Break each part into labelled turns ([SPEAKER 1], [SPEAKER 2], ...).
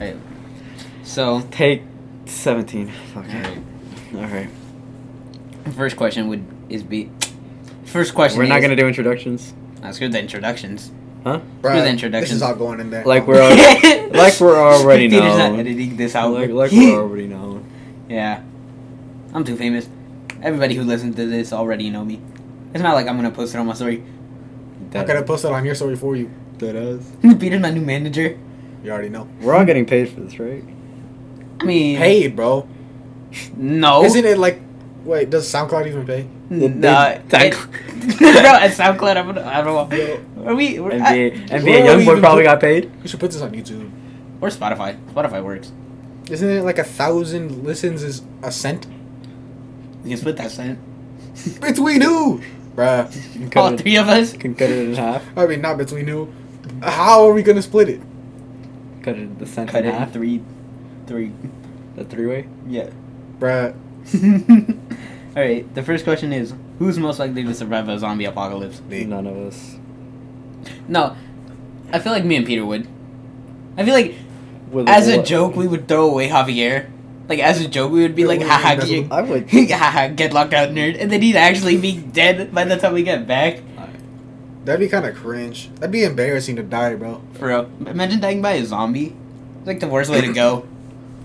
[SPEAKER 1] Right. So,
[SPEAKER 2] Take 17. Fuck
[SPEAKER 1] all right.
[SPEAKER 2] it. Alright.
[SPEAKER 1] first question would is be. First question.
[SPEAKER 2] We're not
[SPEAKER 1] is-
[SPEAKER 2] gonna do introductions.
[SPEAKER 1] Uh, screw the introductions.
[SPEAKER 2] Huh?
[SPEAKER 1] Screw the
[SPEAKER 3] This
[SPEAKER 1] introductions.
[SPEAKER 3] is all going in there.
[SPEAKER 2] Like we're all- like we're already
[SPEAKER 1] Peter's not
[SPEAKER 2] known.
[SPEAKER 1] editing this out.
[SPEAKER 2] Like, like we already know.
[SPEAKER 1] yeah, I'm too famous. Everybody who listens to this already know me. It's not like I'm gonna post it on my story.
[SPEAKER 3] I could have posted on your story for you.
[SPEAKER 2] that is.
[SPEAKER 1] Peter's my new manager.
[SPEAKER 3] You already know.
[SPEAKER 2] We're all getting paid for this, right?
[SPEAKER 1] I mean,
[SPEAKER 3] Paid, bro.
[SPEAKER 1] no,
[SPEAKER 3] Isn't it like? Wait, does SoundCloud even pay?
[SPEAKER 1] No,
[SPEAKER 2] Big-
[SPEAKER 1] it, no, at SoundCloud, I'm, I don't know. Are we? We're, I-
[SPEAKER 2] NBA, NBA
[SPEAKER 3] Where are we
[SPEAKER 2] Youngboy
[SPEAKER 3] even
[SPEAKER 2] probably
[SPEAKER 3] put-
[SPEAKER 2] got paid.
[SPEAKER 3] We should put this on YouTube.
[SPEAKER 1] or Spotify. Spotify works.
[SPEAKER 3] Isn't it like a thousand listens is a cent?
[SPEAKER 1] You can split that cent.
[SPEAKER 3] Between who, bruh?
[SPEAKER 2] Can cut
[SPEAKER 1] All
[SPEAKER 2] it-
[SPEAKER 1] three of us.
[SPEAKER 2] Can cut it in half.
[SPEAKER 3] I mean, not between who. How are we gonna split it?
[SPEAKER 2] Cut it the cent
[SPEAKER 1] Cut
[SPEAKER 2] in
[SPEAKER 1] it in
[SPEAKER 2] half.
[SPEAKER 1] three, three.
[SPEAKER 2] The three way.
[SPEAKER 1] Yeah.
[SPEAKER 3] Bruh,
[SPEAKER 1] All right. The first question is: Who's most likely to survive a zombie apocalypse?
[SPEAKER 3] Me.
[SPEAKER 2] None of us.
[SPEAKER 1] No, I feel like me and Peter would. I feel like
[SPEAKER 2] With
[SPEAKER 1] as a
[SPEAKER 2] what-
[SPEAKER 1] joke we would throw away Javier. Like as a joke we would be
[SPEAKER 3] Wait,
[SPEAKER 1] like,
[SPEAKER 3] what do you mean
[SPEAKER 1] haha,
[SPEAKER 3] that's
[SPEAKER 1] get,
[SPEAKER 2] I would.
[SPEAKER 1] haha, get locked out, nerd, and then he'd actually be dead by the time we get back.
[SPEAKER 3] that'd be kind of cringe. That'd be embarrassing to die, bro.
[SPEAKER 1] Bro, imagine dying by a zombie. It's like the worst way to go.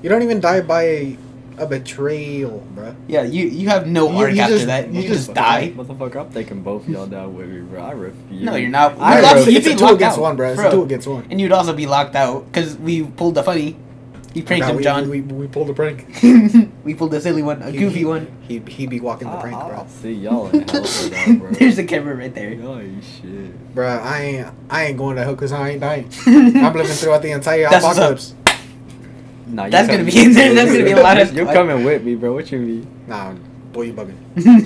[SPEAKER 3] You don't even die by a, a betrayal, bruh.
[SPEAKER 1] Yeah, you you have no
[SPEAKER 3] You-
[SPEAKER 1] arc
[SPEAKER 3] you
[SPEAKER 1] after
[SPEAKER 3] just-
[SPEAKER 1] that. You,
[SPEAKER 3] you
[SPEAKER 1] just,
[SPEAKER 3] just
[SPEAKER 1] die.
[SPEAKER 2] What the fuck? I'm thinking both of y'all down with me, bro. I refuse.
[SPEAKER 1] No, you're not.
[SPEAKER 2] I
[SPEAKER 1] You'd
[SPEAKER 3] Bro,
[SPEAKER 2] ref-
[SPEAKER 1] also- you'd
[SPEAKER 3] it's
[SPEAKER 1] be
[SPEAKER 3] a two
[SPEAKER 1] locked
[SPEAKER 3] against
[SPEAKER 1] out,
[SPEAKER 3] one, bruh. It's
[SPEAKER 1] bro.
[SPEAKER 3] a two against one.
[SPEAKER 1] And you'd also be locked out because we pulled the funny. He pranked
[SPEAKER 3] Nah,
[SPEAKER 1] him,
[SPEAKER 3] we,
[SPEAKER 1] John.
[SPEAKER 3] We, we, we pulled a prank.
[SPEAKER 1] We, pulled a silly one, a
[SPEAKER 3] He-
[SPEAKER 1] goofy
[SPEAKER 3] he-
[SPEAKER 1] one.
[SPEAKER 3] He he be walking the prank,
[SPEAKER 2] I-
[SPEAKER 3] bro.
[SPEAKER 2] I'll See y'all in hell for that, bro.
[SPEAKER 1] There's a camera right there.
[SPEAKER 2] Holy shit.
[SPEAKER 3] Bruh, I ain't I ain't going to hell because I ain't dying. I'm living
[SPEAKER 1] That's
[SPEAKER 3] throughout the entire
[SPEAKER 1] That's what's up.
[SPEAKER 3] apocalypse.
[SPEAKER 2] Nah, you
[SPEAKER 1] That's gonna
[SPEAKER 2] coming-
[SPEAKER 1] be in there, that's gonna be a lot of-
[SPEAKER 2] You're coming with me, bro. What you mean?
[SPEAKER 3] Nah, boy, you bugging.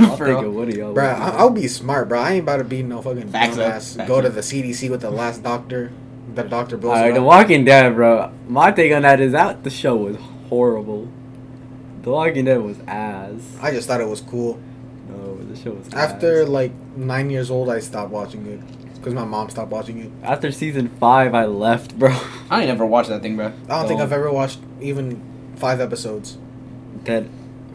[SPEAKER 2] I'll
[SPEAKER 1] For
[SPEAKER 2] think
[SPEAKER 1] real.
[SPEAKER 2] of Woody. I'll
[SPEAKER 3] Bruh, I- I'll be smart, bruh. I ain't about to be no fucking
[SPEAKER 1] Facts up.
[SPEAKER 3] dumbass.
[SPEAKER 1] Facts
[SPEAKER 3] Go to
[SPEAKER 1] up.
[SPEAKER 3] the CDC with the last doctor. The doctor blows
[SPEAKER 2] Alright,
[SPEAKER 3] it
[SPEAKER 2] The
[SPEAKER 3] up.
[SPEAKER 2] Walking Dead, bro. My take on that is that the show was horrible. The Walking Dead was ass.
[SPEAKER 3] I just thought it was cool.
[SPEAKER 2] No, the show was
[SPEAKER 3] After
[SPEAKER 2] ass.
[SPEAKER 3] like nine years old, I stopped watching it because my mom stopped watching it.
[SPEAKER 2] after season five, I left, bro.
[SPEAKER 1] I ain't never watched that thing, bro.
[SPEAKER 3] I don't think
[SPEAKER 2] Oh.
[SPEAKER 3] I've ever watched even five episodes.
[SPEAKER 2] Dead.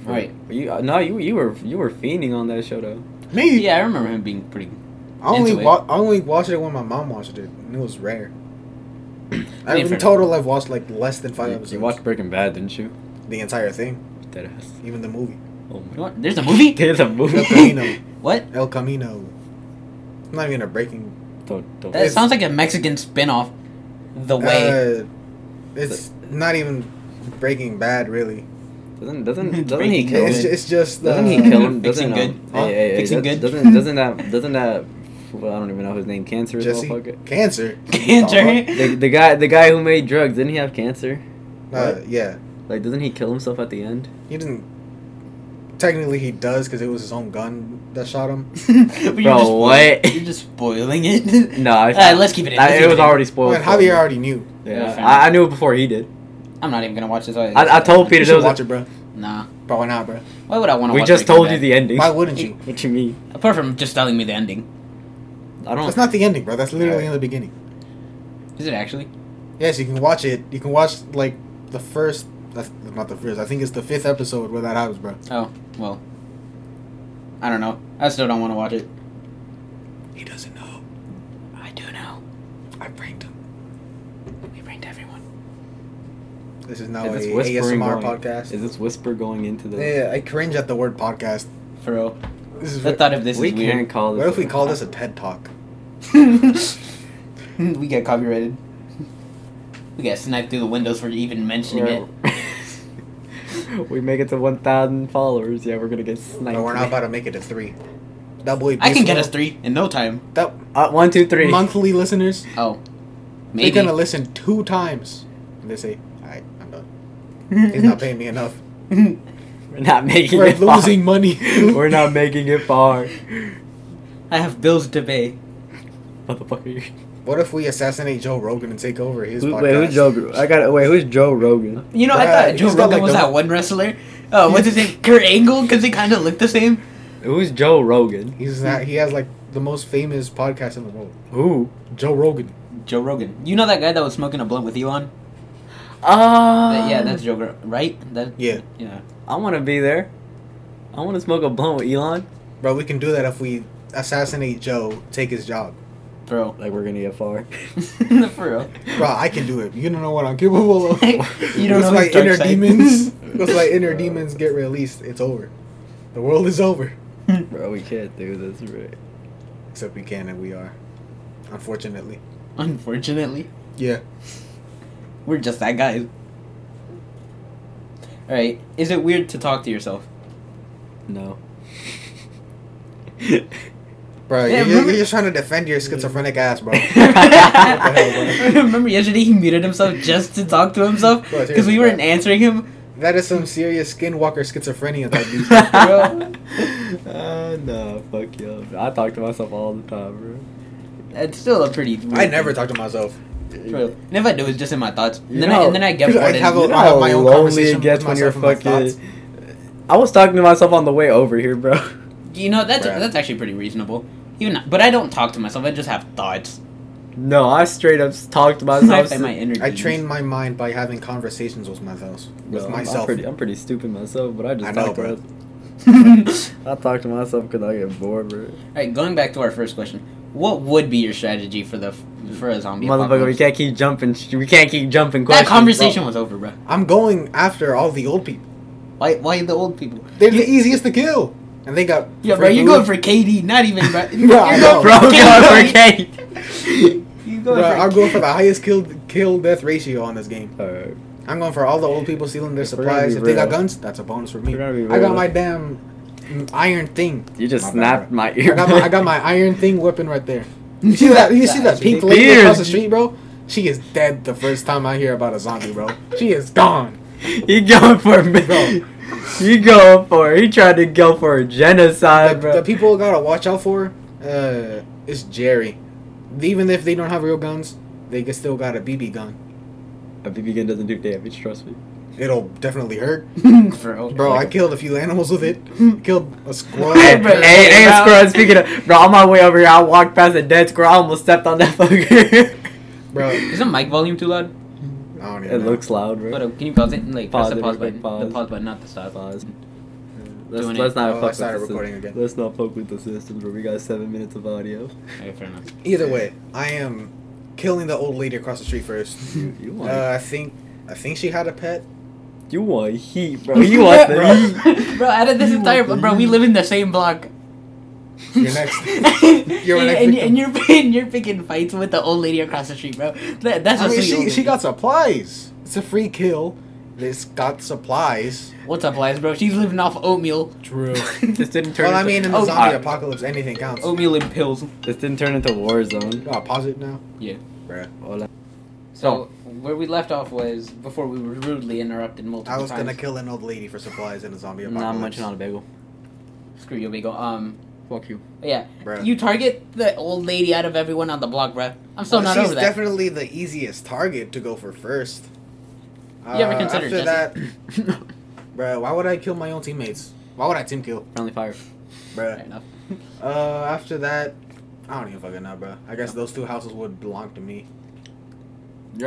[SPEAKER 1] Right.
[SPEAKER 2] You uh, no, you you were you were fiending on that show though.
[SPEAKER 3] Me,
[SPEAKER 1] Yeah, I remember him being pretty.
[SPEAKER 3] I only
[SPEAKER 1] into it.
[SPEAKER 3] wa- I only watched it when my mom watched it, and it was rare. I
[SPEAKER 1] mean,
[SPEAKER 3] in
[SPEAKER 1] fair.
[SPEAKER 3] total, I've watched like less than five
[SPEAKER 2] You,
[SPEAKER 3] episodes.
[SPEAKER 2] you watched Breaking Bad, didn't you?
[SPEAKER 3] the entire thing,
[SPEAKER 2] Dead ass.
[SPEAKER 3] even the movie
[SPEAKER 2] Oh my
[SPEAKER 1] You know what? There's a movie.
[SPEAKER 2] There's a movie.
[SPEAKER 3] El Camino.
[SPEAKER 1] What?
[SPEAKER 3] El Camino. I'm not even a breaking.
[SPEAKER 2] don't don't.
[SPEAKER 1] That sounds like a Mexican spin-off. The way.
[SPEAKER 3] Uh, it's not even Breaking Bad, really.
[SPEAKER 2] doesn't doesn't doesn't he
[SPEAKER 1] Breaking
[SPEAKER 2] kill
[SPEAKER 1] Bad. uh,
[SPEAKER 3] It's,
[SPEAKER 2] him?
[SPEAKER 3] it's just uh, the,
[SPEAKER 2] Doesn't he kill him?
[SPEAKER 1] Fixing
[SPEAKER 2] Doesn't
[SPEAKER 1] good.
[SPEAKER 2] Um,
[SPEAKER 3] Huh?
[SPEAKER 2] hey, hey, hey,
[SPEAKER 1] Fixing
[SPEAKER 2] that-
[SPEAKER 1] good.
[SPEAKER 2] doesn't doesn't that doesn't that well, I don't even know his name. Cancer.
[SPEAKER 3] Jesse
[SPEAKER 2] motherfucker?
[SPEAKER 3] cancer.
[SPEAKER 2] The,
[SPEAKER 1] Cancer.
[SPEAKER 2] the guy the guy who made drugs didn't he have cancer?
[SPEAKER 3] Uh, yeah,
[SPEAKER 2] Like doesn't he kill himself at the end?
[SPEAKER 3] he didn't. Technically, he does because it was his own gun that shot him.
[SPEAKER 1] But you're just spoil-
[SPEAKER 2] what?
[SPEAKER 1] You're just spoiling it.
[SPEAKER 2] No, I,
[SPEAKER 1] Alright, Uh, let's keep it in.
[SPEAKER 2] I-
[SPEAKER 1] Let's
[SPEAKER 2] it
[SPEAKER 1] keep
[SPEAKER 2] was
[SPEAKER 1] in.
[SPEAKER 2] already spoiled.
[SPEAKER 3] Man,
[SPEAKER 2] for me.
[SPEAKER 3] Javier already knew.
[SPEAKER 2] Yeah,
[SPEAKER 1] Yeah,
[SPEAKER 2] I, I knew it before he did.
[SPEAKER 1] I'm not even gonna watch this.
[SPEAKER 2] I- I told Peter-
[SPEAKER 3] You
[SPEAKER 2] It
[SPEAKER 3] should
[SPEAKER 2] doesn't-
[SPEAKER 3] watch it, bro.
[SPEAKER 1] Nah.
[SPEAKER 3] Bro, why not, bro?
[SPEAKER 1] Why would I want to?
[SPEAKER 2] We
[SPEAKER 1] watch
[SPEAKER 2] just
[SPEAKER 1] Breaking
[SPEAKER 2] told
[SPEAKER 1] Bad?
[SPEAKER 2] you the ending.
[SPEAKER 3] Why wouldn't you?
[SPEAKER 2] What you mean?
[SPEAKER 1] Apart from just telling me the ending,
[SPEAKER 2] I don't.
[SPEAKER 3] That's not the ending, bro. That's literally in the beginning.
[SPEAKER 1] is it actually?
[SPEAKER 3] Yes, you can watch it. You can watch like the first. That's not the first. I think it's the fifth episode where that happens, bro.
[SPEAKER 1] Oh well. I don't know. I still don't want to watch it.
[SPEAKER 3] He doesn't know.
[SPEAKER 1] I do know.
[SPEAKER 3] I pranked him.
[SPEAKER 1] We pranked everyone.
[SPEAKER 3] This is now
[SPEAKER 2] is
[SPEAKER 3] Oh, a
[SPEAKER 2] this whispering
[SPEAKER 3] ASMR
[SPEAKER 2] going-
[SPEAKER 3] podcast.
[SPEAKER 2] Is this whisper going into the?
[SPEAKER 3] yeah, I cringe at the word podcast.
[SPEAKER 1] For real.
[SPEAKER 3] This is.
[SPEAKER 1] I thought if this
[SPEAKER 2] we
[SPEAKER 1] is
[SPEAKER 2] can't
[SPEAKER 1] weird.
[SPEAKER 2] call this.
[SPEAKER 3] what if we
[SPEAKER 2] a-
[SPEAKER 3] call this a TED talk?
[SPEAKER 1] we get copyrighted. We get sniped through the windows for even mentioning
[SPEAKER 2] We're-
[SPEAKER 1] it.
[SPEAKER 2] we make it to 1,000 followers. Yeah, we're gonna get sniped.
[SPEAKER 3] But we're not about to make it to three. That boy.
[SPEAKER 1] I can get
[SPEAKER 3] Beefalo-
[SPEAKER 1] us three in no time.
[SPEAKER 3] That
[SPEAKER 2] Uh, one, two, three.
[SPEAKER 3] monthly listeners.
[SPEAKER 1] Oh,
[SPEAKER 3] They're
[SPEAKER 1] maybe.
[SPEAKER 3] gonna listen two times. And they say, "Alright, I'm done. He's not paying me enough.
[SPEAKER 2] We're not making
[SPEAKER 3] We're
[SPEAKER 2] it. far.
[SPEAKER 3] losing money.
[SPEAKER 2] we're not making it far.
[SPEAKER 1] I have bills to pay.
[SPEAKER 2] Motherfucker.
[SPEAKER 3] What if we assassinate Joe Rogan and take over his
[SPEAKER 2] Who,
[SPEAKER 3] podcast?
[SPEAKER 2] wait, who's Joe? Gro- I got. Wait, who's Joe Rogan?
[SPEAKER 1] You know, I
[SPEAKER 3] Bruh,
[SPEAKER 1] thought Joe
[SPEAKER 3] he's got,
[SPEAKER 1] Rogan
[SPEAKER 3] Uh, like,
[SPEAKER 1] was
[SPEAKER 3] the-
[SPEAKER 1] that one wrestler. Uh, what's his name? Kurt Angle, because they kind of look the same.
[SPEAKER 2] Who's Joe Rogan?
[SPEAKER 3] He's not, he has like the most famous podcast in the world.
[SPEAKER 2] Who?
[SPEAKER 3] Joe Rogan.
[SPEAKER 1] Joe Rogan. You know that guy that was smoking a blunt with Elon?
[SPEAKER 2] Oh.
[SPEAKER 1] yeah, that's Joker, right? That
[SPEAKER 3] Yeah,
[SPEAKER 1] yeah.
[SPEAKER 2] I want to be there. I want to smoke a blunt with Elon.
[SPEAKER 3] bro, we can do that if we assassinate Joe, take his job.
[SPEAKER 1] Bro.
[SPEAKER 2] Like we're gonna get far.
[SPEAKER 1] For real.
[SPEAKER 3] Bro, I can do it. You don't know what I'm capable of.
[SPEAKER 1] you
[SPEAKER 3] Once my
[SPEAKER 1] his dark
[SPEAKER 3] inner
[SPEAKER 1] side.
[SPEAKER 3] demons. Once my inner demons get released, it's over. The world is over.
[SPEAKER 2] Bro, we can't do this, right?
[SPEAKER 3] Except we can and we are. Unfortunately.
[SPEAKER 1] Unfortunately,
[SPEAKER 3] Yeah.
[SPEAKER 1] we're just that guy. All right. Is it weird to talk to yourself?
[SPEAKER 2] No.
[SPEAKER 3] Bro,
[SPEAKER 1] Yeah,
[SPEAKER 3] you,
[SPEAKER 1] remember-
[SPEAKER 3] you're just trying to defend your schizophrenic ass, bro. hell, bro?
[SPEAKER 1] Remember yesterday he muted himself just to talk to himself
[SPEAKER 3] Bro,
[SPEAKER 1] because we
[SPEAKER 3] seriously,
[SPEAKER 1] weren't
[SPEAKER 3] bro.
[SPEAKER 1] answering him.
[SPEAKER 3] That is some serious skinwalker schizophrenia type dude.
[SPEAKER 1] Bro.
[SPEAKER 2] Uh, no, fuck you. I talk to myself all the time,
[SPEAKER 1] It's still a pretty. Weird
[SPEAKER 3] I never
[SPEAKER 1] thing.
[SPEAKER 3] talk to myself.
[SPEAKER 2] bro.
[SPEAKER 1] Bro, and if I do, it's just in my thoughts.
[SPEAKER 2] You
[SPEAKER 1] And then, I,
[SPEAKER 2] know-
[SPEAKER 1] and then I get
[SPEAKER 3] Dude, I
[SPEAKER 1] bored.
[SPEAKER 3] have
[SPEAKER 1] and
[SPEAKER 3] a-
[SPEAKER 2] You know
[SPEAKER 3] I
[SPEAKER 2] how
[SPEAKER 3] my own
[SPEAKER 2] lonely
[SPEAKER 3] conversation
[SPEAKER 2] it gets
[SPEAKER 3] with
[SPEAKER 2] when you're
[SPEAKER 3] myself and my
[SPEAKER 2] fucking. I was talking to myself on the way over here, bro.
[SPEAKER 1] you know that's
[SPEAKER 3] Bruh.
[SPEAKER 1] that's actually pretty reasonable. Even but I don't talk to myself. I just have thoughts.
[SPEAKER 2] No, I straight up talked to
[SPEAKER 1] I
[SPEAKER 2] myself.
[SPEAKER 1] play my inner.
[SPEAKER 3] I
[SPEAKER 1] games.
[SPEAKER 3] train my mind by having conversations with myself.
[SPEAKER 2] No,
[SPEAKER 3] With
[SPEAKER 2] I'm- I'm
[SPEAKER 3] myself.
[SPEAKER 2] pretty, I'm pretty stupid myself, but I just
[SPEAKER 3] I know,
[SPEAKER 2] talk to
[SPEAKER 3] bro.
[SPEAKER 2] myself. I talk to myself because I get bored, bro.
[SPEAKER 1] All right, going back to our first question, what would be your strategy for the for a zombie
[SPEAKER 2] Motherfucker, we
[SPEAKER 1] apocalypse?
[SPEAKER 2] can't keep jumping. sh- We can't keep jumping
[SPEAKER 1] That
[SPEAKER 2] questions.
[SPEAKER 1] conversation was over, bro.
[SPEAKER 3] I'm going after all the old people.
[SPEAKER 1] Why why the old people?
[SPEAKER 3] They're the easiest to kill. And they got.
[SPEAKER 1] Yeah,
[SPEAKER 3] free
[SPEAKER 1] bro, you're
[SPEAKER 3] food.
[SPEAKER 1] going for KD, not even, bro.
[SPEAKER 3] Bro, I
[SPEAKER 1] you're going
[SPEAKER 3] know.
[SPEAKER 2] Bro,
[SPEAKER 1] for
[SPEAKER 2] going
[SPEAKER 1] KD.
[SPEAKER 2] for Kate.
[SPEAKER 1] You
[SPEAKER 3] Bro,
[SPEAKER 1] going for
[SPEAKER 3] I'm going for the highest kill kill death ratio on this game.
[SPEAKER 2] Alright.
[SPEAKER 3] I'm going for all the old people stealing their
[SPEAKER 2] If we're gonna
[SPEAKER 3] supplies.
[SPEAKER 2] be
[SPEAKER 3] If they got
[SPEAKER 2] real-
[SPEAKER 3] guns, that's a bonus for me.
[SPEAKER 2] we're gonna be
[SPEAKER 3] I
[SPEAKER 2] real-
[SPEAKER 3] got my damn mm, iron thing.
[SPEAKER 2] You just
[SPEAKER 3] My bad,
[SPEAKER 2] snapped
[SPEAKER 3] bro.
[SPEAKER 2] my
[SPEAKER 3] I
[SPEAKER 2] ear.
[SPEAKER 3] got my, I got my iron thing weapon right there. You see that? You see that pink lady
[SPEAKER 2] Beard.
[SPEAKER 3] across the street, bro? She is dead the first time I hear about a zombie, bro. She is gone.
[SPEAKER 2] He going for me.
[SPEAKER 3] Bro.
[SPEAKER 2] He going for. He tried to go for a
[SPEAKER 3] The,
[SPEAKER 2] genocide, bro.
[SPEAKER 3] the people gotta watch out for uh, is Jerry. Even if they don't have real guns, they can still got a BB gun.
[SPEAKER 2] a BB gun doesn't do damage. Trust me.
[SPEAKER 3] It'll definitely hurt,
[SPEAKER 1] bro.
[SPEAKER 3] bro. I
[SPEAKER 1] Like,
[SPEAKER 3] killed a few animals with it. Killed a squirrel.
[SPEAKER 2] Hey, bro,
[SPEAKER 1] bro,
[SPEAKER 2] hey, hey,
[SPEAKER 1] bro.
[SPEAKER 2] squirrel. Speaking of, bro, on my way over here, I walked past a dead squirrel. I almost stepped on that fucker.
[SPEAKER 3] Bro, I
[SPEAKER 1] Isn't mic volume too loud?
[SPEAKER 3] don't even
[SPEAKER 2] it
[SPEAKER 3] know.
[SPEAKER 2] looks loud, bro.
[SPEAKER 1] Hold up, can you pause it? Like, press
[SPEAKER 2] Pause
[SPEAKER 1] the
[SPEAKER 2] it
[SPEAKER 1] pause button.
[SPEAKER 2] real quick,
[SPEAKER 1] The
[SPEAKER 2] pause.
[SPEAKER 1] pause button, not the stop.
[SPEAKER 2] Pause. Let's,
[SPEAKER 1] Doing it.
[SPEAKER 2] let's not
[SPEAKER 3] Oh, I
[SPEAKER 2] fuck
[SPEAKER 3] started
[SPEAKER 2] with the sys-
[SPEAKER 3] recording again.
[SPEAKER 2] Let's not fuck with the systems, bro. We got seven minutes of audio.
[SPEAKER 1] Okay, fair enough.
[SPEAKER 3] Either way, I am killing the old lady across the street first.
[SPEAKER 2] You, you want,
[SPEAKER 3] Uh, I think I think she had a pet.
[SPEAKER 2] you want heat, bro. You want
[SPEAKER 1] bro.
[SPEAKER 2] the heat.
[SPEAKER 1] bro, out of this
[SPEAKER 2] You
[SPEAKER 1] entire,
[SPEAKER 2] want the
[SPEAKER 1] bro, we
[SPEAKER 2] heat.
[SPEAKER 1] live in the same block.
[SPEAKER 3] You're next.
[SPEAKER 1] You're
[SPEAKER 3] You're
[SPEAKER 1] and,
[SPEAKER 3] next
[SPEAKER 1] and,
[SPEAKER 3] victim.
[SPEAKER 1] and you're and you're picking fights with the old lady across the street, bro. That, that's
[SPEAKER 3] I
[SPEAKER 1] a
[SPEAKER 3] mean,
[SPEAKER 1] sweet old
[SPEAKER 3] she,
[SPEAKER 1] lady.
[SPEAKER 3] she got supplies. It's a free kill. This got supplies.
[SPEAKER 1] What's up, Liz, bro? She's living off oatmeal,
[SPEAKER 3] True.
[SPEAKER 2] This didn't turn.
[SPEAKER 3] well, I
[SPEAKER 2] into-
[SPEAKER 3] mean, in the
[SPEAKER 1] Oh,
[SPEAKER 2] I-
[SPEAKER 3] zombie apocalypse, anything counts. Oh,
[SPEAKER 1] oatmeal and pills.
[SPEAKER 2] this didn't turn into war zone.
[SPEAKER 3] I'll pause it now.
[SPEAKER 1] Yeah.
[SPEAKER 3] Bruh.
[SPEAKER 2] Hola.
[SPEAKER 1] So where we left off was before we were rudely interrupted multiple
[SPEAKER 3] I was
[SPEAKER 1] times.
[SPEAKER 3] gonna kill an old lady for supplies in a zombie
[SPEAKER 2] Not
[SPEAKER 3] apocalypse.
[SPEAKER 2] much on a bagel.
[SPEAKER 1] Screw you, Bigo. Um,
[SPEAKER 2] Fuck you.
[SPEAKER 1] yeah,
[SPEAKER 3] Bruh.
[SPEAKER 1] you target the old lady out of everyone on the block, bro. I'm still
[SPEAKER 3] Well,
[SPEAKER 1] not
[SPEAKER 3] Oh, she's
[SPEAKER 1] over that.
[SPEAKER 3] definitely the easiest target to go for first. You
[SPEAKER 1] ever considered,
[SPEAKER 3] after
[SPEAKER 1] Jesse?
[SPEAKER 3] that, bruh, why would I kill my own teammates? Why would I team kill,
[SPEAKER 2] Friendly fire.
[SPEAKER 1] Fair
[SPEAKER 3] bruh?
[SPEAKER 1] enough.
[SPEAKER 3] Uh, after that, I don't even fucking know, bruh. I guess those two houses would belong to me.
[SPEAKER 2] You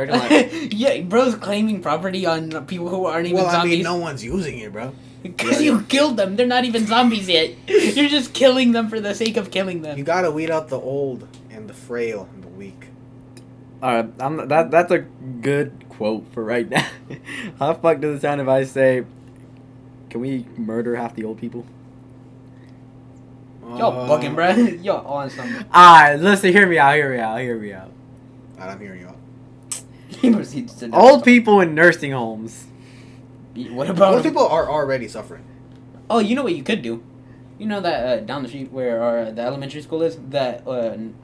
[SPEAKER 2] reckon like?
[SPEAKER 1] yeah, bro's claiming property on people who aren't even
[SPEAKER 3] Well, I mean,
[SPEAKER 1] zombies
[SPEAKER 3] no one's using it, bruh.
[SPEAKER 1] because you killed them. They're not even zombies yet. You're just killing them for the sake of killing
[SPEAKER 3] You
[SPEAKER 1] them.
[SPEAKER 3] gotta weed out the old and the frail and the weak.
[SPEAKER 2] All right, I'm that. That's a good quote for right now. How fuck does it sound if I say, "Can we murder half the old people"?
[SPEAKER 1] Y'all
[SPEAKER 3] Uh,
[SPEAKER 1] bugging, bro. Y'all on something.
[SPEAKER 2] All right, listen. Hear me out. Hear me out. Hear me out.
[SPEAKER 3] God, I'm hearing y'all.
[SPEAKER 1] He proceeds to
[SPEAKER 2] Old people in nursing homes.
[SPEAKER 1] What
[SPEAKER 3] Most
[SPEAKER 1] about
[SPEAKER 3] people are already suffering.
[SPEAKER 1] Oh, you know what you could do? You know that uh, down the street where our the elementary school is, that uh, n-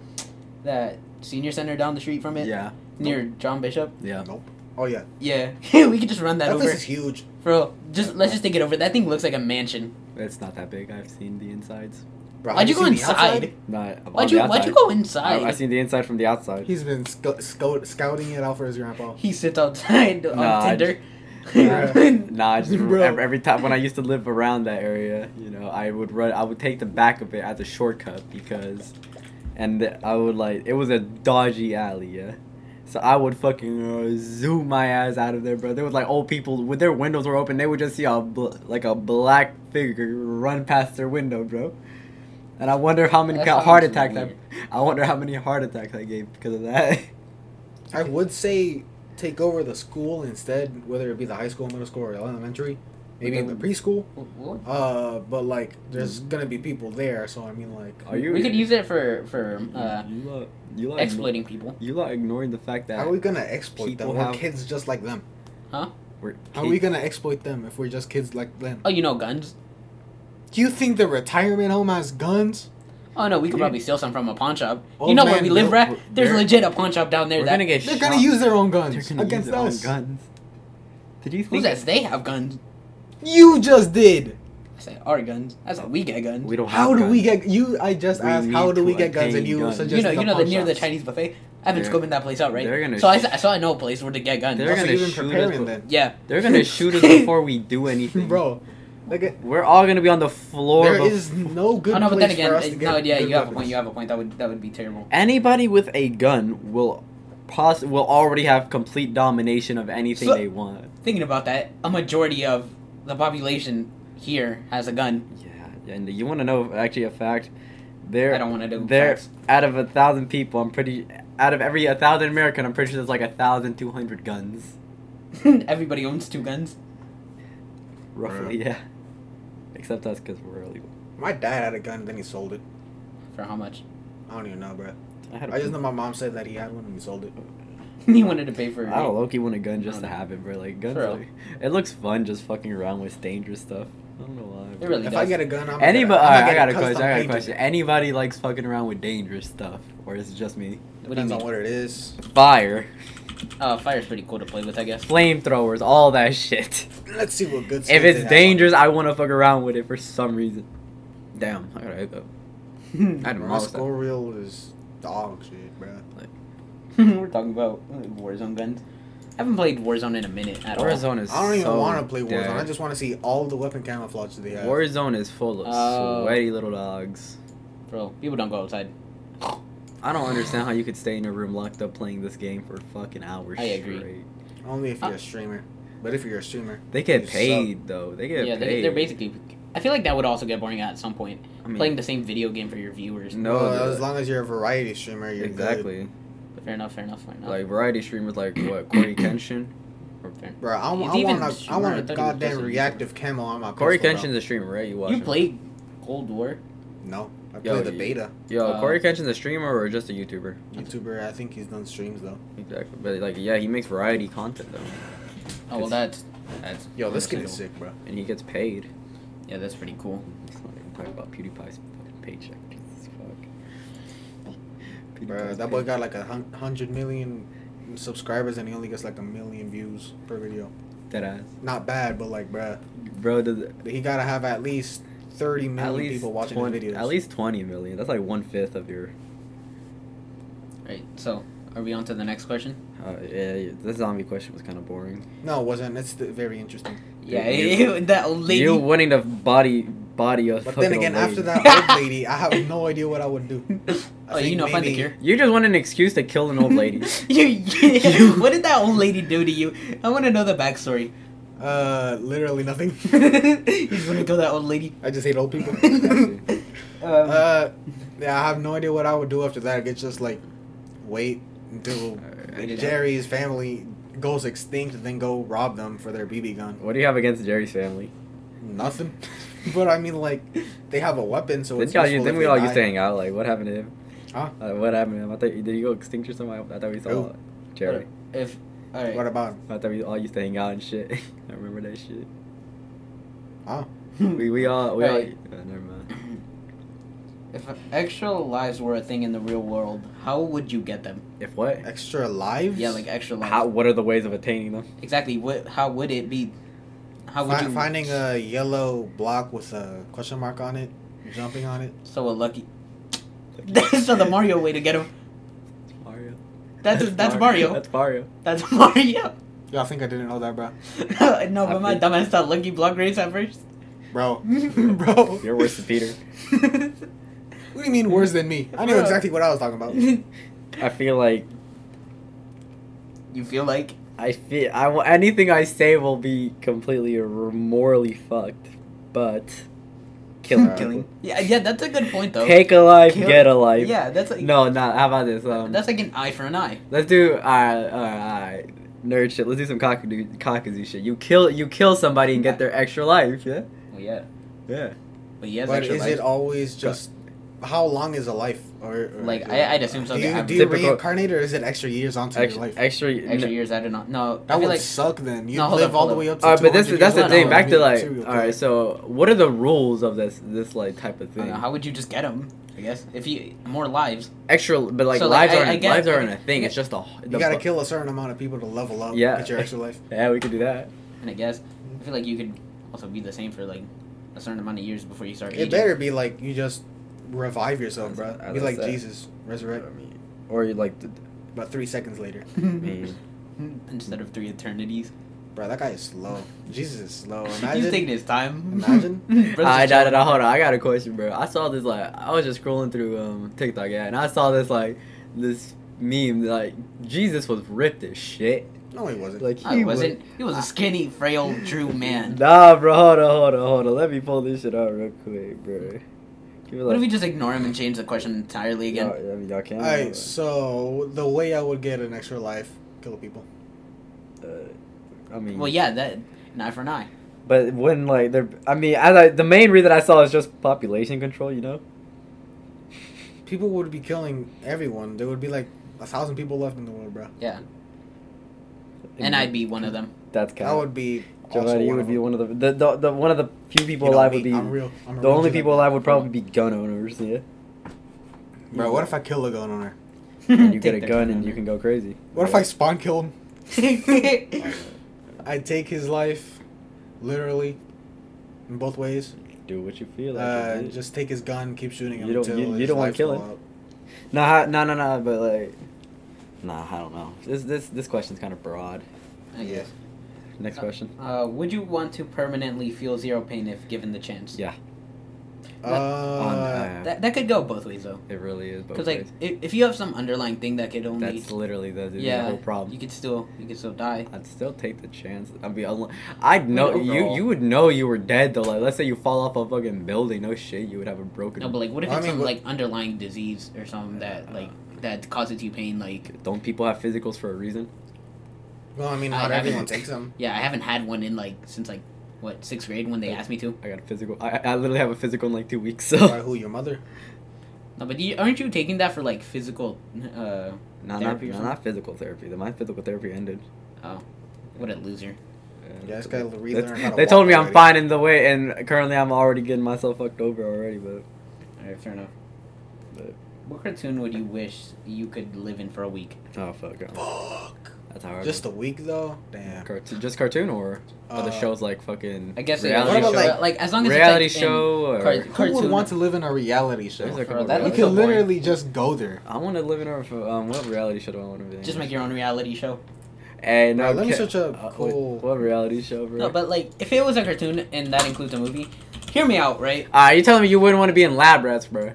[SPEAKER 1] that senior center down the street from it,
[SPEAKER 2] Yeah.
[SPEAKER 1] near John Bishop.
[SPEAKER 2] Yeah.
[SPEAKER 3] Nope. Oh yeah,
[SPEAKER 1] Yeah, we could just run that
[SPEAKER 3] that
[SPEAKER 1] over.
[SPEAKER 3] place is huge.
[SPEAKER 1] Bro, just let's just take it over. That thing looks like a mansion.
[SPEAKER 2] It's not that big. I've seen the insides.
[SPEAKER 3] Bro,
[SPEAKER 1] Why'd
[SPEAKER 3] have
[SPEAKER 1] you go
[SPEAKER 3] seen the outside?
[SPEAKER 1] inside?
[SPEAKER 2] Not. on
[SPEAKER 1] Why'd
[SPEAKER 2] the
[SPEAKER 1] you Why'd
[SPEAKER 2] outside.
[SPEAKER 1] you go
[SPEAKER 2] I,
[SPEAKER 1] inside?
[SPEAKER 2] I seen the inside from the outside.
[SPEAKER 3] He's been sco- sco- scouting it out for his grandpa.
[SPEAKER 1] he sits outside on
[SPEAKER 2] Nah, I
[SPEAKER 1] Tinder.
[SPEAKER 3] just-
[SPEAKER 2] Nah, I just
[SPEAKER 3] Bro.
[SPEAKER 2] every, every time when I used to live around that area, you know, I would run. I would take the back of it as a shortcut because, and I would like it was a dodgy alley, yeah. So I would fucking uh, zoom my ass out of there, bro. There was like old people with their windows were open. They would just see a bl- like a black figure run past their window, bro. And I wonder how many
[SPEAKER 1] That
[SPEAKER 2] ca- heart
[SPEAKER 1] sounds
[SPEAKER 2] attacks I,
[SPEAKER 1] weird.
[SPEAKER 2] I wonder how many heart attacks I gave because of that.
[SPEAKER 3] I would say take over the school instead, whether it be the high school, middle school, or elementary, maybe in the preschool.
[SPEAKER 1] Wh- what?
[SPEAKER 3] Uh, but like, there's gonna be people there, so I mean, like,
[SPEAKER 2] Mm-hmm. Are you?
[SPEAKER 1] We could use it for for uh,
[SPEAKER 2] you lot, you lot,
[SPEAKER 1] exploiting people.
[SPEAKER 2] You lot ignoring the fact that
[SPEAKER 3] how are we gonna exploit them?
[SPEAKER 2] people
[SPEAKER 3] We're
[SPEAKER 2] have-
[SPEAKER 3] kids just like them.
[SPEAKER 2] we're
[SPEAKER 3] How are we gonna exploit them if we're just kids like them?
[SPEAKER 1] Oh, you know guns.
[SPEAKER 3] Do you think the retirement home has guns?
[SPEAKER 1] Oh no, we could
[SPEAKER 2] Dude.
[SPEAKER 1] probably steal some from a pawn shop.
[SPEAKER 3] Oh,
[SPEAKER 1] you know where
[SPEAKER 3] man,
[SPEAKER 1] we live,
[SPEAKER 3] no,
[SPEAKER 1] right?
[SPEAKER 3] we're-
[SPEAKER 1] There's
[SPEAKER 2] we're-
[SPEAKER 1] legit a pawn shop down there.
[SPEAKER 2] We're
[SPEAKER 1] that
[SPEAKER 2] gonna get
[SPEAKER 3] They're
[SPEAKER 2] shot.
[SPEAKER 3] gonna use their own
[SPEAKER 2] They're
[SPEAKER 3] guns
[SPEAKER 2] gonna use
[SPEAKER 3] against
[SPEAKER 2] their own
[SPEAKER 3] us.
[SPEAKER 2] guns. Did you
[SPEAKER 1] who
[SPEAKER 2] think
[SPEAKER 1] says they have guns?
[SPEAKER 3] You just did.
[SPEAKER 1] I said our guns. I said we get guns.
[SPEAKER 2] we don't?
[SPEAKER 3] How
[SPEAKER 2] have
[SPEAKER 3] do we
[SPEAKER 2] guns?
[SPEAKER 3] get you? I just
[SPEAKER 2] We
[SPEAKER 3] asked. How
[SPEAKER 2] need
[SPEAKER 3] do we
[SPEAKER 2] to
[SPEAKER 3] get guns? And
[SPEAKER 2] attain
[SPEAKER 3] you
[SPEAKER 2] guns.
[SPEAKER 3] suggested
[SPEAKER 1] you know, you know the
[SPEAKER 3] pawn
[SPEAKER 1] near the
[SPEAKER 3] shops.
[SPEAKER 1] Chinese buffet. I've been
[SPEAKER 2] They're-
[SPEAKER 1] scoping that place out, right?
[SPEAKER 2] they're gonna
[SPEAKER 1] so I,
[SPEAKER 2] sh-
[SPEAKER 1] saw, so I know a place where to get guns.
[SPEAKER 2] They're
[SPEAKER 3] They're
[SPEAKER 2] gonna
[SPEAKER 3] gonna even
[SPEAKER 2] shoot us
[SPEAKER 3] preparing
[SPEAKER 2] with-
[SPEAKER 3] then,
[SPEAKER 1] yeah,
[SPEAKER 2] They're gonna shoot us before we do anything,
[SPEAKER 3] bro. Like it-
[SPEAKER 2] We're all gonna be on the floor.
[SPEAKER 3] there
[SPEAKER 2] bef-
[SPEAKER 3] is no good.
[SPEAKER 1] oh, no, but
[SPEAKER 3] place
[SPEAKER 1] then
[SPEAKER 3] for
[SPEAKER 1] again,
[SPEAKER 3] us to
[SPEAKER 2] uh,
[SPEAKER 1] no,
[SPEAKER 3] get
[SPEAKER 1] yeah,
[SPEAKER 3] good
[SPEAKER 1] you have a
[SPEAKER 3] weapons.
[SPEAKER 1] point. You have a point. That would that would be terrible.
[SPEAKER 2] Anybody with a gun will, poss- will already have complete domination of anything
[SPEAKER 1] So-
[SPEAKER 2] they want.
[SPEAKER 1] Thinking about that, a majority of the population here has a gun.
[SPEAKER 2] Yeah, and you want to know actually a fact? There,
[SPEAKER 1] I don't want to do
[SPEAKER 2] there,
[SPEAKER 1] facts.
[SPEAKER 2] out of a thousand people, I'm pretty. Out of every a thousand American, I'm pretty sure there's like a thousand two hundred guns,
[SPEAKER 1] Everybody owns two guns.
[SPEAKER 2] roughly. Yeah. Except us, cause we're illegal.
[SPEAKER 3] My dad had a gun, then he sold it.
[SPEAKER 1] For how much?
[SPEAKER 3] I don't even know, bro.
[SPEAKER 2] I had a
[SPEAKER 3] I just know my mom said that he had one and he sold it.
[SPEAKER 1] he wanted to pay for.
[SPEAKER 2] I don't low-key want a gun just to have it, bro. Like guns,
[SPEAKER 1] For real.
[SPEAKER 2] like, it looks fun just fucking around with dangerous stuff. I don't know why.
[SPEAKER 1] It
[SPEAKER 2] bro.
[SPEAKER 1] really
[SPEAKER 3] If
[SPEAKER 1] does.
[SPEAKER 3] I get a gun, I'm
[SPEAKER 2] Anybody,
[SPEAKER 3] Gonna, I'm
[SPEAKER 2] I got a
[SPEAKER 3] custom
[SPEAKER 2] question. I got a
[SPEAKER 3] painted.
[SPEAKER 2] question. Anybody likes fucking around with dangerous stuff, or is it just me?
[SPEAKER 1] what do you
[SPEAKER 3] Depends on
[SPEAKER 1] mean?
[SPEAKER 3] what it is.
[SPEAKER 2] Fire,
[SPEAKER 1] Uh, fire's pretty cool to play with, I guess.
[SPEAKER 2] flamethrowers, all that shit.
[SPEAKER 3] Let's see what good. skins
[SPEAKER 2] If
[SPEAKER 3] they
[SPEAKER 2] it's
[SPEAKER 3] have.
[SPEAKER 2] dangerous, I want to fuck around with it for some reason. Damn, I got a hiccup. I
[SPEAKER 3] Bro,
[SPEAKER 2] demolished that.
[SPEAKER 3] Scorreal is dog shit, bro.
[SPEAKER 1] We're talking about uh, Warzone guns. I haven't played Warzone in a minute at all.
[SPEAKER 2] Warzone is
[SPEAKER 3] I don't even
[SPEAKER 2] so
[SPEAKER 3] want to play Warzone.
[SPEAKER 2] dead.
[SPEAKER 3] I just want to see all the weapon camouflage that they have.
[SPEAKER 2] Warzone is full of
[SPEAKER 1] Oh.
[SPEAKER 2] sweaty little dogs.
[SPEAKER 1] Bro, people don't go outside.
[SPEAKER 2] I don't understand how you could stay in a room locked up playing this game for fucking hours
[SPEAKER 1] I agree.
[SPEAKER 2] straight.
[SPEAKER 3] Only if you're
[SPEAKER 1] Uh,
[SPEAKER 3] a streamer. But if you're a streamer,
[SPEAKER 2] They get
[SPEAKER 3] You suck.
[SPEAKER 2] paid though. They
[SPEAKER 1] Yeah,
[SPEAKER 2] get paid.
[SPEAKER 1] they, they're basically. I feel like that would also get boring at some point.
[SPEAKER 2] I mean, Mm.
[SPEAKER 1] Playing the same video game for your viewers.
[SPEAKER 2] No,
[SPEAKER 3] well,
[SPEAKER 2] the-
[SPEAKER 3] as long as you're a variety streamer, you're exactly.
[SPEAKER 2] exactly.
[SPEAKER 1] Fair enough. Fair enough. Fair enough.
[SPEAKER 2] Like variety streamers, like what Corey Kenshin.
[SPEAKER 1] fair.
[SPEAKER 3] Bro, I,
[SPEAKER 1] He's
[SPEAKER 3] wa- I
[SPEAKER 1] even
[SPEAKER 3] want a, I
[SPEAKER 1] streamer. I thought
[SPEAKER 3] want
[SPEAKER 1] he
[SPEAKER 3] a
[SPEAKER 1] was just
[SPEAKER 3] goddamn
[SPEAKER 1] a
[SPEAKER 3] reactive camo on my
[SPEAKER 2] Corey
[SPEAKER 3] pistol, bro.
[SPEAKER 2] Kenshin's a streamer, right? You watch
[SPEAKER 1] You
[SPEAKER 2] him.
[SPEAKER 1] played Cold War.
[SPEAKER 3] No, I
[SPEAKER 2] Yo,
[SPEAKER 3] played the
[SPEAKER 2] you-
[SPEAKER 3] beta
[SPEAKER 2] Yo,
[SPEAKER 1] Uh,
[SPEAKER 2] Corey Kenshin's a streamer or just a YouTuber?
[SPEAKER 3] YouTuber. I think he's done streams though.
[SPEAKER 2] Exactly. But like, yeah, he makes variety content though,
[SPEAKER 1] Oh well, that's
[SPEAKER 2] It's-
[SPEAKER 1] that's.
[SPEAKER 3] Yo, this kid is
[SPEAKER 1] understandable.
[SPEAKER 3] sick, bro.
[SPEAKER 2] and he gets paid.
[SPEAKER 1] Yeah, that's pretty cool.
[SPEAKER 2] Let's not even talk about PewDiePie's fucking paycheck. Jesus fuck.
[SPEAKER 3] Bro, that boy got like a hun- hundred million subscribers and he only gets like a million views per video.
[SPEAKER 2] that ass.
[SPEAKER 3] Not bad, but like, bruh,
[SPEAKER 2] Bro, does
[SPEAKER 3] he gotta have at least thirty million
[SPEAKER 2] at least
[SPEAKER 3] people watching
[SPEAKER 2] 20,
[SPEAKER 3] his videos.
[SPEAKER 2] At least twenty million. That's like one fifth of your.
[SPEAKER 1] Right. So, are we on to the next question?
[SPEAKER 2] Uh, yeah, yeah, this zombie question was kind of boring.
[SPEAKER 3] No, it wasn't. It's th- very interesting.
[SPEAKER 1] Yeah,
[SPEAKER 2] you-
[SPEAKER 1] that old lady.
[SPEAKER 2] You winning the body body of.
[SPEAKER 3] But
[SPEAKER 2] fucking
[SPEAKER 3] then again,
[SPEAKER 2] old
[SPEAKER 3] after
[SPEAKER 2] lady.
[SPEAKER 3] that old lady, I have no idea what I would do. I
[SPEAKER 1] oh, you
[SPEAKER 3] think
[SPEAKER 1] know, find the
[SPEAKER 3] maybe-
[SPEAKER 1] cure.
[SPEAKER 2] You just want an excuse to kill an old lady.
[SPEAKER 1] you, you,
[SPEAKER 2] You-
[SPEAKER 1] what did that old lady do to you? I want to know the backstory.
[SPEAKER 3] Uh, literally nothing.
[SPEAKER 1] you just want to kill that old lady.
[SPEAKER 3] I just hate old people.
[SPEAKER 2] Exactly.
[SPEAKER 3] uh, yeah, I have no idea what I would do after that. It's just like wait until
[SPEAKER 1] Wait it out.
[SPEAKER 3] Jerry's family goes extinct, and then go rob them for their BB gun.
[SPEAKER 2] what do you have against Jerry's family?
[SPEAKER 3] Nothing. but I mean, like they have a weapon, so
[SPEAKER 2] Didn't
[SPEAKER 3] it's
[SPEAKER 2] y'all,
[SPEAKER 3] useful
[SPEAKER 2] didn't
[SPEAKER 3] if
[SPEAKER 2] we
[SPEAKER 3] they
[SPEAKER 2] all
[SPEAKER 3] die.
[SPEAKER 2] used to hang out? Like, what happened to him?
[SPEAKER 3] Huh?
[SPEAKER 2] Uh, what happened to him? I thought did he go extinct or something? I, I thought we saw
[SPEAKER 3] Who?
[SPEAKER 2] Jerry.
[SPEAKER 1] If all right,
[SPEAKER 3] What about?
[SPEAKER 2] I thought we all used to hang out and shit. I remember that shit.
[SPEAKER 3] Oh,
[SPEAKER 2] We we all we
[SPEAKER 1] Right.
[SPEAKER 2] all. Uh, never mind.
[SPEAKER 1] if extra lives were a thing in the real world, how would you get them?
[SPEAKER 2] If what?
[SPEAKER 3] extra lives?
[SPEAKER 1] Yeah, like extra lives.
[SPEAKER 2] How? What are the ways of attaining them?
[SPEAKER 1] Exactly. What? How would it be? How would
[SPEAKER 3] Fi-
[SPEAKER 1] you
[SPEAKER 3] finding a yellow block with a question mark on it, jumping on it.
[SPEAKER 1] So a lucky. That's not the Mario way to get him.
[SPEAKER 2] Mario.
[SPEAKER 1] That's that's, Mario.
[SPEAKER 2] That's Mario.
[SPEAKER 1] That's Mario.
[SPEAKER 3] Yo, I think I didn't know that, bro.
[SPEAKER 1] no, but my
[SPEAKER 2] think-
[SPEAKER 1] dumbass thought Lucky Block race at first.
[SPEAKER 3] Bro, bro,
[SPEAKER 2] You're worse than Peter.
[SPEAKER 3] What do you mean worse than me? I knew
[SPEAKER 1] Bro.
[SPEAKER 3] exactly what I was talking about.
[SPEAKER 2] I feel like
[SPEAKER 1] You feel like
[SPEAKER 2] I feel I will, anything I say will be completely or morally fucked, but kill
[SPEAKER 3] Alright.
[SPEAKER 1] killing. Yeah, yeah, that's a good point though.
[SPEAKER 2] Take a life,
[SPEAKER 1] Kill-
[SPEAKER 2] get a life.
[SPEAKER 1] Yeah, that's like
[SPEAKER 2] No, not. How about this? Um,
[SPEAKER 1] that's like an eye for an eye.
[SPEAKER 2] let's do. Alright, alright, alright. Nerd shit. Let's do some cockadoo, cockazoo shit. You kill, you kill somebody and get their extra life. Yeah,
[SPEAKER 1] Well, Oh, yeah,
[SPEAKER 2] yeah.
[SPEAKER 1] but he has
[SPEAKER 3] But
[SPEAKER 1] extra
[SPEAKER 3] is
[SPEAKER 1] lives.
[SPEAKER 3] it always just how long is a life? Or, or
[SPEAKER 1] Like,
[SPEAKER 3] is
[SPEAKER 1] I-
[SPEAKER 3] it-
[SPEAKER 1] I'd assume so.
[SPEAKER 3] Do you,
[SPEAKER 1] I'm
[SPEAKER 3] do you
[SPEAKER 2] typical-
[SPEAKER 3] reincarnate or is it extra years onto
[SPEAKER 2] Extra,
[SPEAKER 3] your life?
[SPEAKER 2] extra,
[SPEAKER 1] extra years? I do not. No,
[SPEAKER 3] That
[SPEAKER 1] I
[SPEAKER 3] would
[SPEAKER 1] feel like
[SPEAKER 3] suck then. You
[SPEAKER 1] No, hold
[SPEAKER 3] live
[SPEAKER 1] up,
[SPEAKER 3] all
[SPEAKER 1] hold
[SPEAKER 3] the
[SPEAKER 1] up.
[SPEAKER 3] way up to.
[SPEAKER 2] All right, but that's
[SPEAKER 3] 200
[SPEAKER 2] that's the
[SPEAKER 1] old,
[SPEAKER 3] years
[SPEAKER 2] thing.
[SPEAKER 3] old.
[SPEAKER 2] Back to
[SPEAKER 3] Be a
[SPEAKER 2] like,
[SPEAKER 3] serial
[SPEAKER 2] all right.
[SPEAKER 3] killer.
[SPEAKER 2] So, what are the rules of this this like type of
[SPEAKER 1] I don't
[SPEAKER 2] thing?
[SPEAKER 1] know, how would you just get them? I guess if you more lives.
[SPEAKER 2] Extra, but like
[SPEAKER 1] So, like,
[SPEAKER 2] lives
[SPEAKER 1] I-
[SPEAKER 2] aren't
[SPEAKER 1] I guess-
[SPEAKER 2] lives aren't
[SPEAKER 1] I-
[SPEAKER 2] a thing.
[SPEAKER 1] yeah.
[SPEAKER 2] It's just a.
[SPEAKER 3] You gotta kill a certain amount of people to level up.
[SPEAKER 2] Yeah.
[SPEAKER 3] Get your extra life.
[SPEAKER 2] Yeah, we could do that.
[SPEAKER 1] And I guess I feel like you could also be the same for like a certain amount of years before you start.
[SPEAKER 3] It
[SPEAKER 1] aging.
[SPEAKER 3] better be like you just revive yourself, bro.
[SPEAKER 2] That's-
[SPEAKER 3] Be
[SPEAKER 2] that's
[SPEAKER 3] like
[SPEAKER 2] that.
[SPEAKER 3] Jesus, resurrect,
[SPEAKER 2] I mean, or you like, th-
[SPEAKER 3] but three seconds later,
[SPEAKER 2] mean, Mm.
[SPEAKER 1] Instead of three eternities,
[SPEAKER 3] bro. That guy is slow. Jesus is
[SPEAKER 2] Oh,
[SPEAKER 3] slow.
[SPEAKER 1] he's taking
[SPEAKER 3] Imagine.
[SPEAKER 1] his time.
[SPEAKER 3] Imagine.
[SPEAKER 1] Bro's
[SPEAKER 2] I
[SPEAKER 1] just
[SPEAKER 2] no, no,
[SPEAKER 1] chilling.
[SPEAKER 2] no, hold on. I got a question, bro. I saw this like I was just scrolling through um TikTok, yeah, and I saw this like this meme like Jesus was ripped as shit.
[SPEAKER 3] No, he wasn't.
[SPEAKER 2] Like he
[SPEAKER 1] I wasn't. He was a skinny, frail, true man.
[SPEAKER 2] Was, nah, bro. Hold on, hold on, hold on. Let me pull this shit out real quick, bro. Give me,
[SPEAKER 1] What if we
[SPEAKER 2] like,
[SPEAKER 1] just ignore him and change the question entirely again?
[SPEAKER 2] y'all, I mean, y'all can.
[SPEAKER 3] All right. So the way I would get an extra life, kill people.
[SPEAKER 2] uh, I mean,
[SPEAKER 1] Well, yeah, that an eye for an eye.
[SPEAKER 2] but when like they're, I mean, I like the main reason I saw is just population control, you know.
[SPEAKER 3] People would be killing everyone. There would be like a thousand people left in the world, bro.
[SPEAKER 1] Yeah, and I'd be one of them.
[SPEAKER 2] That's kind
[SPEAKER 3] That
[SPEAKER 2] of
[SPEAKER 3] would be. Also
[SPEAKER 2] Giovanni
[SPEAKER 3] one
[SPEAKER 2] would
[SPEAKER 3] of
[SPEAKER 2] be
[SPEAKER 3] them.
[SPEAKER 2] one of the the, the, the one of the few people
[SPEAKER 3] You know
[SPEAKER 2] alive
[SPEAKER 3] me,
[SPEAKER 2] would be
[SPEAKER 3] I'm real. I'm a
[SPEAKER 2] the
[SPEAKER 3] real
[SPEAKER 2] only
[SPEAKER 3] G
[SPEAKER 2] people
[SPEAKER 3] like
[SPEAKER 2] alive would probably be gun owners. Yeah,
[SPEAKER 3] that. Bro, what if I kill a gun owner?
[SPEAKER 2] and you get a gun and you can go crazy.
[SPEAKER 3] What if I spawn kill him?
[SPEAKER 1] can?
[SPEAKER 3] I take his life, literally, in both ways.
[SPEAKER 2] do what you feel like?
[SPEAKER 3] Uh,
[SPEAKER 2] dude.
[SPEAKER 3] just take his gun, keep shooting
[SPEAKER 2] You
[SPEAKER 3] him.
[SPEAKER 2] don't-
[SPEAKER 3] until
[SPEAKER 2] you- you
[SPEAKER 3] his
[SPEAKER 2] don't wanna
[SPEAKER 3] lights
[SPEAKER 2] kill
[SPEAKER 3] go
[SPEAKER 2] him.
[SPEAKER 3] out.
[SPEAKER 2] Nah, no, no, no, but like, nah, I don't know. This this this question's kind of broad.
[SPEAKER 1] I guess.
[SPEAKER 2] Next
[SPEAKER 1] Uh,
[SPEAKER 2] question.
[SPEAKER 1] Uh, would you want to permanently feel zero pain if given the chance?
[SPEAKER 2] Yeah.
[SPEAKER 1] But-
[SPEAKER 2] On,
[SPEAKER 3] Uh,
[SPEAKER 2] uh,
[SPEAKER 1] That, that could go both ways though,
[SPEAKER 2] it really is, but
[SPEAKER 1] because like if, if you have some underlying thing that could only
[SPEAKER 2] that's literally the, the
[SPEAKER 1] yeah,
[SPEAKER 2] whole problem.
[SPEAKER 1] you could still you could still die.
[SPEAKER 2] I'd still take the chance. I'd be, al- I'd know you.
[SPEAKER 1] overall-
[SPEAKER 2] You would know you were dead though. Like, let's say you fall off a fucking building. No shit, you would have a broken.
[SPEAKER 1] No, but like what if
[SPEAKER 3] I
[SPEAKER 1] it's
[SPEAKER 3] mean,
[SPEAKER 1] some
[SPEAKER 3] what-
[SPEAKER 1] like underlying disease or something that like that causes you pain? Like
[SPEAKER 2] Don't people have physicals for a reason?
[SPEAKER 3] well, I mean,
[SPEAKER 1] I
[SPEAKER 3] not
[SPEAKER 1] haven't-
[SPEAKER 3] everyone takes them.
[SPEAKER 1] yeah, I haven't had one in like since like what sixth grade when they asked me to.
[SPEAKER 2] I got a physical. I, I literally have a physical in like two weeks.
[SPEAKER 3] By
[SPEAKER 2] So
[SPEAKER 3] who? Your mother?
[SPEAKER 1] No, but you, aren't you taking that for like physical? Uh,
[SPEAKER 2] no, not,
[SPEAKER 1] Therapy or
[SPEAKER 2] no, not physical therapy. My physical therapy ended. Uh,
[SPEAKER 1] what a loser!
[SPEAKER 3] Yeah, this guy relearned
[SPEAKER 2] That's-
[SPEAKER 3] how to
[SPEAKER 2] they
[SPEAKER 3] walk
[SPEAKER 2] told me I'm
[SPEAKER 3] already.
[SPEAKER 2] fine in the way, and currently I'm already getting myself fucked over already. But
[SPEAKER 1] All right, fair enough.
[SPEAKER 2] But-
[SPEAKER 1] What cartoon would you wish you could live in for a week?
[SPEAKER 2] oh fuck, yeah.
[SPEAKER 3] Fuck.
[SPEAKER 2] that's how. I
[SPEAKER 3] Just a week though. Damn.
[SPEAKER 2] cartoon, just cartoon or other
[SPEAKER 3] Uh,
[SPEAKER 2] shows like fucking.
[SPEAKER 1] I guess
[SPEAKER 2] reality
[SPEAKER 1] it,
[SPEAKER 3] What
[SPEAKER 2] show.
[SPEAKER 1] like,
[SPEAKER 3] about,
[SPEAKER 1] like as long as
[SPEAKER 2] reality
[SPEAKER 1] it's, like, in-
[SPEAKER 2] show. Or,
[SPEAKER 1] car-
[SPEAKER 3] Who would
[SPEAKER 1] cartoon.
[SPEAKER 3] want to live in a reality
[SPEAKER 2] There's
[SPEAKER 3] show?
[SPEAKER 2] a
[SPEAKER 1] Bro,
[SPEAKER 2] couple
[SPEAKER 1] that
[SPEAKER 3] You
[SPEAKER 1] looks
[SPEAKER 2] reality-
[SPEAKER 3] could
[SPEAKER 1] so boring.
[SPEAKER 3] literally just go there.
[SPEAKER 2] I want to live in a um, what reality show do I want to be? in?
[SPEAKER 1] just make your own reality show.
[SPEAKER 2] Hey, no,
[SPEAKER 3] Bro, let me
[SPEAKER 2] ca-
[SPEAKER 3] search up
[SPEAKER 2] uh, what-
[SPEAKER 3] cool-
[SPEAKER 2] What, reality show, bro?
[SPEAKER 1] No, but like if it was a cartoon and that includes a movie, hear me out, right?
[SPEAKER 2] Ah, you telling me you wouldn't want to be in lab rats, bro?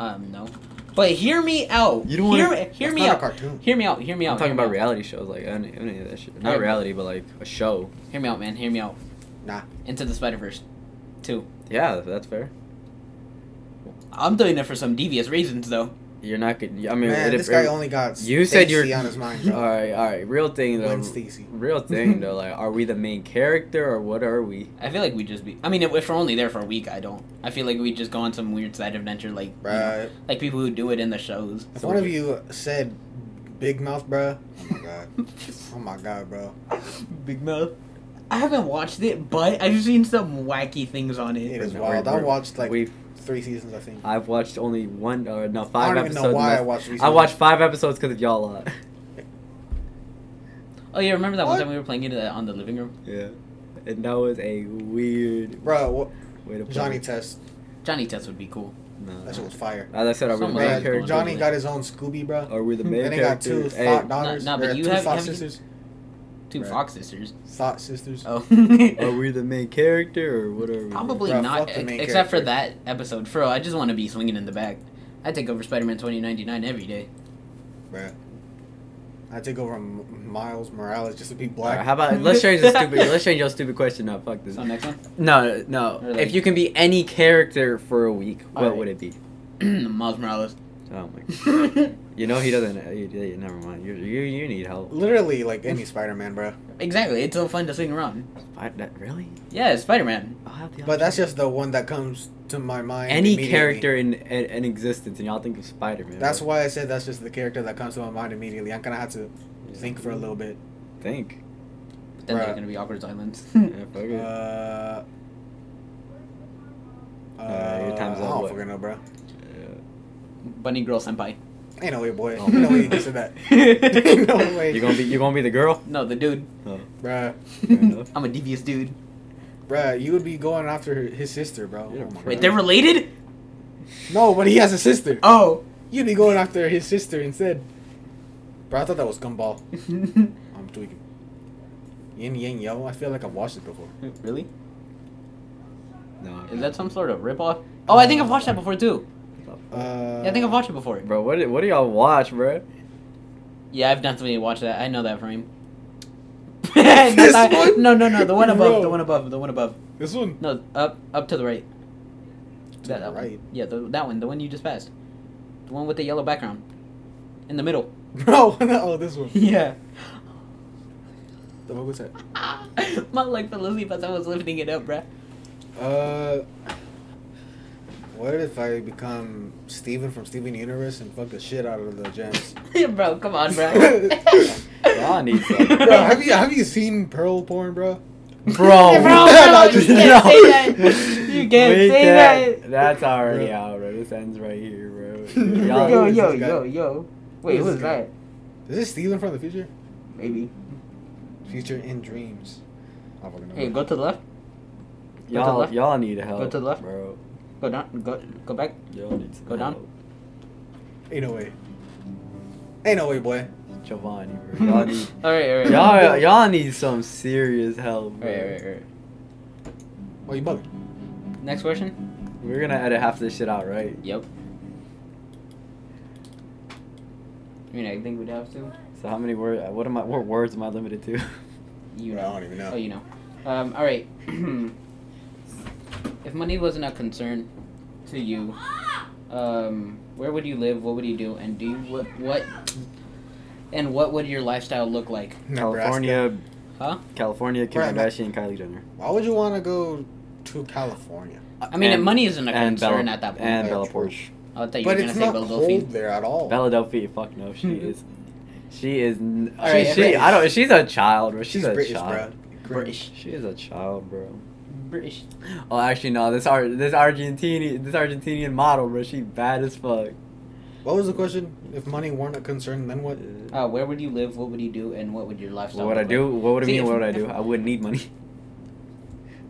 [SPEAKER 1] Um, no, but hear me out.
[SPEAKER 2] You don't wanna-
[SPEAKER 1] hear, hear
[SPEAKER 3] That's
[SPEAKER 1] me
[SPEAKER 3] not a
[SPEAKER 1] out.
[SPEAKER 3] cartoon.
[SPEAKER 1] Hear me out. Hear me out.
[SPEAKER 2] I'm talking
[SPEAKER 1] hear
[SPEAKER 2] about
[SPEAKER 1] me out.
[SPEAKER 2] reality shows, like any, any of that shit.
[SPEAKER 1] Alright.
[SPEAKER 2] Not reality, but like a show.
[SPEAKER 1] Hear me out, man. Hear me out.
[SPEAKER 3] Nah.
[SPEAKER 1] Into the Spider Verse, two.
[SPEAKER 2] Yeah, that's fair.
[SPEAKER 1] I'm doing it for some devious reasons, though.
[SPEAKER 2] You're not good. I mean,
[SPEAKER 3] Man,
[SPEAKER 2] it-
[SPEAKER 3] this
[SPEAKER 2] it-
[SPEAKER 3] guy only got
[SPEAKER 2] you said
[SPEAKER 3] Stacey
[SPEAKER 2] you're- Uh,
[SPEAKER 3] on his mind,
[SPEAKER 2] all
[SPEAKER 3] bro.
[SPEAKER 2] right, all right. Real thing though.
[SPEAKER 3] Gwen Stacy.
[SPEAKER 2] Real thing though. Like, are we the main character or what are we?
[SPEAKER 1] I feel like we just be. I mean, if if we're only there for a week, I don't. I feel like we just go on some weird side adventure, like you know,
[SPEAKER 3] Bruh,
[SPEAKER 1] like people who do it in the shows.
[SPEAKER 3] if one of you said big mouth, bruh, oh my god, oh my god, bro.
[SPEAKER 1] Big Mouth. I haven't watched it, but I've seen some wacky things on
[SPEAKER 3] It
[SPEAKER 1] it.
[SPEAKER 3] is
[SPEAKER 2] We're-
[SPEAKER 3] wild. I
[SPEAKER 2] we're-
[SPEAKER 3] watched like
[SPEAKER 2] We've
[SPEAKER 3] three seasons, I think.
[SPEAKER 2] I've watched only one or no
[SPEAKER 3] I
[SPEAKER 2] five
[SPEAKER 3] don't even
[SPEAKER 2] episodes.
[SPEAKER 3] know
[SPEAKER 2] and
[SPEAKER 3] why I
[SPEAKER 2] that's-
[SPEAKER 3] watched. Three
[SPEAKER 2] I watched five episodes because of y'all a lot.
[SPEAKER 1] Oh yeah, remember that
[SPEAKER 3] What?
[SPEAKER 1] one time we were playing it uh, on the living room?
[SPEAKER 2] Yeah. And that was a weird
[SPEAKER 3] Bro, what,
[SPEAKER 2] way to play.
[SPEAKER 3] Johnny Test.
[SPEAKER 1] Johnny Test would be cool.
[SPEAKER 2] No.
[SPEAKER 3] That shit was fire.
[SPEAKER 2] As I said, are we the
[SPEAKER 1] Someone
[SPEAKER 2] main
[SPEAKER 1] else
[SPEAKER 3] Bruh,
[SPEAKER 2] character?
[SPEAKER 1] going
[SPEAKER 3] Johnny
[SPEAKER 1] to
[SPEAKER 3] got his own Scooby, bro.
[SPEAKER 2] Are we the main
[SPEAKER 3] Then he got
[SPEAKER 2] character?
[SPEAKER 3] two
[SPEAKER 2] Hey,
[SPEAKER 3] thought daughters.
[SPEAKER 1] Nah, nah, but
[SPEAKER 3] or
[SPEAKER 1] you
[SPEAKER 3] two
[SPEAKER 1] have-
[SPEAKER 3] thought
[SPEAKER 1] haven't you-
[SPEAKER 3] sisters.
[SPEAKER 1] Two
[SPEAKER 2] Right.
[SPEAKER 1] Fox sisters.
[SPEAKER 3] Thought sisters.
[SPEAKER 1] Oh,
[SPEAKER 2] are we the main character or what are we?
[SPEAKER 1] probably
[SPEAKER 3] Bruh,
[SPEAKER 1] not,
[SPEAKER 3] fuck the
[SPEAKER 1] ex-
[SPEAKER 3] main
[SPEAKER 1] except for
[SPEAKER 3] character.
[SPEAKER 1] that episode. Bro, I just want to be swinging in the back. I take over Spider-Man 2099 every day.
[SPEAKER 3] Bruh. I take over M- Miles Morales just to be
[SPEAKER 2] All
[SPEAKER 3] black.
[SPEAKER 2] right, how about let's change the stupid let's change your stupid question up. Fuck this.
[SPEAKER 1] So next one,
[SPEAKER 2] No, no.
[SPEAKER 1] Or like-
[SPEAKER 2] if you can be any character for a week, what
[SPEAKER 1] Alright.
[SPEAKER 2] would it be?
[SPEAKER 1] Miles Morales.
[SPEAKER 2] Oh my. You know he doesn't. uh, You, you- never mind. You, you you need help.
[SPEAKER 3] Literally like any Spider-Man, bro.
[SPEAKER 1] exactly. It's so fun to swing around.
[SPEAKER 2] I, that, really?
[SPEAKER 1] Yeah, Spider Man.
[SPEAKER 2] I'll have the
[SPEAKER 3] But that's
[SPEAKER 2] option.
[SPEAKER 3] just the one that comes to my mind.
[SPEAKER 2] any
[SPEAKER 3] immediately.
[SPEAKER 2] character in, in in existence, and y'all think of Spider Man.
[SPEAKER 3] That's why I said that's just the character that comes to my mind immediately. I'm gonna have to think for a little bit.
[SPEAKER 2] Think.
[SPEAKER 1] But then
[SPEAKER 3] Bruh.
[SPEAKER 1] there's gonna be awkward silence.
[SPEAKER 2] Yeah, fuck it.
[SPEAKER 3] Uh,
[SPEAKER 2] Uh, your time's
[SPEAKER 3] uh,
[SPEAKER 2] up,
[SPEAKER 3] I don't
[SPEAKER 2] boy.
[SPEAKER 3] fucking know, bro.
[SPEAKER 1] Bunny girl senpai.
[SPEAKER 3] Ain't no way, boy.
[SPEAKER 2] Oh,
[SPEAKER 3] Ain't no way you
[SPEAKER 2] man.
[SPEAKER 3] can say that, Ain't no way.
[SPEAKER 2] you gonna be you gonna be the girl? Oh,
[SPEAKER 1] No, the dude.
[SPEAKER 3] bruh.
[SPEAKER 2] Fair enough.
[SPEAKER 1] I'm a devious dude.
[SPEAKER 3] Bruh, you would be going after his sister, bro.
[SPEAKER 2] You're a
[SPEAKER 3] Oh my
[SPEAKER 1] Wait,
[SPEAKER 3] God.
[SPEAKER 1] they're related?
[SPEAKER 3] no, but he has a sister.
[SPEAKER 1] Oh.
[SPEAKER 3] You'd be going after his sister instead. Bro, I thought that was Gumball. I'm tweaking. Yin Yang Yo. I feel like I've watched it before.
[SPEAKER 1] really?
[SPEAKER 2] No.
[SPEAKER 1] Is that some sort of ripoff? Oh, I think I've watched that before too.
[SPEAKER 3] Uh,
[SPEAKER 1] Yeah, I think I've watched it before.
[SPEAKER 2] Bro, what do- what do y'all watch, bro?
[SPEAKER 1] Yeah, I've definitely watched that. I know that frame.
[SPEAKER 3] This
[SPEAKER 1] Not-
[SPEAKER 3] one?
[SPEAKER 1] No, no, no. The one above.
[SPEAKER 3] Bro.
[SPEAKER 1] The one above. The one above.
[SPEAKER 3] This one.
[SPEAKER 1] No, up, up to the right.
[SPEAKER 3] To
[SPEAKER 1] that
[SPEAKER 3] the
[SPEAKER 1] that one.
[SPEAKER 3] right?
[SPEAKER 1] Yeah, the, that one. The one you just passed. The one with the yellow background. In the middle.
[SPEAKER 3] Bro, oh, this one.
[SPEAKER 1] Yeah.
[SPEAKER 3] The- What was that?
[SPEAKER 1] My leg fell asleep as I was lifting it up, bruh.
[SPEAKER 3] Uh, what if I become Steven from Steven Universe and fuck the shit out of the gems?
[SPEAKER 1] bro, come on, bruh.
[SPEAKER 3] Y'all
[SPEAKER 2] need some.
[SPEAKER 3] bro, have you have you seen Pearl porn, bro?
[SPEAKER 2] Bro,
[SPEAKER 1] Bro, bro, you can't say
[SPEAKER 2] no.
[SPEAKER 1] that. You can't
[SPEAKER 2] We
[SPEAKER 1] say
[SPEAKER 2] can't-
[SPEAKER 1] that.
[SPEAKER 2] That's already
[SPEAKER 3] Bro.
[SPEAKER 2] out, bro. This ends right here, bro.
[SPEAKER 3] Bro,
[SPEAKER 1] yo,
[SPEAKER 3] who is
[SPEAKER 1] yo,
[SPEAKER 3] this guy?
[SPEAKER 1] yo, yo. Wait,
[SPEAKER 3] Who is
[SPEAKER 1] who's
[SPEAKER 3] this guy?
[SPEAKER 1] that?
[SPEAKER 3] Is this Steven from the future?
[SPEAKER 1] Maybe.
[SPEAKER 3] Future in dreams. I don't fucking know.
[SPEAKER 1] Hey, go to the left. Go to the
[SPEAKER 2] y'all,
[SPEAKER 1] left.
[SPEAKER 2] y'all need help.
[SPEAKER 1] to the left.
[SPEAKER 2] bro.
[SPEAKER 1] Go down. Go, go back.
[SPEAKER 2] Y'all need some
[SPEAKER 1] Go down.
[SPEAKER 2] help.
[SPEAKER 3] Ain't no way. Ain't no way, boy.
[SPEAKER 2] Giovanni, bro. Y'all
[SPEAKER 1] alright,
[SPEAKER 2] need,
[SPEAKER 1] alright.
[SPEAKER 2] y'all, y'all need some serious help, bro.
[SPEAKER 1] Alright, alright, alright.
[SPEAKER 3] Oh, you bugging?
[SPEAKER 1] Next question?
[SPEAKER 2] We're gonna edit half this shit out, right?
[SPEAKER 1] Yep. I mean, I think we'd have to.
[SPEAKER 2] So how many words? What am I? What words am I limited to?
[SPEAKER 1] You
[SPEAKER 3] Bro, I
[SPEAKER 1] know.
[SPEAKER 3] don't even know.
[SPEAKER 1] Oh, you know. Um, all right. if money wasn't a concern to you, um, where would you live? What would you do? And do you what? What? And what would your lifestyle look like?
[SPEAKER 3] Nebraska.
[SPEAKER 2] California.
[SPEAKER 1] Huh?
[SPEAKER 2] California, Kim
[SPEAKER 3] Right, I'm not-
[SPEAKER 2] Kardashian, Kylie Jenner,
[SPEAKER 3] Why would you want to go to California?
[SPEAKER 1] I mean,
[SPEAKER 2] Uh, And-
[SPEAKER 1] money isn't a
[SPEAKER 2] and Bella,
[SPEAKER 1] concern at that point.
[SPEAKER 2] and
[SPEAKER 3] Yeah,
[SPEAKER 2] Bella
[SPEAKER 3] true.
[SPEAKER 2] Porsche.
[SPEAKER 1] I thought you
[SPEAKER 3] but
[SPEAKER 1] were gonna
[SPEAKER 3] it's
[SPEAKER 1] say
[SPEAKER 3] not
[SPEAKER 1] Bella
[SPEAKER 3] cold
[SPEAKER 1] Delphine.
[SPEAKER 3] there at all.
[SPEAKER 2] Bella Delphi, fuck no, she is. She is. N-
[SPEAKER 1] All right,
[SPEAKER 2] she, she, I don't. She's a child, bro. She's,
[SPEAKER 3] She's
[SPEAKER 2] a
[SPEAKER 3] British,
[SPEAKER 2] child.
[SPEAKER 3] bro.
[SPEAKER 1] British.
[SPEAKER 2] She is a child, bro.
[SPEAKER 1] British.
[SPEAKER 2] Oh, actually, no. This Ar- this Argentinian this Argentinian model, bro. She bad as fuck.
[SPEAKER 3] What was the question? If money weren't a concern, then what?
[SPEAKER 1] Uh, where would you live? What would you do? And what would your lifestyle?
[SPEAKER 2] what would I
[SPEAKER 1] look
[SPEAKER 2] do?
[SPEAKER 1] Like?
[SPEAKER 2] What would I
[SPEAKER 1] See,
[SPEAKER 2] mean?
[SPEAKER 1] if-
[SPEAKER 2] What would I
[SPEAKER 1] if-
[SPEAKER 2] do? I wouldn't need money.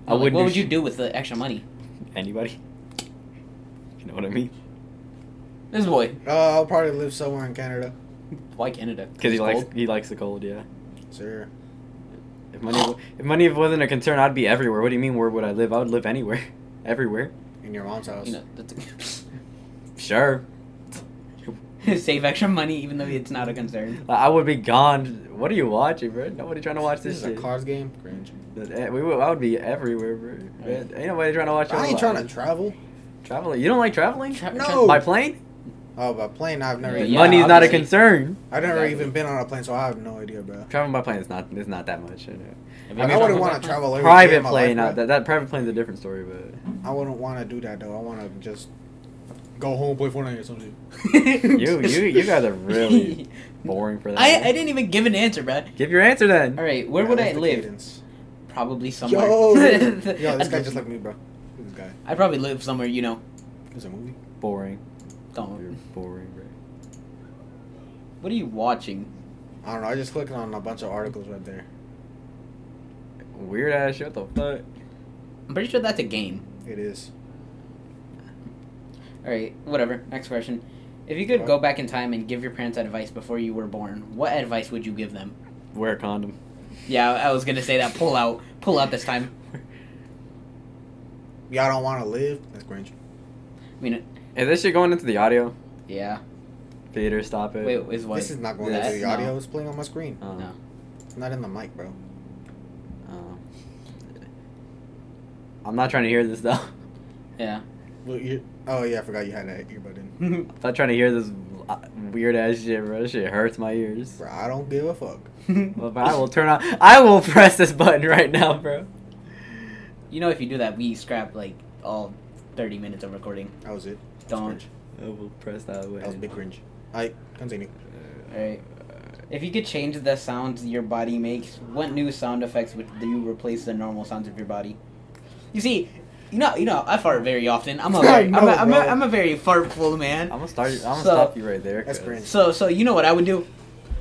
[SPEAKER 2] I
[SPEAKER 1] Like,
[SPEAKER 2] wouldn't.
[SPEAKER 1] what would you
[SPEAKER 2] sh-
[SPEAKER 1] do with the extra money?
[SPEAKER 2] Anybody? You know what I mean?
[SPEAKER 1] This boy.
[SPEAKER 3] Uh, I'll probably live somewhere in Canada.
[SPEAKER 1] Why Canada?
[SPEAKER 2] Because he
[SPEAKER 1] It's
[SPEAKER 2] likes
[SPEAKER 1] cold.
[SPEAKER 2] he likes the cold. Yeah.
[SPEAKER 3] Sir.
[SPEAKER 2] If money wa- if money wasn't a concern, I'd be everywhere. What do you mean? Where would I live? I would live anywhere, everywhere.
[SPEAKER 3] In your mom's house.
[SPEAKER 1] You know, that's
[SPEAKER 2] Sure.
[SPEAKER 1] save extra money even though it's not a concern.
[SPEAKER 2] I I would be gone. What are you watching, bro? Nobody trying to watch
[SPEAKER 3] this
[SPEAKER 2] this,
[SPEAKER 3] is a
[SPEAKER 2] shit.
[SPEAKER 3] cards game. Cringe.
[SPEAKER 2] Eh, we would, I would be everywhere, bro.
[SPEAKER 1] Alright.
[SPEAKER 2] Ain't nobody trying to watch.
[SPEAKER 3] I
[SPEAKER 2] our
[SPEAKER 3] ain't trying to
[SPEAKER 2] lives.
[SPEAKER 3] travel.
[SPEAKER 2] traveling. You don't like traveling?
[SPEAKER 1] Tra-
[SPEAKER 3] No.
[SPEAKER 1] tra-
[SPEAKER 3] Oh.
[SPEAKER 2] By plane?
[SPEAKER 3] Oh, by plane, I've never.
[SPEAKER 1] Yeah,
[SPEAKER 3] even,
[SPEAKER 2] Money's not a
[SPEAKER 1] obviously.
[SPEAKER 2] concern.
[SPEAKER 3] I've never
[SPEAKER 1] Exactly.
[SPEAKER 3] even been on a plane, so I have no idea, bro.
[SPEAKER 2] Traveling by plane is not is not that much. I know.
[SPEAKER 1] Have you
[SPEAKER 3] Like,
[SPEAKER 1] ever
[SPEAKER 3] I wouldn't
[SPEAKER 1] traveled
[SPEAKER 3] want
[SPEAKER 1] back
[SPEAKER 3] to
[SPEAKER 1] home?
[SPEAKER 3] travel. Every day
[SPEAKER 2] private
[SPEAKER 3] of my
[SPEAKER 2] plane,
[SPEAKER 3] life,
[SPEAKER 2] not
[SPEAKER 3] bro.
[SPEAKER 2] that that private plane's a different story, but
[SPEAKER 3] I wouldn't want to do that though. I want to just go home, play Fortnite or something.
[SPEAKER 2] you you you guys are really boring for that.
[SPEAKER 1] I, I didn't even give an answer, bruh.
[SPEAKER 2] Give your answer then.
[SPEAKER 1] All right, where
[SPEAKER 3] Yeah,
[SPEAKER 1] would
[SPEAKER 3] that's
[SPEAKER 1] I
[SPEAKER 3] the
[SPEAKER 1] live?
[SPEAKER 3] cadence.
[SPEAKER 1] Probably somewhere.
[SPEAKER 3] Yo, yo, this
[SPEAKER 1] I'd-
[SPEAKER 3] guy just like me, bro. This guy.
[SPEAKER 1] I'd probably live somewhere, you know.
[SPEAKER 3] There's a movie.
[SPEAKER 2] Boring. You're
[SPEAKER 1] Don't.
[SPEAKER 2] boring, bro.
[SPEAKER 1] What are you watching?
[SPEAKER 3] I don't know. I just clicked on a bunch of articles right there.
[SPEAKER 2] Weird ass shit. What the fuck?
[SPEAKER 1] I'm pretty sure that's a game.
[SPEAKER 3] It is.
[SPEAKER 1] All right, whatever. Next question. If you could go back in time and give your parents advice before you were born, what advice would you give them?
[SPEAKER 2] Wear a condom.
[SPEAKER 1] Yeah, I I was gonna say that. Pull out. Pull out this time.
[SPEAKER 3] Y'all don't want to live. That's cringe.
[SPEAKER 1] I mean,
[SPEAKER 2] Is this shit going into the audio?
[SPEAKER 1] yeah.
[SPEAKER 2] Theater, stop it.
[SPEAKER 1] Wait, is what?
[SPEAKER 3] This is not going
[SPEAKER 2] This-
[SPEAKER 3] into the
[SPEAKER 1] no.
[SPEAKER 3] audio. It's playing on my screen.
[SPEAKER 2] Uh,
[SPEAKER 1] no.
[SPEAKER 3] It's not in the mic, bro.
[SPEAKER 2] uh, I'm not trying to hear this though. I'm
[SPEAKER 1] Yeah.
[SPEAKER 3] Look, you oh yeah, I forgot you had that earbud in.
[SPEAKER 2] not trying to hear this weird ass shit, bro. This shit hurts my ears.
[SPEAKER 3] Bro, I don't give a fuck.
[SPEAKER 2] Well, but I will turn on. I will press this button right now, bro.
[SPEAKER 1] you know, if you do that, we scrap like all 30 minutes of recording.
[SPEAKER 3] That was it. That was
[SPEAKER 1] Don't.
[SPEAKER 3] cringe.
[SPEAKER 2] I will press that
[SPEAKER 3] That was
[SPEAKER 2] button.
[SPEAKER 3] big cringe. I continue.
[SPEAKER 1] Alright. If you could change the sounds your body makes, what new sound effects would you replace the normal sounds of your body? You see, you know, you know, I fart very often. I'm a,
[SPEAKER 3] I
[SPEAKER 1] very, I'm, a,
[SPEAKER 3] know,
[SPEAKER 1] I'm, a,
[SPEAKER 3] bro.
[SPEAKER 1] I'm a very fartful man.
[SPEAKER 2] I'm gonna start. I'm gonna
[SPEAKER 1] So-
[SPEAKER 2] stop you right there.
[SPEAKER 3] That's
[SPEAKER 2] 'cause-
[SPEAKER 3] cringe.
[SPEAKER 1] So, so you know what I would do?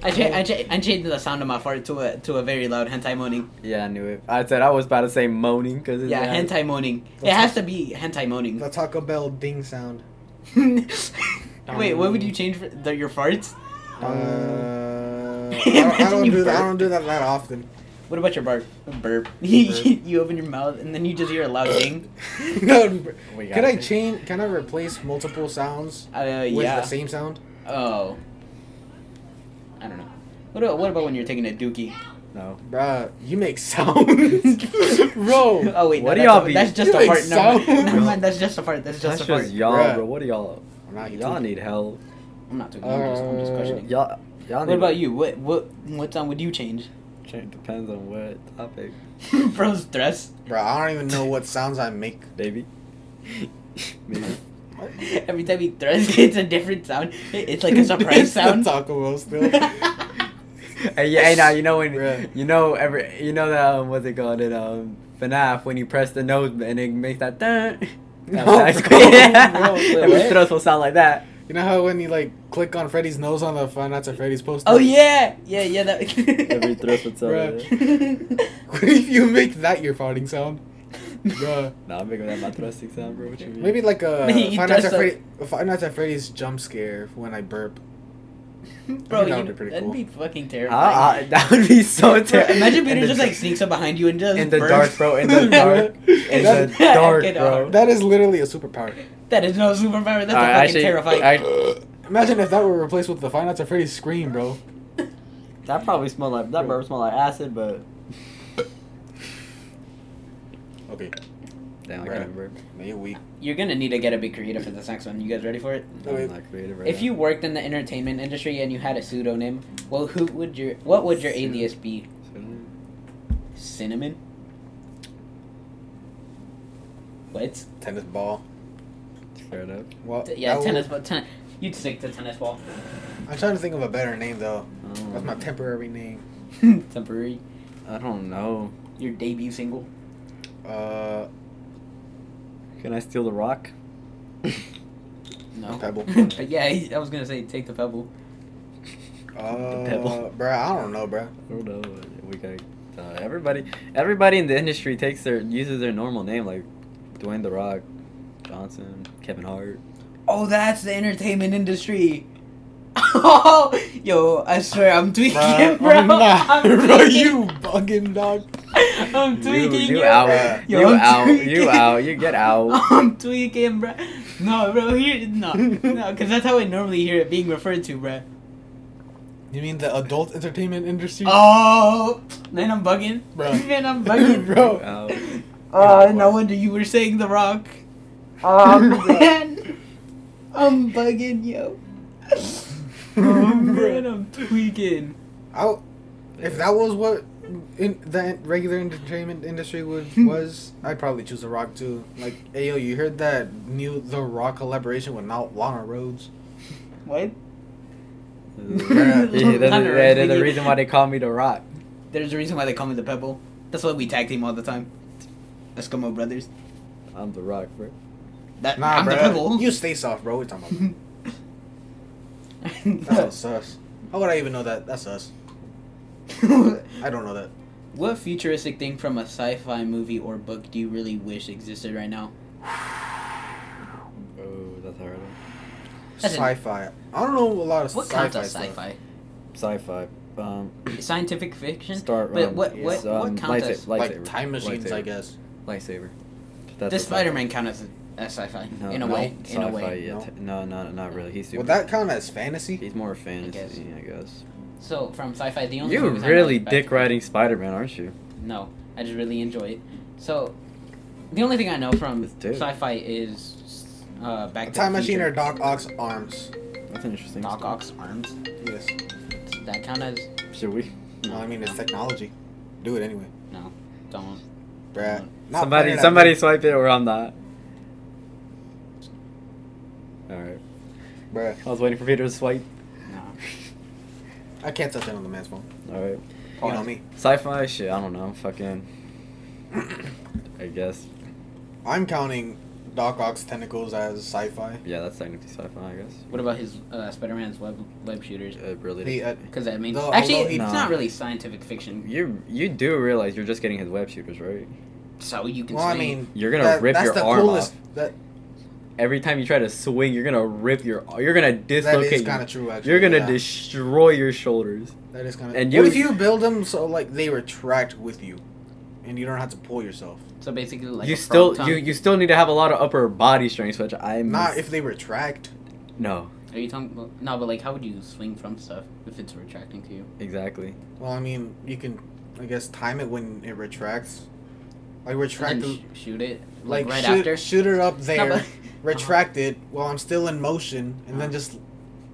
[SPEAKER 1] I cha- I, cha- I changed the sound of my fart to a to a very loud hentai moaning.
[SPEAKER 2] Yeah, I knew it. I said I was about to say moaning because
[SPEAKER 1] Yeah, hentai moaning. It
[SPEAKER 3] That's-
[SPEAKER 1] has to be hentai moaning.
[SPEAKER 3] The Taco Bell ding sound.
[SPEAKER 1] Wait, what would you change for the, your farts?
[SPEAKER 3] Uh, I, don't, I
[SPEAKER 1] Imagine
[SPEAKER 3] don't
[SPEAKER 1] you
[SPEAKER 3] do that. I
[SPEAKER 1] burp.
[SPEAKER 3] don't do that that often.
[SPEAKER 1] What about your bark? Burp. you open your mouth and then you just hear a loud ding.
[SPEAKER 3] no, br-
[SPEAKER 2] We
[SPEAKER 3] can
[SPEAKER 2] got
[SPEAKER 3] I
[SPEAKER 2] it.
[SPEAKER 3] change? Can I replace multiple sounds
[SPEAKER 1] Uh,
[SPEAKER 3] with
[SPEAKER 1] yeah.
[SPEAKER 3] the same sound?
[SPEAKER 1] Oh. I don't know. What about, what about when you're taking a dookie?
[SPEAKER 2] No.
[SPEAKER 3] Bruh, you make sounds, bro.
[SPEAKER 1] Oh wait,
[SPEAKER 2] What
[SPEAKER 1] no, that's,
[SPEAKER 2] do y'all
[SPEAKER 1] a-
[SPEAKER 2] be-
[SPEAKER 1] that's just a
[SPEAKER 3] you make
[SPEAKER 1] fart. Never mind.
[SPEAKER 3] sounds.
[SPEAKER 1] Never mind, That's just a fart. That's just
[SPEAKER 2] That's
[SPEAKER 1] a fart.
[SPEAKER 2] just y'all,
[SPEAKER 3] Bruh.
[SPEAKER 2] bro. What do y'all?
[SPEAKER 3] I'm not eating.
[SPEAKER 2] Y'all need help.
[SPEAKER 1] I'm not talking. I'm, just, I'm just
[SPEAKER 3] Uh,
[SPEAKER 1] questioning.
[SPEAKER 2] Y'all. Y'all.
[SPEAKER 1] What
[SPEAKER 2] need
[SPEAKER 1] about you? What what what sound would you change?
[SPEAKER 2] It depends on what topic,
[SPEAKER 1] Bro's dress.
[SPEAKER 3] Bruh, I don't even know what sounds I make.
[SPEAKER 2] baby. Maybe.
[SPEAKER 1] Every time he thrusts, it's a different sound. It- It's like a surprise
[SPEAKER 3] It's the
[SPEAKER 1] sound.
[SPEAKER 3] Taco Bell still.
[SPEAKER 2] Hey, Uh, yeah, hey, now you know when
[SPEAKER 3] Bruh.
[SPEAKER 2] you know every you know that um, what's it called it um FNAF when you press the nose and it makes that. dun. That
[SPEAKER 3] No,
[SPEAKER 2] ice
[SPEAKER 3] bro,
[SPEAKER 2] cream.
[SPEAKER 3] bro, wait,
[SPEAKER 2] Every
[SPEAKER 3] what?
[SPEAKER 2] throat will sound like that.
[SPEAKER 3] You know how when you like click on Freddy's nose on the Five Nights at Freddy's poster?
[SPEAKER 1] oh yeah, yeah, yeah. That.
[SPEAKER 2] Every throat will sound
[SPEAKER 3] Bruh.
[SPEAKER 2] like that.
[SPEAKER 3] What if you make that your farting sound? Bruh.
[SPEAKER 2] Nah, I'm making that my thrusting sound, bro. What you mean?
[SPEAKER 3] Maybe like a
[SPEAKER 1] Mm. He
[SPEAKER 3] Five Nights,
[SPEAKER 1] does
[SPEAKER 3] at
[SPEAKER 1] that.
[SPEAKER 3] Freddy, Five Nights at Freddy's jump scare when I burp.
[SPEAKER 1] Bro,
[SPEAKER 3] That
[SPEAKER 1] you,
[SPEAKER 3] would be pretty
[SPEAKER 1] that'd
[SPEAKER 3] cool.
[SPEAKER 1] be fucking
[SPEAKER 2] Ah, ah,
[SPEAKER 1] terrifying.
[SPEAKER 2] that would be so
[SPEAKER 1] Bro,
[SPEAKER 2] terrible.
[SPEAKER 1] imagine Peter just like sneaks up behind you and just
[SPEAKER 2] in the
[SPEAKER 1] burps.
[SPEAKER 2] dark, bro. In the dark. In the
[SPEAKER 3] That-
[SPEAKER 2] dark,
[SPEAKER 1] Get
[SPEAKER 2] bro.
[SPEAKER 1] out.
[SPEAKER 3] That is literally a superpower.
[SPEAKER 1] That is no superpower. That's a
[SPEAKER 2] Alright,
[SPEAKER 1] fucking terrifying.
[SPEAKER 2] I-
[SPEAKER 3] Imagine if that were replaced with the Five Nights at Freddy's scream, bro.
[SPEAKER 2] that probably smelled like that burp smelled like acid, but
[SPEAKER 3] Okay,
[SPEAKER 2] damn,
[SPEAKER 3] I can't maybe we.
[SPEAKER 1] You're gonna need to get a bit creative for this next one. You guys ready for it?
[SPEAKER 2] I'm not creative right
[SPEAKER 1] If you worked in the entertainment industry and you had a pseudonym, well, who would your what would your
[SPEAKER 2] Pseudonym.
[SPEAKER 1] alias be?
[SPEAKER 2] now.
[SPEAKER 1] Cinnamon. What?
[SPEAKER 3] Tennis ball.
[SPEAKER 2] fair enough.
[SPEAKER 3] Well,
[SPEAKER 1] T- yeah,
[SPEAKER 3] Oh, that
[SPEAKER 1] tennis ball.
[SPEAKER 3] would-
[SPEAKER 1] Ten- you'd stick to tennis ball.
[SPEAKER 3] I'm trying to think of a better name though.
[SPEAKER 2] Um,
[SPEAKER 3] That's my temporary name.
[SPEAKER 1] Temporary.
[SPEAKER 2] I don't know.
[SPEAKER 1] Your debut single.
[SPEAKER 3] Uh,
[SPEAKER 2] Can I steal the rock?
[SPEAKER 1] No.
[SPEAKER 3] Pebble.
[SPEAKER 1] but yeah, I I was gonna say take the pebble.
[SPEAKER 3] uh,
[SPEAKER 2] pebble.
[SPEAKER 3] Bruh, I don't know, bruh.
[SPEAKER 2] I don't know. We got uh, everybody. Everybody in the industry takes their uses their normal name, like Dwayne the Rock Johnson, Kevin Hart.
[SPEAKER 1] Oh, that's the entertainment industry. Oh, yo, I swear I'm tweaking,
[SPEAKER 3] Bruh,
[SPEAKER 1] bro.
[SPEAKER 3] I'm not.
[SPEAKER 1] I'm
[SPEAKER 3] bro,
[SPEAKER 1] tweaking.
[SPEAKER 3] you bugging dog.
[SPEAKER 1] I'm tweaking.
[SPEAKER 2] You, you
[SPEAKER 1] yo.
[SPEAKER 2] out.
[SPEAKER 1] Yo,
[SPEAKER 2] you
[SPEAKER 1] I'm
[SPEAKER 2] out. You
[SPEAKER 1] tweaking.
[SPEAKER 2] out. You get out.
[SPEAKER 3] Oh.
[SPEAKER 1] I'm tweaking, bro. No, bro, here, no, no, because that's how I normally hear it being referred to, bro.
[SPEAKER 3] You mean the adult entertainment industry?
[SPEAKER 1] Oh, man, I'm bugging.
[SPEAKER 3] Bruh.
[SPEAKER 1] Man, I'm bugging,
[SPEAKER 3] Bro.
[SPEAKER 2] You out.
[SPEAKER 1] Oh, no wonder you were saying The Rock. Oh, man. I'm bugging, yo. Oh, man, I'm tweaking.
[SPEAKER 3] I, if that was what in the regular entertainment industry would was, I'd probably choose The Rock too. Like, hey yo, you heard that new The Rock collaboration with now Lana Rhodes?
[SPEAKER 1] What?
[SPEAKER 2] yeah, there's,
[SPEAKER 1] Not a
[SPEAKER 2] a, yeah, there's a
[SPEAKER 1] reason.
[SPEAKER 2] reason why they call me the Rock.
[SPEAKER 1] There's a reason why they call me the Pebble. That's why we tag team all the time. Eskimo brothers.
[SPEAKER 2] I'm the Rock, bro.
[SPEAKER 1] That
[SPEAKER 3] Nah,
[SPEAKER 1] I'm
[SPEAKER 3] bro,
[SPEAKER 1] the Pebble.
[SPEAKER 3] you stay soft, bro. We're talking about that's us. How would I even know that? That's us. I don't know that.
[SPEAKER 1] what futuristic thing from a sci-fi movie or book do you really wish existed right now?
[SPEAKER 2] Oh, that's hard.
[SPEAKER 1] That's a-
[SPEAKER 3] Sci-fi. I don't know a lot of
[SPEAKER 1] What
[SPEAKER 3] sci-fi
[SPEAKER 1] counts as
[SPEAKER 3] stuff.
[SPEAKER 1] sci-fi?
[SPEAKER 2] Sci-fi. Um,
[SPEAKER 1] Scientific fiction.
[SPEAKER 2] start.
[SPEAKER 1] but
[SPEAKER 2] um,
[SPEAKER 1] what what
[SPEAKER 2] um,
[SPEAKER 1] what counts
[SPEAKER 2] lightsa-
[SPEAKER 1] as?
[SPEAKER 2] lightsaber.
[SPEAKER 3] Like time machines, I guess.
[SPEAKER 2] Lightsaber. That's
[SPEAKER 1] Does
[SPEAKER 2] what sci-fi-
[SPEAKER 1] Spider-Man count as a That's sci-fi
[SPEAKER 2] No,
[SPEAKER 1] in a
[SPEAKER 2] no,
[SPEAKER 1] way. In a
[SPEAKER 2] sci-fi,
[SPEAKER 1] way.
[SPEAKER 2] yeah,
[SPEAKER 3] no.
[SPEAKER 2] te- no, no, not really. He's super.
[SPEAKER 3] Would that count as fantasy?
[SPEAKER 2] He's more
[SPEAKER 1] guess.
[SPEAKER 2] fantasy, I guess.
[SPEAKER 1] So from sci-fi, the only
[SPEAKER 2] You
[SPEAKER 1] movies I know
[SPEAKER 2] really
[SPEAKER 1] is Back
[SPEAKER 2] dick
[SPEAKER 1] to the
[SPEAKER 2] riding Spider Man, aren't you?
[SPEAKER 1] No, I just really enjoy it. So, the only thing I know from
[SPEAKER 2] Let's do it.
[SPEAKER 1] sci-fi is uh, Back
[SPEAKER 3] A
[SPEAKER 1] to
[SPEAKER 3] time
[SPEAKER 1] the
[SPEAKER 3] machine
[SPEAKER 1] Future.
[SPEAKER 3] or Doc Ock's arms?
[SPEAKER 2] That's an interesting.
[SPEAKER 1] Doc
[SPEAKER 2] story.
[SPEAKER 1] Ock's arms.
[SPEAKER 3] Yes.
[SPEAKER 2] Mm.
[SPEAKER 1] Does that count as
[SPEAKER 2] Should we?
[SPEAKER 3] Well, I mean, it's technology. Do it anyway.
[SPEAKER 1] no? Don't.
[SPEAKER 2] Mm.
[SPEAKER 3] Bruh. Not
[SPEAKER 2] somebody,
[SPEAKER 3] pointed at
[SPEAKER 2] somebody
[SPEAKER 3] me,
[SPEAKER 2] swipe it, or I'm not. All right.
[SPEAKER 3] Bruh.
[SPEAKER 2] I was waiting for Peter to swipe.
[SPEAKER 1] No.
[SPEAKER 3] I can't touch that on the man's phone.
[SPEAKER 2] All right.
[SPEAKER 3] You know me.
[SPEAKER 2] Sci-fi shit. I don't know. Fucking. I guess.
[SPEAKER 3] I'm counting Doc Ock's tentacles as sci-fi.
[SPEAKER 2] Yeah, that's technically sci-fi. I guess.
[SPEAKER 1] What about his uh, Spider-Man's web web shooters?
[SPEAKER 2] Uh, really.
[SPEAKER 3] The, uh,
[SPEAKER 1] Because that means
[SPEAKER 3] No, although
[SPEAKER 1] actually,
[SPEAKER 3] he-
[SPEAKER 1] it's
[SPEAKER 2] No.
[SPEAKER 1] not really scientific fiction.
[SPEAKER 2] you you do realize you're just getting his web shooters, right?
[SPEAKER 1] So you can.
[SPEAKER 3] Well, I
[SPEAKER 1] say-
[SPEAKER 3] mean,
[SPEAKER 2] You're gonna rip your arm
[SPEAKER 3] That
[SPEAKER 2] Every time you try to swing, you're gonna rip your. You're gonna
[SPEAKER 3] that
[SPEAKER 2] dislocate.
[SPEAKER 3] is
[SPEAKER 2] your-
[SPEAKER 3] kind of true. Actually,
[SPEAKER 2] You're gonna
[SPEAKER 3] yeah.
[SPEAKER 2] destroy your shoulders.
[SPEAKER 3] That is kind of.
[SPEAKER 2] and
[SPEAKER 3] And
[SPEAKER 2] you-
[SPEAKER 3] what if you build them so like they retract with you, and you don't have to pull yourself?
[SPEAKER 1] so basically, like
[SPEAKER 2] you
[SPEAKER 1] a frog
[SPEAKER 2] still
[SPEAKER 1] tongue.
[SPEAKER 2] you, you still need to have a lot of upper body strength, which I'm
[SPEAKER 3] Not if they retract.
[SPEAKER 2] no
[SPEAKER 1] Are you talking? About, no, but like, how would you swing from stuff if it's retracting to you?
[SPEAKER 2] exactly.
[SPEAKER 3] Well, I mean, you can, I guess, time it when it retracts. Like
[SPEAKER 1] And
[SPEAKER 3] retract,
[SPEAKER 1] then sh- shoot it
[SPEAKER 3] like
[SPEAKER 1] like, right
[SPEAKER 3] shoot,
[SPEAKER 1] after. Uh-huh.
[SPEAKER 3] shoot it up
[SPEAKER 1] No,
[SPEAKER 3] there,
[SPEAKER 1] but-
[SPEAKER 3] retract it while I'm still in motion, and then just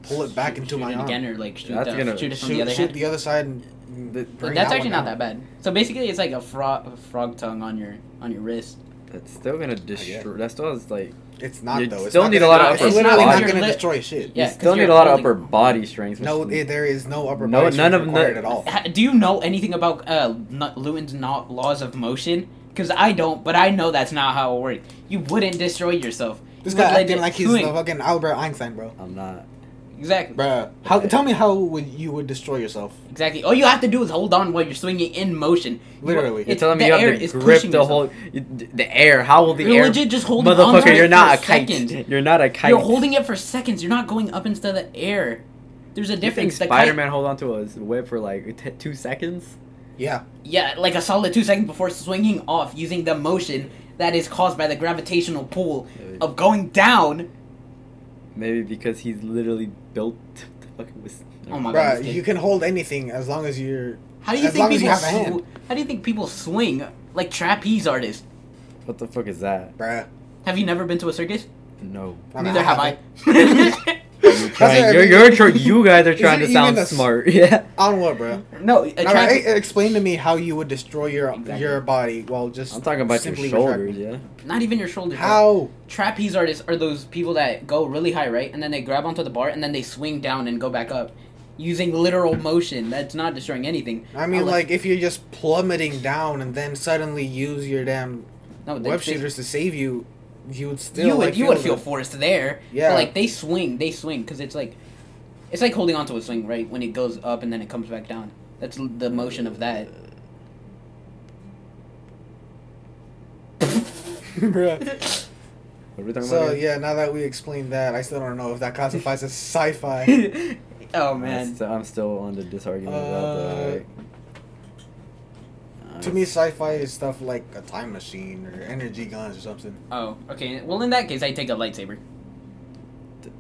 [SPEAKER 3] pull it back
[SPEAKER 1] Uh-huh. Shoot-
[SPEAKER 3] into
[SPEAKER 1] shoot
[SPEAKER 3] my
[SPEAKER 1] it
[SPEAKER 3] arm.
[SPEAKER 1] again, or like shoot,
[SPEAKER 2] That's
[SPEAKER 1] the,
[SPEAKER 2] gonna-
[SPEAKER 1] shoot it from
[SPEAKER 3] Shoot,
[SPEAKER 1] the other
[SPEAKER 3] shoot
[SPEAKER 1] hand.
[SPEAKER 3] the other side. And
[SPEAKER 2] Th-
[SPEAKER 1] But
[SPEAKER 3] bring
[SPEAKER 1] that's
[SPEAKER 3] that
[SPEAKER 1] actually
[SPEAKER 3] one
[SPEAKER 1] not
[SPEAKER 3] down.
[SPEAKER 1] that bad. So basically, it's like a frog, frog tongue on your on your wrist.
[SPEAKER 2] That's still gonna destroy. That still is like
[SPEAKER 3] It's not
[SPEAKER 2] You
[SPEAKER 3] though. It's
[SPEAKER 2] still
[SPEAKER 3] not
[SPEAKER 2] need a
[SPEAKER 3] gonna-
[SPEAKER 2] lot of
[SPEAKER 3] it's
[SPEAKER 2] upper
[SPEAKER 3] literally
[SPEAKER 2] body.
[SPEAKER 3] not gonna
[SPEAKER 1] You're lit-
[SPEAKER 3] destroy shit.
[SPEAKER 1] Yeah,
[SPEAKER 2] you
[SPEAKER 1] 'cause
[SPEAKER 2] still need
[SPEAKER 1] you're
[SPEAKER 2] a lot of
[SPEAKER 1] holding-
[SPEAKER 2] upper body strength. which
[SPEAKER 3] No, it, there is no upper
[SPEAKER 2] No-
[SPEAKER 3] body
[SPEAKER 2] none of-
[SPEAKER 3] strength required
[SPEAKER 2] none-
[SPEAKER 3] at all.
[SPEAKER 1] Ha- Do you know anything about uh, Nu- Lewin's no- laws of motion? Because I don't, but I know that's not how it works. You wouldn't destroy yourself.
[SPEAKER 3] This
[SPEAKER 1] You
[SPEAKER 3] guy
[SPEAKER 1] would let
[SPEAKER 3] acting
[SPEAKER 1] it
[SPEAKER 3] like he's
[SPEAKER 1] swing.
[SPEAKER 3] the fucking Albert Einstein, bro.
[SPEAKER 2] I'm not.
[SPEAKER 1] exactly,
[SPEAKER 3] Bruh, how?
[SPEAKER 2] Yeah.
[SPEAKER 3] Tell me how would you would destroy yourself?
[SPEAKER 1] exactly. All you have to do is hold on while you're swinging in motion. You-
[SPEAKER 3] Literally.
[SPEAKER 2] You're
[SPEAKER 1] it's-
[SPEAKER 2] telling me
[SPEAKER 1] the
[SPEAKER 2] you
[SPEAKER 1] air
[SPEAKER 2] have to
[SPEAKER 1] is
[SPEAKER 2] grip the
[SPEAKER 1] pushing
[SPEAKER 2] whole you, th- the air. How will the
[SPEAKER 1] You're
[SPEAKER 2] air?
[SPEAKER 1] legit just holding on to
[SPEAKER 2] Motherfucker,
[SPEAKER 1] it
[SPEAKER 2] you're not
[SPEAKER 1] for
[SPEAKER 2] a
[SPEAKER 1] a
[SPEAKER 2] kite.
[SPEAKER 1] second.
[SPEAKER 2] You're not a kite.
[SPEAKER 1] You're holding it for seconds. You're not going up into the air. There's a
[SPEAKER 2] You think
[SPEAKER 1] difference. The kite-
[SPEAKER 2] Spider-Man hold onto a web for like t- two seconds?
[SPEAKER 3] Yeah,
[SPEAKER 1] Yeah, like a solid two seconds before swinging off using the motion that is caused by the gravitational pull of going down.
[SPEAKER 2] Maybe because he's literally built. to fucking with-
[SPEAKER 1] Oh my god.
[SPEAKER 3] bruh,
[SPEAKER 1] this kid.
[SPEAKER 3] you can hold anything as long as you're.
[SPEAKER 1] How do you
[SPEAKER 3] as
[SPEAKER 1] think
[SPEAKER 3] long as
[SPEAKER 1] people
[SPEAKER 3] you have a
[SPEAKER 1] sw-
[SPEAKER 3] hand.
[SPEAKER 1] How do you think people swing like trapeze artists?
[SPEAKER 2] What the fuck is that?
[SPEAKER 3] Bruh,
[SPEAKER 1] Have you never been to a circus?
[SPEAKER 2] No.
[SPEAKER 3] I mean,
[SPEAKER 1] Neither
[SPEAKER 3] I
[SPEAKER 1] have I.
[SPEAKER 3] haven't.
[SPEAKER 2] You're trying,
[SPEAKER 3] what
[SPEAKER 2] you're,
[SPEAKER 3] I mean.
[SPEAKER 2] you're, tr- you guys are
[SPEAKER 3] Is
[SPEAKER 2] trying
[SPEAKER 3] it
[SPEAKER 2] to sound
[SPEAKER 3] even a s-
[SPEAKER 2] smart. Yeah.
[SPEAKER 3] On what, bruh?
[SPEAKER 1] no, a
[SPEAKER 3] All right,
[SPEAKER 1] trapeze.
[SPEAKER 3] e- explain to me how you would destroy your
[SPEAKER 1] Exactly.
[SPEAKER 3] your body while just.
[SPEAKER 2] I'm talking about your
[SPEAKER 3] simply
[SPEAKER 2] shoulders,
[SPEAKER 3] retracting.
[SPEAKER 2] yeah.
[SPEAKER 1] Not even your shoulders. bro.
[SPEAKER 3] How?
[SPEAKER 1] Trapeze artists are those people that go really high, right, and then they grab onto the bar and then they swing down and go back up, using literal motion. That's not destroying anything.
[SPEAKER 3] I mean,
[SPEAKER 1] Unless-
[SPEAKER 3] like if you're just plummeting down and then suddenly use your damn
[SPEAKER 1] no, Oh, they-
[SPEAKER 3] web
[SPEAKER 1] they-
[SPEAKER 3] shooters to save you, you would still.
[SPEAKER 1] you would
[SPEAKER 3] like,
[SPEAKER 1] you would
[SPEAKER 3] the-
[SPEAKER 1] feel forced there. Yeah.
[SPEAKER 3] Yeah.
[SPEAKER 1] But like they swing, they swing because it's like, it's like holding onto a swing, right? When it goes up and then it comes back down. That's l- the motion of that.
[SPEAKER 3] Bruh.
[SPEAKER 2] What are we talking
[SPEAKER 3] So
[SPEAKER 2] about? here?
[SPEAKER 3] yeah, now that we explained that, I still don't know if that classifies as sci-fi.
[SPEAKER 1] oh
[SPEAKER 2] I'm
[SPEAKER 1] man.
[SPEAKER 2] still, I'm still on the disargument
[SPEAKER 3] Uh,
[SPEAKER 2] about that.
[SPEAKER 3] to me, sci-fi is stuff like a time machine or energy guns or something.
[SPEAKER 1] Oh, okay. Well, in that case, I take a lightsaber.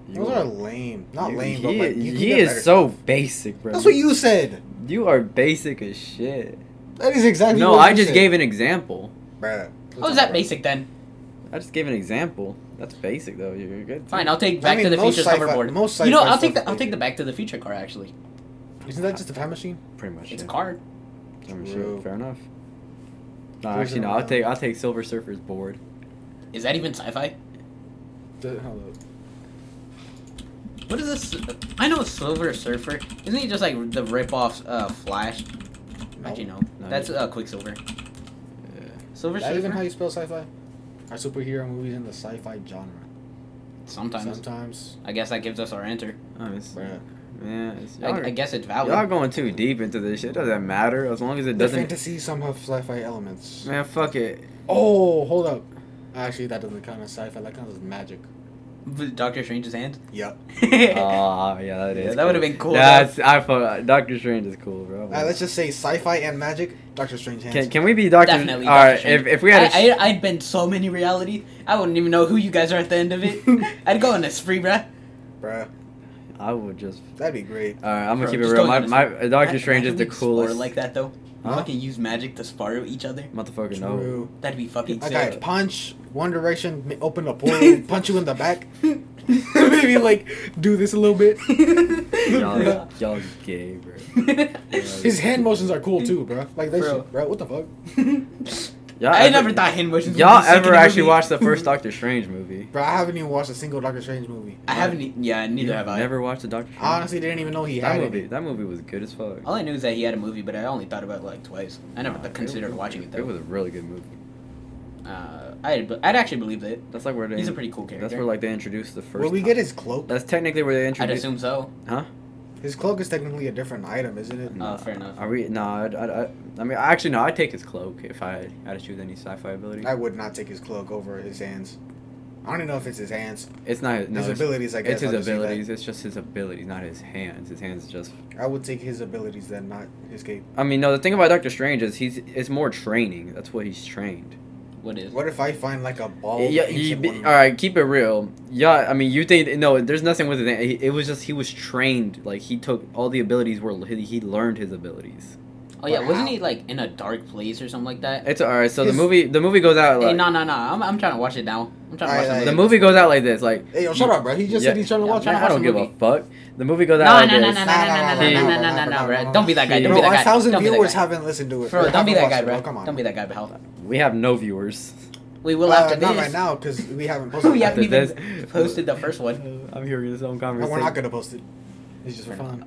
[SPEAKER 3] Those are lame. Not lame,
[SPEAKER 2] He,
[SPEAKER 3] but like
[SPEAKER 2] he,
[SPEAKER 3] you can get better.
[SPEAKER 2] is so basic, bro.
[SPEAKER 3] That's what you said.
[SPEAKER 2] You are basic as shit.
[SPEAKER 3] That is exactly.
[SPEAKER 2] No,
[SPEAKER 3] what
[SPEAKER 2] I
[SPEAKER 3] you
[SPEAKER 2] just
[SPEAKER 3] said.
[SPEAKER 2] gave an example.
[SPEAKER 3] Bruh,
[SPEAKER 1] Oh, is that basic then?
[SPEAKER 2] I just gave an example. That's basic though. You're good.
[SPEAKER 1] Fine, I'll take Back
[SPEAKER 3] mean,
[SPEAKER 1] to the
[SPEAKER 3] most
[SPEAKER 1] Future's
[SPEAKER 3] sci-fi-
[SPEAKER 1] hoverboard.
[SPEAKER 3] most
[SPEAKER 1] you know,
[SPEAKER 3] sci-fi
[SPEAKER 1] I'll take
[SPEAKER 3] stuff
[SPEAKER 1] the I'll
[SPEAKER 3] is
[SPEAKER 1] take the
[SPEAKER 3] basic.
[SPEAKER 1] Back to the Future car actually.
[SPEAKER 3] Isn't that just a time machine?
[SPEAKER 2] pretty much.
[SPEAKER 1] It's
[SPEAKER 2] yeah.
[SPEAKER 1] a car.
[SPEAKER 2] I mean,
[SPEAKER 3] True.
[SPEAKER 2] shit, fair enough. No,
[SPEAKER 3] There's
[SPEAKER 2] actually,
[SPEAKER 3] no
[SPEAKER 2] no. I'll
[SPEAKER 3] doubt.
[SPEAKER 2] take I'll take Silver Surfer's board.
[SPEAKER 1] Is that even sci-fi?
[SPEAKER 3] The- hold up.
[SPEAKER 1] What is this? I know Silver Surfer. Isn't he just like the rip-off uh, Flash?
[SPEAKER 3] No.
[SPEAKER 1] Actually, no.
[SPEAKER 2] No.
[SPEAKER 1] That's uh, Quicksilver.
[SPEAKER 2] Yeah.
[SPEAKER 1] Silver
[SPEAKER 3] Is that
[SPEAKER 1] Surfer.
[SPEAKER 3] even how you spell sci-fi? Are superhero movies in the sci-fi genre?
[SPEAKER 1] Sometimes.
[SPEAKER 3] Sometimes.
[SPEAKER 1] I guess that gives us our answer.
[SPEAKER 2] I mean, it's,
[SPEAKER 3] Bruh.
[SPEAKER 2] yeah, it's, y'all,
[SPEAKER 1] I, I guess it's valid.
[SPEAKER 2] y'all going too deep into this shit. Doesn't matter as long as it
[SPEAKER 3] The
[SPEAKER 2] doesn't.
[SPEAKER 3] fantasy some have sci-fi elements.
[SPEAKER 2] Man, fuck it.
[SPEAKER 3] Oh, hold up. Actually, that doesn't count as sci-fi. That counts as magic.
[SPEAKER 1] With Doctor Strange's hand.
[SPEAKER 3] Yep.
[SPEAKER 2] Oh, yeah, that
[SPEAKER 1] Yeah,
[SPEAKER 2] is.
[SPEAKER 1] that would've
[SPEAKER 2] cool.
[SPEAKER 1] been cool,
[SPEAKER 2] That's I for Doctor Strange is cool, bro.
[SPEAKER 3] All right, let's just say sci-fi and magic. Doctor Strange hands.
[SPEAKER 2] can, can we be Doctor?
[SPEAKER 1] Definitely.
[SPEAKER 2] All right, if, if we had, a
[SPEAKER 1] I, I, I'd been so many reality. I wouldn't even know who you guys are at the end of it. I'd go on a spree, bruh.
[SPEAKER 3] Bruh,
[SPEAKER 2] I would just.
[SPEAKER 3] that'd be great.
[SPEAKER 2] All right, I'm gonna
[SPEAKER 1] Bro,
[SPEAKER 2] keep it
[SPEAKER 1] just
[SPEAKER 2] real.
[SPEAKER 1] don't
[SPEAKER 2] My,
[SPEAKER 1] use-
[SPEAKER 2] my uh, Doctor
[SPEAKER 1] Imagine-
[SPEAKER 2] Strange is
[SPEAKER 1] imagine
[SPEAKER 2] the
[SPEAKER 1] we'd spar
[SPEAKER 2] coolest.
[SPEAKER 1] like that though.
[SPEAKER 2] Huh?
[SPEAKER 1] Fucking use magic to spar with each other.
[SPEAKER 2] Motherfucker, no.
[SPEAKER 3] True.
[SPEAKER 1] That'd be fucking
[SPEAKER 3] Like
[SPEAKER 1] sick.
[SPEAKER 3] I punch One Direction, ma- open a portal, punch you in the back. Maybe like do this a little bit.
[SPEAKER 2] Y'all, y'all gay, bro.
[SPEAKER 3] His hand motions are cool too, bro. Like that
[SPEAKER 1] Bro.
[SPEAKER 3] shit, bro. What the fuck,
[SPEAKER 2] Y'all uh,
[SPEAKER 1] I
[SPEAKER 2] ever-
[SPEAKER 1] never thought hand motions. would
[SPEAKER 2] Y'all
[SPEAKER 1] be sick in
[SPEAKER 2] ever
[SPEAKER 1] a
[SPEAKER 2] actually
[SPEAKER 1] movie.
[SPEAKER 2] watched the first Doctor Strange movie?
[SPEAKER 3] bro? I haven't even watched a single Doctor Strange movie.
[SPEAKER 1] I haven't. e- Yeah, neither have I.
[SPEAKER 2] Never watched the Doctor Strange.
[SPEAKER 3] I honestly didn't even know he
[SPEAKER 2] that
[SPEAKER 3] had
[SPEAKER 2] movie.
[SPEAKER 3] it.
[SPEAKER 2] That movie was good as fuck.
[SPEAKER 1] All I knew is that he had a movie, but I only thought about it like twice. I never th- considered watching it
[SPEAKER 2] It
[SPEAKER 1] though.
[SPEAKER 2] was a really good movie.
[SPEAKER 1] Uh, I'd, be- I'd actually believe it.
[SPEAKER 2] That's like where they.
[SPEAKER 1] He's a pretty cool character.
[SPEAKER 2] That's where like they introduced the first.
[SPEAKER 3] Will we
[SPEAKER 2] time-
[SPEAKER 3] get his cloak?
[SPEAKER 2] That's technically where they
[SPEAKER 1] I'd
[SPEAKER 2] introduced.
[SPEAKER 1] assume so.
[SPEAKER 3] His cloak is technically a different item, isn't it?
[SPEAKER 1] Oh, fair enough.
[SPEAKER 2] Are we? No, I, I, I, I mean, actually, no. I'd take his cloak if I had to choose any sci-fi ability.
[SPEAKER 3] I would not take his cloak over his hands. I don't even know if it's his hands.
[SPEAKER 2] it's not. No,
[SPEAKER 3] his
[SPEAKER 2] it's,
[SPEAKER 3] abilities, I
[SPEAKER 2] it's
[SPEAKER 3] guess.
[SPEAKER 2] his
[SPEAKER 3] I'll just say that.
[SPEAKER 2] abilities. It's just his abilities, not his hands. His hands just.
[SPEAKER 3] I would take his abilities then, not his cape.
[SPEAKER 2] I mean, no. The thing about Doctor Strange is he's. It's more training. That's what he's trained.
[SPEAKER 1] What is?
[SPEAKER 3] What if I find like a ball?
[SPEAKER 2] Yeah. You, all right. Keep it real. Yeah. I mean, you think no? There's nothing with it. He- It was just he was trained. Like he took all the abilities were he, he learned his abilities.
[SPEAKER 1] Oh yeah,
[SPEAKER 3] Wow.
[SPEAKER 1] wasn't he like in a dark place or something like that?
[SPEAKER 2] It's all right. So the
[SPEAKER 3] His-
[SPEAKER 2] movie. The movie goes out. Like,
[SPEAKER 1] Hey, no, no, no. I'm, I'm trying to watch it now. I'm trying to watch
[SPEAKER 3] Alright,
[SPEAKER 1] it.
[SPEAKER 2] the
[SPEAKER 3] alright.
[SPEAKER 2] movie goes out like this. Like
[SPEAKER 3] Hey, yo, shut up, bro. He just
[SPEAKER 2] Yeah.
[SPEAKER 3] said he's trying to
[SPEAKER 1] Yeah,
[SPEAKER 3] watch.
[SPEAKER 1] man,
[SPEAKER 2] I
[SPEAKER 1] watch
[SPEAKER 2] don't
[SPEAKER 1] the
[SPEAKER 2] give
[SPEAKER 1] movie.
[SPEAKER 2] a fuck. The movie goes
[SPEAKER 1] No,
[SPEAKER 2] out
[SPEAKER 1] no,
[SPEAKER 2] like
[SPEAKER 1] no,
[SPEAKER 2] this.
[SPEAKER 1] no, no, no, no, no, no, no, no, no, bro. Don't be that guy. Don't be
[SPEAKER 3] Bro,
[SPEAKER 1] that
[SPEAKER 3] our
[SPEAKER 1] guy.
[SPEAKER 3] thousand
[SPEAKER 1] Don't be
[SPEAKER 3] viewers
[SPEAKER 1] that
[SPEAKER 3] haven't listened to
[SPEAKER 1] guy.
[SPEAKER 3] it.
[SPEAKER 1] Bro,
[SPEAKER 3] They
[SPEAKER 1] don't be that
[SPEAKER 3] haven't
[SPEAKER 1] guy,
[SPEAKER 3] watched it, bro. Come
[SPEAKER 1] bro.
[SPEAKER 3] on.
[SPEAKER 1] Don't be that guy, Behel.
[SPEAKER 2] We have no viewers.
[SPEAKER 1] We will
[SPEAKER 3] Uh,
[SPEAKER 1] after
[SPEAKER 3] Not right
[SPEAKER 1] this.
[SPEAKER 3] now, because we haven't posted.
[SPEAKER 1] We
[SPEAKER 3] it.
[SPEAKER 1] haven't
[SPEAKER 2] After
[SPEAKER 1] even
[SPEAKER 2] this.
[SPEAKER 1] posted the first one.
[SPEAKER 2] I'm hearing this own
[SPEAKER 3] No,
[SPEAKER 2] conversation.
[SPEAKER 3] we're not gonna post it. It's just for
[SPEAKER 1] We're
[SPEAKER 3] fun.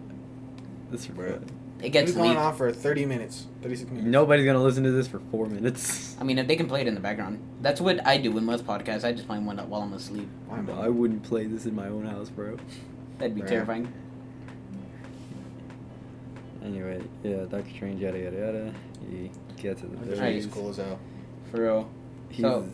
[SPEAKER 2] This-
[SPEAKER 3] Bro.
[SPEAKER 1] It
[SPEAKER 3] It's
[SPEAKER 1] gets
[SPEAKER 3] going
[SPEAKER 1] leaked.
[SPEAKER 3] on for 30 minutes, 36 minutes.
[SPEAKER 2] Nobody's gonna listen to this for four minutes.
[SPEAKER 1] I mean, if they can play it in the background, that's what I do in most podcasts. I just play one while I'm asleep.
[SPEAKER 3] I'm
[SPEAKER 2] I wouldn't play this in my own house, bro.
[SPEAKER 1] That'd be
[SPEAKER 3] Right.
[SPEAKER 1] terrifying.
[SPEAKER 2] Anyway, yeah, Doctor Strange, yada yada yada. He gets it.
[SPEAKER 3] I'm just
[SPEAKER 1] Alright.
[SPEAKER 3] he's cool as hell.
[SPEAKER 1] For real.
[SPEAKER 2] He's
[SPEAKER 1] So-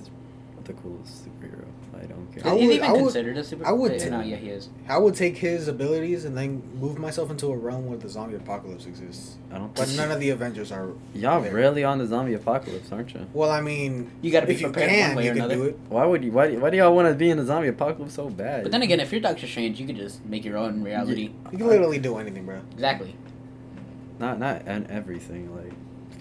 [SPEAKER 2] the coolest superhero. I don't
[SPEAKER 1] Is
[SPEAKER 3] I
[SPEAKER 2] care.
[SPEAKER 1] he
[SPEAKER 3] would-
[SPEAKER 1] even
[SPEAKER 3] I would-
[SPEAKER 1] considered a super?
[SPEAKER 3] I would
[SPEAKER 1] Yeah,
[SPEAKER 2] t-
[SPEAKER 1] no, yeah, he is.
[SPEAKER 3] I would take his abilities and then move myself into a realm where the zombie apocalypse exists.
[SPEAKER 2] I don't.
[SPEAKER 3] But
[SPEAKER 2] think-
[SPEAKER 3] none of the Avengers are.
[SPEAKER 2] y'all
[SPEAKER 3] there.
[SPEAKER 2] really on the zombie apocalypse, aren't you?
[SPEAKER 3] Well, I mean,
[SPEAKER 1] You gotta be
[SPEAKER 3] if you
[SPEAKER 1] prepared one
[SPEAKER 3] can,
[SPEAKER 1] way
[SPEAKER 3] you
[SPEAKER 1] or
[SPEAKER 3] can
[SPEAKER 1] another.
[SPEAKER 3] do it.
[SPEAKER 2] Why would you? Why, do- why do y'all want to be in the zombie apocalypse so bad?
[SPEAKER 1] But then again, if you're Doctor Strange, you could just make your own reality.
[SPEAKER 3] You can literally do anything, bro.
[SPEAKER 1] Exactly.
[SPEAKER 2] not not and everything. Like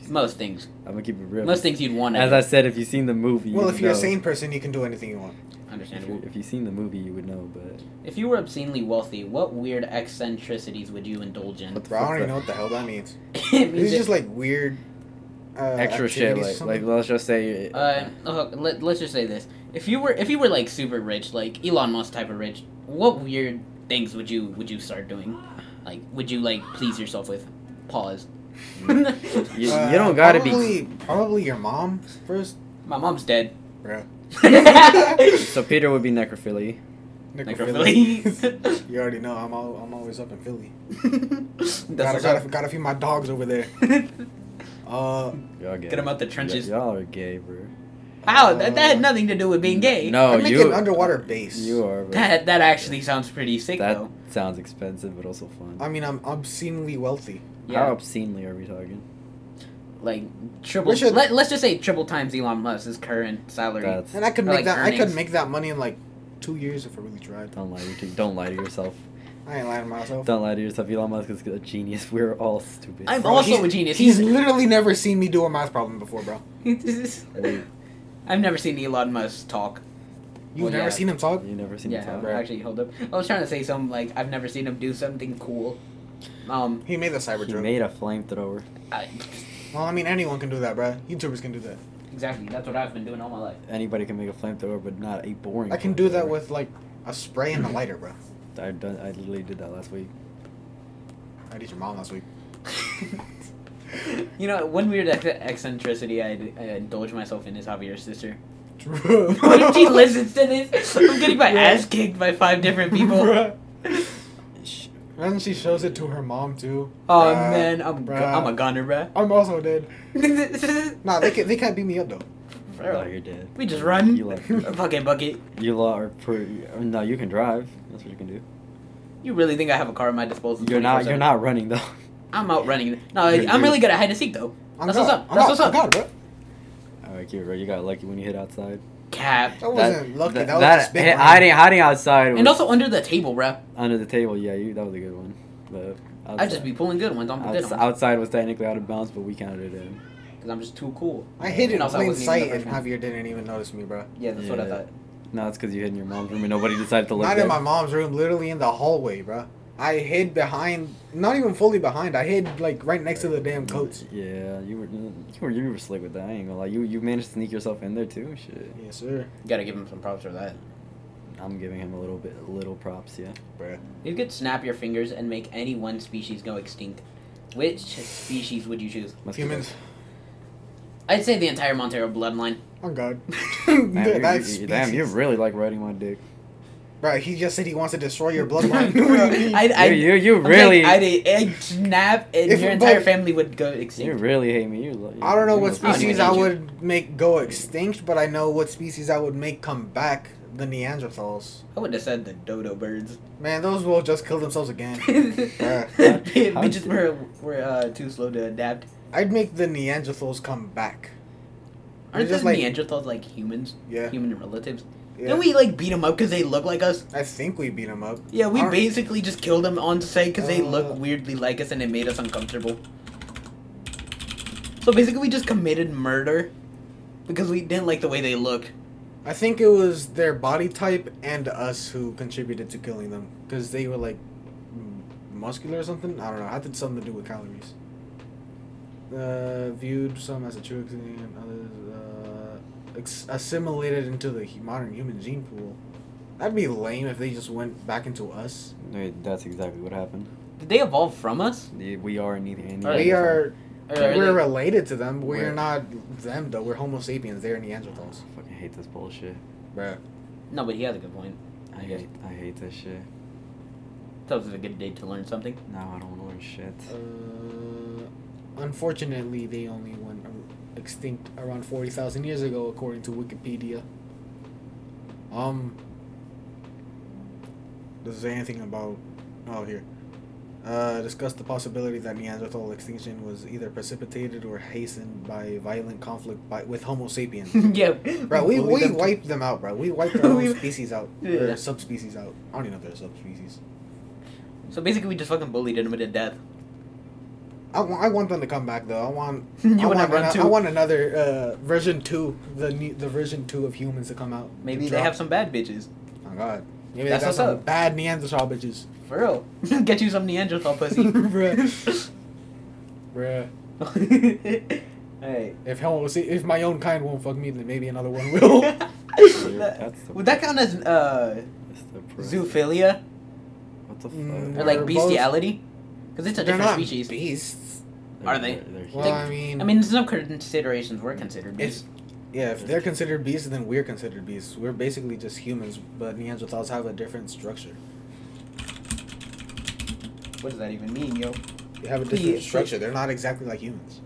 [SPEAKER 1] Most things.
[SPEAKER 2] I'm gonna keep it real.
[SPEAKER 1] Most things you'd want
[SPEAKER 2] As
[SPEAKER 1] to.
[SPEAKER 2] I said, if you've seen the movie,
[SPEAKER 3] Well,
[SPEAKER 2] you
[SPEAKER 3] if you're a
[SPEAKER 2] know.
[SPEAKER 3] sane person, you can do anything you want.
[SPEAKER 2] If,
[SPEAKER 1] Understandable.
[SPEAKER 2] you, if you've seen the movie, you would know, but
[SPEAKER 1] If you were obscenely wealthy, what weird eccentricities would you indulge in?
[SPEAKER 2] What the
[SPEAKER 3] Bro, I
[SPEAKER 2] fuck's
[SPEAKER 3] don't even
[SPEAKER 2] that?
[SPEAKER 3] know what the hell that means.
[SPEAKER 1] It means
[SPEAKER 3] It's
[SPEAKER 1] that-
[SPEAKER 3] just like weird. Uh,
[SPEAKER 2] extra shit.
[SPEAKER 3] activities or
[SPEAKER 2] Like, like
[SPEAKER 3] something.
[SPEAKER 2] let's just say,
[SPEAKER 1] Uh, oh, let, let's just say this: if you were, if you were like super rich, like Elon Musk type of rich, what weird things would you would you start doing? Like, would you like please yourself with? Pause.
[SPEAKER 2] you, you don't gotta
[SPEAKER 3] Uh, probably, be. Probably your mom first.
[SPEAKER 1] My mom's dead.
[SPEAKER 3] Bro.
[SPEAKER 1] Necrophily.
[SPEAKER 2] be. So Peter would be necrophily.
[SPEAKER 3] you already know I'm all, I'm always up in Philly.
[SPEAKER 1] That's
[SPEAKER 3] Gotta,
[SPEAKER 1] what's
[SPEAKER 3] gotta,
[SPEAKER 1] up.
[SPEAKER 3] gotta feed my dogs over there. Uh,
[SPEAKER 2] Y'all gay.
[SPEAKER 1] Get him out the trenches.
[SPEAKER 2] Y- y'all are gay, bro.
[SPEAKER 1] How? That, that had nothing to do with being gay.
[SPEAKER 2] No,
[SPEAKER 3] I'd make
[SPEAKER 2] Oh, you
[SPEAKER 3] an underwater base.
[SPEAKER 2] You are. Bro.
[SPEAKER 1] That that actually sounds pretty sick
[SPEAKER 2] That
[SPEAKER 1] though.
[SPEAKER 2] sounds expensive, but also fun.
[SPEAKER 3] I mean, I'm obscenely wealthy.
[SPEAKER 2] How
[SPEAKER 1] Yeah.
[SPEAKER 2] obscenely are we talking?
[SPEAKER 1] Like triple.
[SPEAKER 3] We should-
[SPEAKER 1] Let, let's just say triple times Elon Musk's current salary.
[SPEAKER 2] That's
[SPEAKER 3] And I could
[SPEAKER 1] Or,
[SPEAKER 3] make
[SPEAKER 1] like,
[SPEAKER 3] that. I
[SPEAKER 1] earnings.
[SPEAKER 3] could make that money in like two years if I really tried.
[SPEAKER 2] don't lie to don't lie to yourself.
[SPEAKER 3] I ain't lying to myself.
[SPEAKER 2] Don't lie to yourself. Elon Musk is a genius. We're all stupid.
[SPEAKER 1] I'm
[SPEAKER 3] Bro,
[SPEAKER 1] also
[SPEAKER 3] he's-
[SPEAKER 1] a genius.
[SPEAKER 3] He's
[SPEAKER 1] He's-
[SPEAKER 3] literally never seen me do a math problem before, bro.
[SPEAKER 1] I've never seen Elon Musk talk.
[SPEAKER 3] You've
[SPEAKER 1] Well,
[SPEAKER 3] never
[SPEAKER 1] yeah.
[SPEAKER 3] seen him talk.
[SPEAKER 2] You never seen
[SPEAKER 1] Yeah,
[SPEAKER 2] the top.
[SPEAKER 3] bro.
[SPEAKER 1] actually, hold up. I was trying to say something like I've never seen him do something cool. Um,
[SPEAKER 3] He made the cyber
[SPEAKER 2] He
[SPEAKER 3] joke.
[SPEAKER 2] made a flamethrower.
[SPEAKER 1] I,
[SPEAKER 3] well, I mean, anyone can do that, bro. YouTubers can do that.
[SPEAKER 1] exactly. That's what I've been doing all my life.
[SPEAKER 2] Anybody can make a flamethrower, but not a boring.
[SPEAKER 3] I can do that
[SPEAKER 2] flamethrower.
[SPEAKER 3] with like a spray and a lighter, bro.
[SPEAKER 2] I done. I literally did that last week.
[SPEAKER 3] I did your mom last week.
[SPEAKER 1] you know, one weird ec- eccentricity I, I indulge myself in is Javier's sister.
[SPEAKER 3] True.
[SPEAKER 1] What if she listens to this? I'm getting my
[SPEAKER 3] Yeah.
[SPEAKER 1] ass kicked by five different people.
[SPEAKER 3] Bruh. Imagine she shows it to her mom too.
[SPEAKER 1] Oh
[SPEAKER 3] Bruh.
[SPEAKER 1] man, I'm gu-
[SPEAKER 3] Bruh.
[SPEAKER 1] I'm a goner, bruh.
[SPEAKER 3] I'm also dead. Nah, they can, they can't beat me up though.
[SPEAKER 1] Bro.
[SPEAKER 2] No, you're dead.
[SPEAKER 1] We just run.
[SPEAKER 2] You lot,
[SPEAKER 1] a fucking bucket.
[SPEAKER 2] you lot are pretty. No, you can drive. That's what you can do.
[SPEAKER 1] You really think I have a car at my disposal?
[SPEAKER 2] You're not.
[SPEAKER 1] 24/7?
[SPEAKER 2] You're not running though.
[SPEAKER 1] I'm out running. No,
[SPEAKER 2] You're-
[SPEAKER 1] I'm really
[SPEAKER 2] you're-
[SPEAKER 1] good at hide and seek though.
[SPEAKER 3] On
[SPEAKER 1] That's
[SPEAKER 3] God.
[SPEAKER 1] what's up.
[SPEAKER 3] On
[SPEAKER 1] That's
[SPEAKER 3] God.
[SPEAKER 1] what's
[SPEAKER 3] On
[SPEAKER 1] up.
[SPEAKER 3] God, bro.
[SPEAKER 2] All right, cute, bro. You got lucky when you hit outside.
[SPEAKER 1] Cap.
[SPEAKER 3] That wasn't lucky. That, was just big
[SPEAKER 2] hit-
[SPEAKER 3] brain.
[SPEAKER 2] hiding hiding outside was
[SPEAKER 1] And also under the table, bro.
[SPEAKER 2] under the table. Yeah, you that was a good one. But outside,
[SPEAKER 1] I just be pulling good ones on
[SPEAKER 3] Oh,
[SPEAKER 1] the
[SPEAKER 2] outs-
[SPEAKER 1] dinner
[SPEAKER 2] outside was technically out of bounds, but we counted it in.
[SPEAKER 1] because I'm just too cool.
[SPEAKER 3] I hid in
[SPEAKER 1] And also, I
[SPEAKER 3] plain
[SPEAKER 1] wasn't even
[SPEAKER 3] sight
[SPEAKER 1] the
[SPEAKER 3] and
[SPEAKER 1] first one.
[SPEAKER 3] Javier didn't even notice me, bro.
[SPEAKER 1] Yeah, that's what I
[SPEAKER 2] Yeah.
[SPEAKER 1] thought.
[SPEAKER 2] No, it's because you hid in your mom's room and nobody decided to look.
[SPEAKER 3] Not
[SPEAKER 2] there.
[SPEAKER 3] in my mom's room, literally in the hallway, bro. I hid behind, not even fully behind. I hid like right next to the damn coats.
[SPEAKER 2] Yeah, you were you were you were slick with that. I ain't gonna lie. You you managed to sneak yourself in there too. Shit,
[SPEAKER 3] Yes, sir.
[SPEAKER 1] You gotta give him some props for that.
[SPEAKER 2] I'm giving him a little bit little props. Yeah.
[SPEAKER 1] You could snap your fingers and make any one species go extinct. Which species would you choose?
[SPEAKER 2] Must be
[SPEAKER 3] Humans.
[SPEAKER 1] I'd say the entire Montero bloodline.
[SPEAKER 3] On God.
[SPEAKER 2] Oh, Damn,
[SPEAKER 3] Dude,
[SPEAKER 2] you-
[SPEAKER 3] that
[SPEAKER 2] you- you- damn, you
[SPEAKER 3] species.
[SPEAKER 2] really like riding my dick.
[SPEAKER 3] Bro, he just said he wants to destroy your bloodline. What do you mean?
[SPEAKER 1] I'd, I'd,
[SPEAKER 2] you you, you
[SPEAKER 1] I'm
[SPEAKER 2] really
[SPEAKER 1] Like, I'd, I'd snap and
[SPEAKER 3] If-
[SPEAKER 1] your entire
[SPEAKER 3] but-
[SPEAKER 1] family would go
[SPEAKER 2] you
[SPEAKER 1] extinct.
[SPEAKER 2] really hate me. You, lo- you
[SPEAKER 3] I don't know
[SPEAKER 2] you
[SPEAKER 3] what
[SPEAKER 2] must be-
[SPEAKER 3] species
[SPEAKER 1] I
[SPEAKER 3] I
[SPEAKER 1] don't even
[SPEAKER 3] would make go extinct, but I know what species I would make come back. The Neanderthals.
[SPEAKER 1] I would have said the dodo birds.
[SPEAKER 3] Man, those will just kill themselves again.
[SPEAKER 1] Bi-
[SPEAKER 2] how
[SPEAKER 1] Bitches
[SPEAKER 2] d-
[SPEAKER 1] were, were uh, too slow to adapt.
[SPEAKER 3] I'd make the Neanderthals come back.
[SPEAKER 1] Aren't
[SPEAKER 3] just
[SPEAKER 1] those
[SPEAKER 3] like-
[SPEAKER 1] Neanderthals like humans?
[SPEAKER 3] Yeah.
[SPEAKER 1] Human relatives?
[SPEAKER 3] yeah.
[SPEAKER 1] Didn't we like beat them up because they look like us?
[SPEAKER 3] I think we beat them up.
[SPEAKER 1] Yeah, we
[SPEAKER 3] Aren't-
[SPEAKER 1] basically just killed them on site because they
[SPEAKER 3] Uh.
[SPEAKER 1] look weirdly like us and it made us uncomfortable. So basically, we just committed murder because we didn't like the way they looked.
[SPEAKER 3] I think it was their body type and us who contributed to killing them because they were like m- muscular or something. I don't know. I think something to do with calories. Uh, viewed some as a true extinction, others uh, ex- assimilated into the hu- modern human gene pool. That'd be lame if they just went back into us.
[SPEAKER 2] Wait, that's exactly what happened.
[SPEAKER 1] Did they evolve from us?
[SPEAKER 2] The- We are neither.
[SPEAKER 1] Right.
[SPEAKER 3] We are
[SPEAKER 1] Or are
[SPEAKER 3] we're
[SPEAKER 1] they-
[SPEAKER 3] related to them. We're,
[SPEAKER 2] We're-
[SPEAKER 3] not them though. We're Homo sapiens. They're Neanderthals.
[SPEAKER 2] I fucking hate this bullshit.
[SPEAKER 3] Bruh.
[SPEAKER 1] No, but he has a good point.
[SPEAKER 2] I hate I hate this shit.
[SPEAKER 1] That was a good day to learn something.
[SPEAKER 2] No, I don't want to learn shit.
[SPEAKER 3] Uh, unfortunately, they only went ar- extinct around 40,000 years ago, according to Wikipedia. Um, does it say anything about. Oh, here. Uh, discussed the possibility that Neanderthal extinction was either precipitated or hastened by violent conflict by, with Homo sapiens.
[SPEAKER 1] yeah.
[SPEAKER 3] Bro, we,
[SPEAKER 1] Bully
[SPEAKER 3] we
[SPEAKER 1] them to-
[SPEAKER 3] wiped them out, bro. We wiped our
[SPEAKER 1] We-
[SPEAKER 3] whole species out.
[SPEAKER 1] Yeah.
[SPEAKER 3] Or subspecies out. I don't even know if they're subspecies.
[SPEAKER 1] So basically, we just fucking bullied him to death.
[SPEAKER 3] I want, I want them to come back, though. I want
[SPEAKER 1] you
[SPEAKER 3] I
[SPEAKER 1] want to
[SPEAKER 3] want,
[SPEAKER 1] run
[SPEAKER 3] ano-
[SPEAKER 1] too?
[SPEAKER 3] I want another uh, version two, the ne- the version two of humans to come out.
[SPEAKER 1] Maybe
[SPEAKER 3] To
[SPEAKER 1] they
[SPEAKER 3] drop.
[SPEAKER 1] have some bad bitches.
[SPEAKER 3] Oh God. Maybe they
[SPEAKER 1] That's
[SPEAKER 3] got
[SPEAKER 1] what's
[SPEAKER 3] some
[SPEAKER 1] up.
[SPEAKER 3] bad Neanderthal bitches.
[SPEAKER 1] For real. Get you some Neanderthal pussy.
[SPEAKER 3] Bruh. Bruh.
[SPEAKER 1] Alright.
[SPEAKER 3] If hell, see, if my own kind won't fuck me, then maybe another one will.
[SPEAKER 1] That-
[SPEAKER 2] That's the-
[SPEAKER 1] Would that count as uh,
[SPEAKER 2] It's the pro-
[SPEAKER 1] zoophilia
[SPEAKER 2] What the fuck?
[SPEAKER 3] Mm,
[SPEAKER 1] or
[SPEAKER 3] They're
[SPEAKER 1] like
[SPEAKER 3] both-
[SPEAKER 1] bestiality? Because it's a
[SPEAKER 3] They're
[SPEAKER 1] different
[SPEAKER 3] not
[SPEAKER 1] species.
[SPEAKER 3] beasts.
[SPEAKER 1] Are they?
[SPEAKER 2] they're
[SPEAKER 3] Well,
[SPEAKER 2] human.
[SPEAKER 3] I mean,
[SPEAKER 1] I mean, there's no considerations we're considered
[SPEAKER 3] It's-
[SPEAKER 1] beasts.
[SPEAKER 3] yeah. If they're considered beasts, then we're considered beasts. We're basically just humans, but Neanderthals have a different structure.
[SPEAKER 1] What does that even mean, yo?
[SPEAKER 3] They have a different
[SPEAKER 1] Yeah.
[SPEAKER 3] structure. They're not exactly like humans.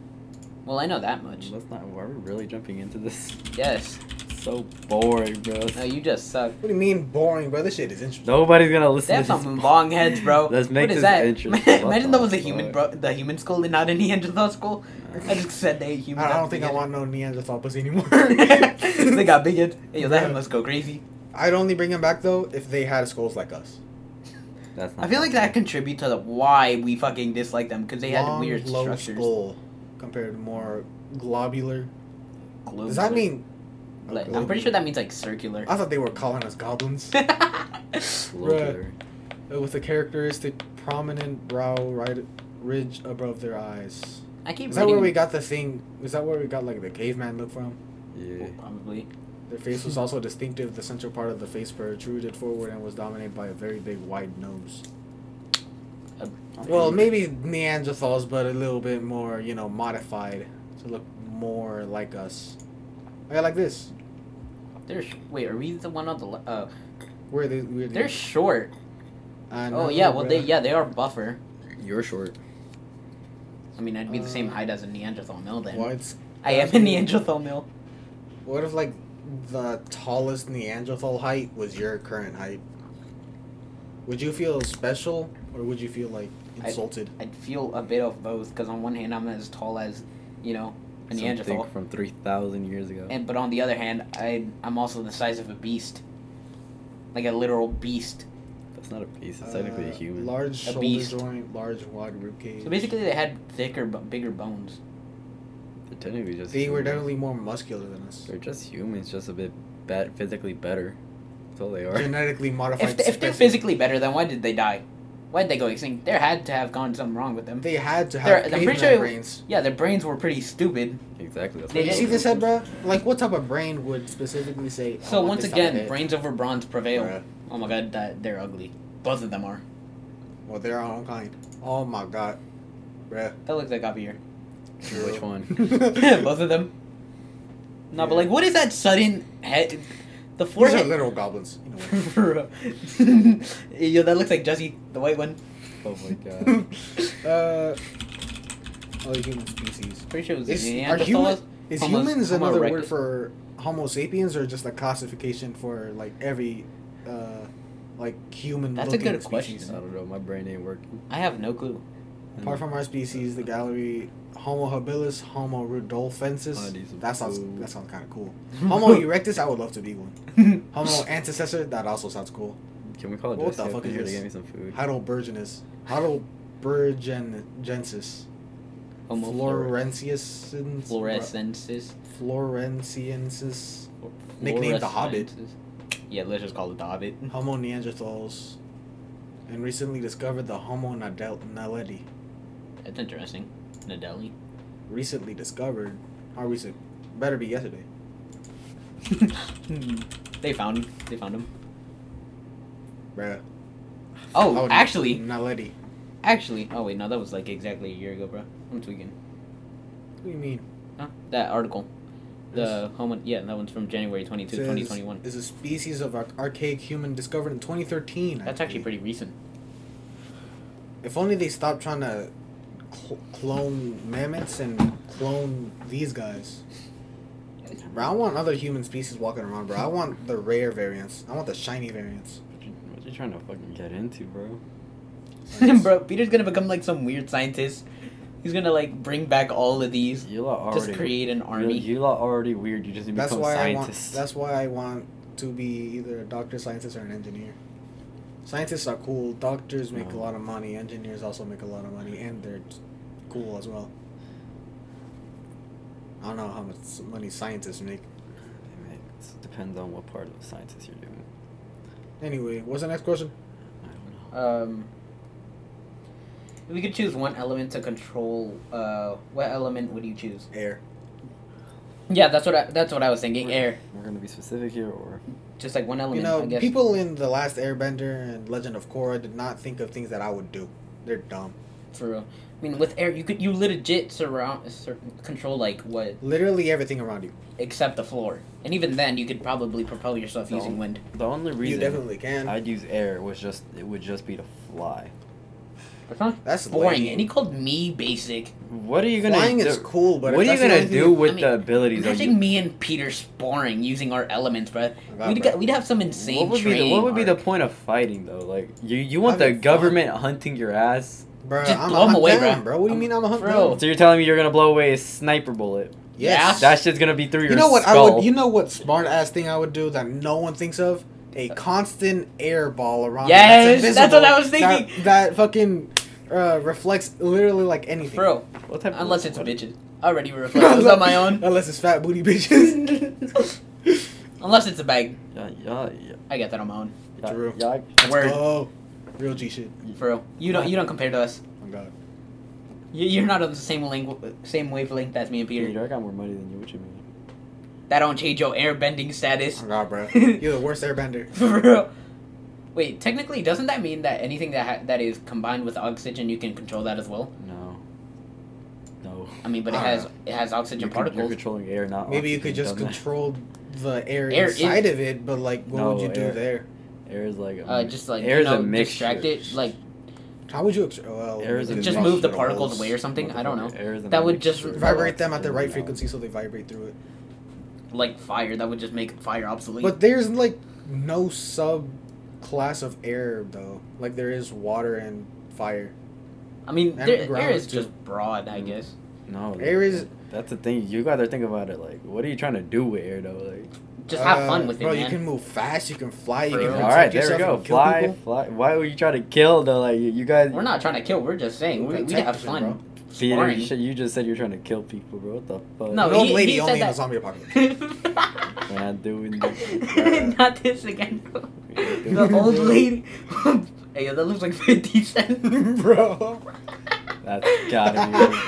[SPEAKER 1] Well, I know that much.
[SPEAKER 2] Let's not. Why are we really jumping into this?
[SPEAKER 1] Yes.
[SPEAKER 2] So boring, bro.
[SPEAKER 1] No, you just suck.
[SPEAKER 3] What do you mean boring, bro? This shit is interesting.
[SPEAKER 2] Nobody's gonna listen.
[SPEAKER 1] They have
[SPEAKER 2] to this.
[SPEAKER 1] some long heads, bro.
[SPEAKER 2] Let's make
[SPEAKER 1] what is
[SPEAKER 2] this
[SPEAKER 1] that?
[SPEAKER 2] interesting. What
[SPEAKER 1] Imagine
[SPEAKER 2] the
[SPEAKER 1] that was a human,
[SPEAKER 2] fuck?
[SPEAKER 1] bro. The human skull and not a Neanderthal skull. I just said they human.
[SPEAKER 3] I don't think I want no Neanderthal pussy anymore.
[SPEAKER 1] they got big heads. Hey, yo, that
[SPEAKER 3] Bruh.
[SPEAKER 1] head must go crazy.
[SPEAKER 3] I'd only bring him back though if they had skulls like us.
[SPEAKER 2] That's not
[SPEAKER 1] I feel like that
[SPEAKER 2] possible.
[SPEAKER 1] contribute to the why we fucking dislike them because they had
[SPEAKER 3] Long,
[SPEAKER 1] weird
[SPEAKER 3] low
[SPEAKER 1] structures.
[SPEAKER 3] skull compared to more globular.
[SPEAKER 1] Globes
[SPEAKER 3] Does that
[SPEAKER 1] were-
[SPEAKER 3] mean?
[SPEAKER 1] like, I'm pretty sure that means like circular.
[SPEAKER 3] I thought they were calling us goblins
[SPEAKER 2] Globular.
[SPEAKER 3] Uh, with a characteristic prominent brow right ridge above their eyes.
[SPEAKER 1] I keep
[SPEAKER 3] Is
[SPEAKER 1] reading.
[SPEAKER 3] that where we got the thing? Is that where we got like the caveman look from?
[SPEAKER 2] Yeah.
[SPEAKER 1] Probably.
[SPEAKER 3] Their face was also distinctive. The central part of the face protruded forward and was dominated by a very big, wide nose.
[SPEAKER 1] A-
[SPEAKER 3] Well, maybe Neanderthals, but a little bit more, you know, modified to look more like us. Yeah, like this.
[SPEAKER 1] There's wait, are we the one on the le- uh?
[SPEAKER 3] Where they? Where
[SPEAKER 1] They're short.
[SPEAKER 3] I
[SPEAKER 1] Oh
[SPEAKER 3] know,
[SPEAKER 1] yeah, well they
[SPEAKER 3] bruh.
[SPEAKER 1] yeah they are buffer.
[SPEAKER 2] You're short.
[SPEAKER 1] I mean, I'd be the same
[SPEAKER 3] Uh,
[SPEAKER 1] height as a Neanderthal male then.
[SPEAKER 3] Well, it's
[SPEAKER 1] I am a Neanderthal male.
[SPEAKER 3] What if like the tallest Neanderthal height was your current height? Would you feel special or would you feel like
[SPEAKER 1] I-
[SPEAKER 3] insulted?
[SPEAKER 1] I'd feel a bit of both because on one hand I'm as tall as, you know, a Neanderthal,
[SPEAKER 2] Something from three thousand years ago.
[SPEAKER 1] and but on the other hand I I'm also the size of a beast, like a literal beast.
[SPEAKER 2] That's not a piece. It's technically a
[SPEAKER 3] Uh,
[SPEAKER 2] human.
[SPEAKER 3] Large shoulder
[SPEAKER 1] beast.
[SPEAKER 3] joint, large wide rib cage.
[SPEAKER 1] So basically they had thicker, but bigger bones.
[SPEAKER 2] They're technically just.
[SPEAKER 3] they were
[SPEAKER 2] humans.
[SPEAKER 3] definitely more muscular than us.
[SPEAKER 2] They're just humans, just a bit bet physically better. That's all they are.
[SPEAKER 3] Genetically modified.
[SPEAKER 1] If, if they're
[SPEAKER 3] specimen.
[SPEAKER 1] physically better, then why did they die? Why did they go extinct? There had to have gone something wrong with them.
[SPEAKER 3] they had to
[SPEAKER 1] They're-
[SPEAKER 3] have
[SPEAKER 1] I'm
[SPEAKER 3] caveman
[SPEAKER 1] pretty sure-
[SPEAKER 3] brains.
[SPEAKER 1] Yeah, their brains were pretty stupid.
[SPEAKER 2] Exactly. That's
[SPEAKER 1] They
[SPEAKER 2] what
[SPEAKER 3] Did you
[SPEAKER 1] did.
[SPEAKER 3] see this head, bro? Like, what type of brain would specifically say? "Oh, "I
[SPEAKER 1] So
[SPEAKER 3] want
[SPEAKER 1] once
[SPEAKER 3] this type of
[SPEAKER 1] again,
[SPEAKER 3] head,"
[SPEAKER 1] brains over bronze prevail.
[SPEAKER 3] bruh?
[SPEAKER 1] Oh my god, that, they're ugly. Both of them are.
[SPEAKER 3] Well, they're our own kind. Oh my god, bruh.
[SPEAKER 1] That looks like Javier.
[SPEAKER 2] Which one?
[SPEAKER 1] Both of them. No, but
[SPEAKER 3] Yeah.
[SPEAKER 1] like, what is that sudden head? The
[SPEAKER 3] These are
[SPEAKER 1] forehead.
[SPEAKER 3] literal goblins. You know what?
[SPEAKER 1] For real. Yo, that looks like Jesse, the white one.
[SPEAKER 2] Oh my god.
[SPEAKER 3] uh, other human species.
[SPEAKER 1] Pretty sure it was
[SPEAKER 3] Is, are
[SPEAKER 1] Neanderthals.
[SPEAKER 3] human, is
[SPEAKER 1] Homo-
[SPEAKER 3] humans
[SPEAKER 1] Homo
[SPEAKER 3] another word
[SPEAKER 1] erectus.
[SPEAKER 3] for Homo sapiens, or just a classification for like every, uh, like human?
[SPEAKER 1] That's a
[SPEAKER 3] looking
[SPEAKER 1] good question.
[SPEAKER 2] I don't know. My brain ain't working.
[SPEAKER 1] I have no clue.
[SPEAKER 3] Apart from our species, the gallery Homo habilis, Homo
[SPEAKER 2] Oh,
[SPEAKER 3] rudolfensis.
[SPEAKER 2] these are
[SPEAKER 3] That sounds
[SPEAKER 2] cool.
[SPEAKER 3] that sounds kind of cool. Homo erectus, I would love to be one. Homo antecessor, that also sounds cool.
[SPEAKER 2] Mm. Can we call it
[SPEAKER 3] What the
[SPEAKER 2] Jesse up
[SPEAKER 3] fuck
[SPEAKER 2] in
[SPEAKER 3] is
[SPEAKER 2] here to
[SPEAKER 3] this?
[SPEAKER 2] get me some food?
[SPEAKER 3] Heidelbergensis, Heidelbergensis,
[SPEAKER 1] Homo
[SPEAKER 3] Florentiensis,
[SPEAKER 1] fluorescensis.
[SPEAKER 3] Florentiensis, Nicknamed the Hobbit.
[SPEAKER 1] Fluorescensis. Yeah, let's just call it the Hobbit.
[SPEAKER 3] Homo neanderthals, and recently discovered the Homo nadel- naledi.
[SPEAKER 1] That's interesting. Nadelli.
[SPEAKER 3] Recently discovered, how recent? Better be yesterday.
[SPEAKER 1] they found him. They found him.
[SPEAKER 3] Bruh.
[SPEAKER 1] Oh, actually,
[SPEAKER 3] Naledi.
[SPEAKER 1] actually. Oh wait, no, that was like exactly a year ago, bro. I'm tweaking.
[SPEAKER 3] What do you mean?
[SPEAKER 1] Huh? That article. The homo. Yeah, that one's from January 22,
[SPEAKER 3] says
[SPEAKER 1] 2021.
[SPEAKER 3] is a species of ar- archaic human discovered in 2013. I
[SPEAKER 1] That's actually
[SPEAKER 3] believe.
[SPEAKER 1] pretty recent.
[SPEAKER 3] If only they stopped trying to cl- clone mammoths and clone these guys. Bro, I want other human species walking around, bro. I want the rare variants. I want the shiny variants.
[SPEAKER 2] What you, what you trying to fucking get into, bro?
[SPEAKER 1] bro, Peter's gonna become like some weird scientist. He's gonna like bring back all of these.
[SPEAKER 2] You lot already.
[SPEAKER 1] Just create an
[SPEAKER 2] you-
[SPEAKER 1] army.
[SPEAKER 2] You lot already weird. You just need to
[SPEAKER 3] That's
[SPEAKER 2] become
[SPEAKER 3] why
[SPEAKER 2] scientists.
[SPEAKER 3] I want. That's why I want to be either a doctor, scientist, or an engineer. Scientists are cool. Doctors make a
[SPEAKER 2] No.
[SPEAKER 3] lot of money. Engineers also make a lot of money, and they're t- cool as well. I don't know how much s- money scientists make.
[SPEAKER 2] It makes- depends on what part of scientists you're doing.
[SPEAKER 3] Anyway, what's the next question?
[SPEAKER 2] I don't know.
[SPEAKER 1] Um. If we could choose one element to control, uh, what element would you choose?
[SPEAKER 3] Air.
[SPEAKER 1] Yeah, that's what I, that's what I was thinking. Air,
[SPEAKER 2] We're gonna be specific here, or
[SPEAKER 1] just like one
[SPEAKER 3] You
[SPEAKER 1] element. I
[SPEAKER 3] know,
[SPEAKER 1] guess.
[SPEAKER 3] people in the last Airbender and Legend of Korra did not think of things that I would do. They're dumb.
[SPEAKER 1] For real. I mean, with air, you could you legit surround sur- control like what
[SPEAKER 3] Literally everything around you.
[SPEAKER 1] except the floor, and even then you could probably propel yourself
[SPEAKER 2] No.
[SPEAKER 1] using wind.
[SPEAKER 2] the only
[SPEAKER 3] You
[SPEAKER 2] reason
[SPEAKER 3] definitely can.
[SPEAKER 2] I'd use air was just it would just be to fly.
[SPEAKER 1] That's not
[SPEAKER 3] That's
[SPEAKER 1] boring.
[SPEAKER 3] lame.
[SPEAKER 1] And he called me basic.
[SPEAKER 2] What are you gonna
[SPEAKER 3] Flying
[SPEAKER 2] do?
[SPEAKER 3] is cool, but if
[SPEAKER 2] what are you
[SPEAKER 3] that's the
[SPEAKER 2] gonna
[SPEAKER 3] only thing
[SPEAKER 2] do
[SPEAKER 3] you-
[SPEAKER 2] with
[SPEAKER 1] I
[SPEAKER 2] the
[SPEAKER 1] mean,
[SPEAKER 2] abilities? Are
[SPEAKER 1] Imagine
[SPEAKER 2] you,
[SPEAKER 1] me and Peter sparring using our elements, bro.
[SPEAKER 3] Oh, God,
[SPEAKER 1] we'd
[SPEAKER 3] bro.
[SPEAKER 1] get, we'd have some insane.
[SPEAKER 2] what would be the,
[SPEAKER 1] training
[SPEAKER 2] what would be the
[SPEAKER 1] arc.
[SPEAKER 2] point of fighting though? Like you you want the
[SPEAKER 3] Having fun.
[SPEAKER 2] government hunting your ass?
[SPEAKER 3] Bruh,
[SPEAKER 1] Just
[SPEAKER 3] I'm
[SPEAKER 1] blow
[SPEAKER 3] a
[SPEAKER 1] 'em
[SPEAKER 3] hunt
[SPEAKER 1] away,
[SPEAKER 3] down,
[SPEAKER 1] bruh.
[SPEAKER 3] bro. What do you
[SPEAKER 1] I'm-
[SPEAKER 3] mean I'm a hunt
[SPEAKER 1] bro.
[SPEAKER 3] down?
[SPEAKER 2] So you're telling me you're gonna blow away a sniper bullet?
[SPEAKER 1] Yeah.
[SPEAKER 3] Yes.
[SPEAKER 2] That shit's gonna be through your
[SPEAKER 3] You know what
[SPEAKER 2] skull.
[SPEAKER 3] I would you know what smart ass thing I would do that no one thinks of? A constant air ball around. you
[SPEAKER 1] Yes, that's what I was
[SPEAKER 3] invisible, that-
[SPEAKER 1] thinking.
[SPEAKER 3] That, fucking uh, reflects literally like anything.
[SPEAKER 1] bro?
[SPEAKER 2] What type of-
[SPEAKER 1] Unless it's
[SPEAKER 2] what-
[SPEAKER 1] bitches. I already reflect this on my own.
[SPEAKER 3] Unless it's fat booty bitches.
[SPEAKER 1] Unless it's a bag,
[SPEAKER 2] Yeah, yeah, yeah,
[SPEAKER 1] I get that on my own.
[SPEAKER 2] yeah,
[SPEAKER 3] True.
[SPEAKER 2] yeah.
[SPEAKER 1] Word,
[SPEAKER 3] Oh, real G shit.
[SPEAKER 1] for real. You don't you don't compare to us.
[SPEAKER 3] Oh my god.
[SPEAKER 1] You- You're not on the same lingu- same wavelength as me and Peter.
[SPEAKER 2] Peter, I got more money than you. What you mean?
[SPEAKER 1] That don't change your airbending
[SPEAKER 3] Oh
[SPEAKER 1] status.
[SPEAKER 3] my god, bro. You're the worst airbender.
[SPEAKER 1] For real. Wait, technically, doesn't that mean that anything that ha- that is combined with oxygen, you can control that as well?
[SPEAKER 2] No. No.
[SPEAKER 1] I mean, but it
[SPEAKER 3] I
[SPEAKER 1] has
[SPEAKER 2] Uh,
[SPEAKER 3] don't
[SPEAKER 1] it has oxygen
[SPEAKER 2] You're, con- you're
[SPEAKER 1] particles.
[SPEAKER 2] controlling air, not
[SPEAKER 3] Maybe you
[SPEAKER 2] oxygen,
[SPEAKER 3] could just
[SPEAKER 2] dumbass.
[SPEAKER 3] control the air,
[SPEAKER 1] Air in-
[SPEAKER 3] inside of it, but like, what would
[SPEAKER 2] No,
[SPEAKER 3] you do
[SPEAKER 2] air.
[SPEAKER 3] there?
[SPEAKER 2] Air is like a
[SPEAKER 1] uh,
[SPEAKER 2] mi-
[SPEAKER 1] just like
[SPEAKER 2] air
[SPEAKER 1] you
[SPEAKER 2] is
[SPEAKER 1] know,
[SPEAKER 2] a mixture.
[SPEAKER 1] distract it, like
[SPEAKER 3] How would you? Ex- well,
[SPEAKER 2] Air is a
[SPEAKER 3] maybe
[SPEAKER 1] just
[SPEAKER 2] mixture.
[SPEAKER 1] move the
[SPEAKER 3] holes.
[SPEAKER 1] particles away or something. I don't know.
[SPEAKER 2] Air is a
[SPEAKER 1] That would just-
[SPEAKER 2] mixture of
[SPEAKER 3] Vibrate them at the
[SPEAKER 2] oxygen
[SPEAKER 3] right
[SPEAKER 2] and
[SPEAKER 3] frequency so they vibrate through it.
[SPEAKER 1] like fire that would just make fire obsolete.
[SPEAKER 3] But there's like no sub class of air though. Like there is water and fire.
[SPEAKER 1] I mean,
[SPEAKER 3] and
[SPEAKER 1] there, air
[SPEAKER 3] ground,
[SPEAKER 1] is
[SPEAKER 3] too.
[SPEAKER 1] just broad,
[SPEAKER 2] Mm.
[SPEAKER 1] I guys.
[SPEAKER 2] No,
[SPEAKER 3] Air is-
[SPEAKER 2] That's the thing. You gotta think about it. Like, what are you trying to do with air though? Like,
[SPEAKER 1] Just have
[SPEAKER 3] Uh,
[SPEAKER 1] fun with it,
[SPEAKER 3] bro,
[SPEAKER 1] man.
[SPEAKER 3] you can move fast. You can fly. You
[SPEAKER 1] For
[SPEAKER 3] can
[SPEAKER 1] real.
[SPEAKER 2] all
[SPEAKER 1] Protect
[SPEAKER 2] right, there we
[SPEAKER 3] yourself
[SPEAKER 2] go.
[SPEAKER 3] and kill
[SPEAKER 2] Fly,
[SPEAKER 3] people.
[SPEAKER 2] fly. Why were you trying to kill though? Like, you, you guys.
[SPEAKER 1] We're not trying to kill. We're just saying we, we
[SPEAKER 3] Protect
[SPEAKER 1] have
[SPEAKER 3] it,
[SPEAKER 1] fun.
[SPEAKER 2] Peter,
[SPEAKER 1] sparring.
[SPEAKER 2] you, should, you just said you're trying to kill people, bro. What the fuck?
[SPEAKER 1] No,
[SPEAKER 3] An
[SPEAKER 1] he-
[SPEAKER 3] old
[SPEAKER 1] he
[SPEAKER 3] lady
[SPEAKER 1] said
[SPEAKER 3] only in a
[SPEAKER 1] that-
[SPEAKER 3] zombie apocalypse.
[SPEAKER 2] We're not doing this.
[SPEAKER 1] Not this again, bro.
[SPEAKER 2] We're
[SPEAKER 1] The
[SPEAKER 2] not
[SPEAKER 1] old
[SPEAKER 2] doing this.
[SPEAKER 1] lady. hey, yo, that looks like 50 Cent.
[SPEAKER 3] bro.
[SPEAKER 2] That's gotta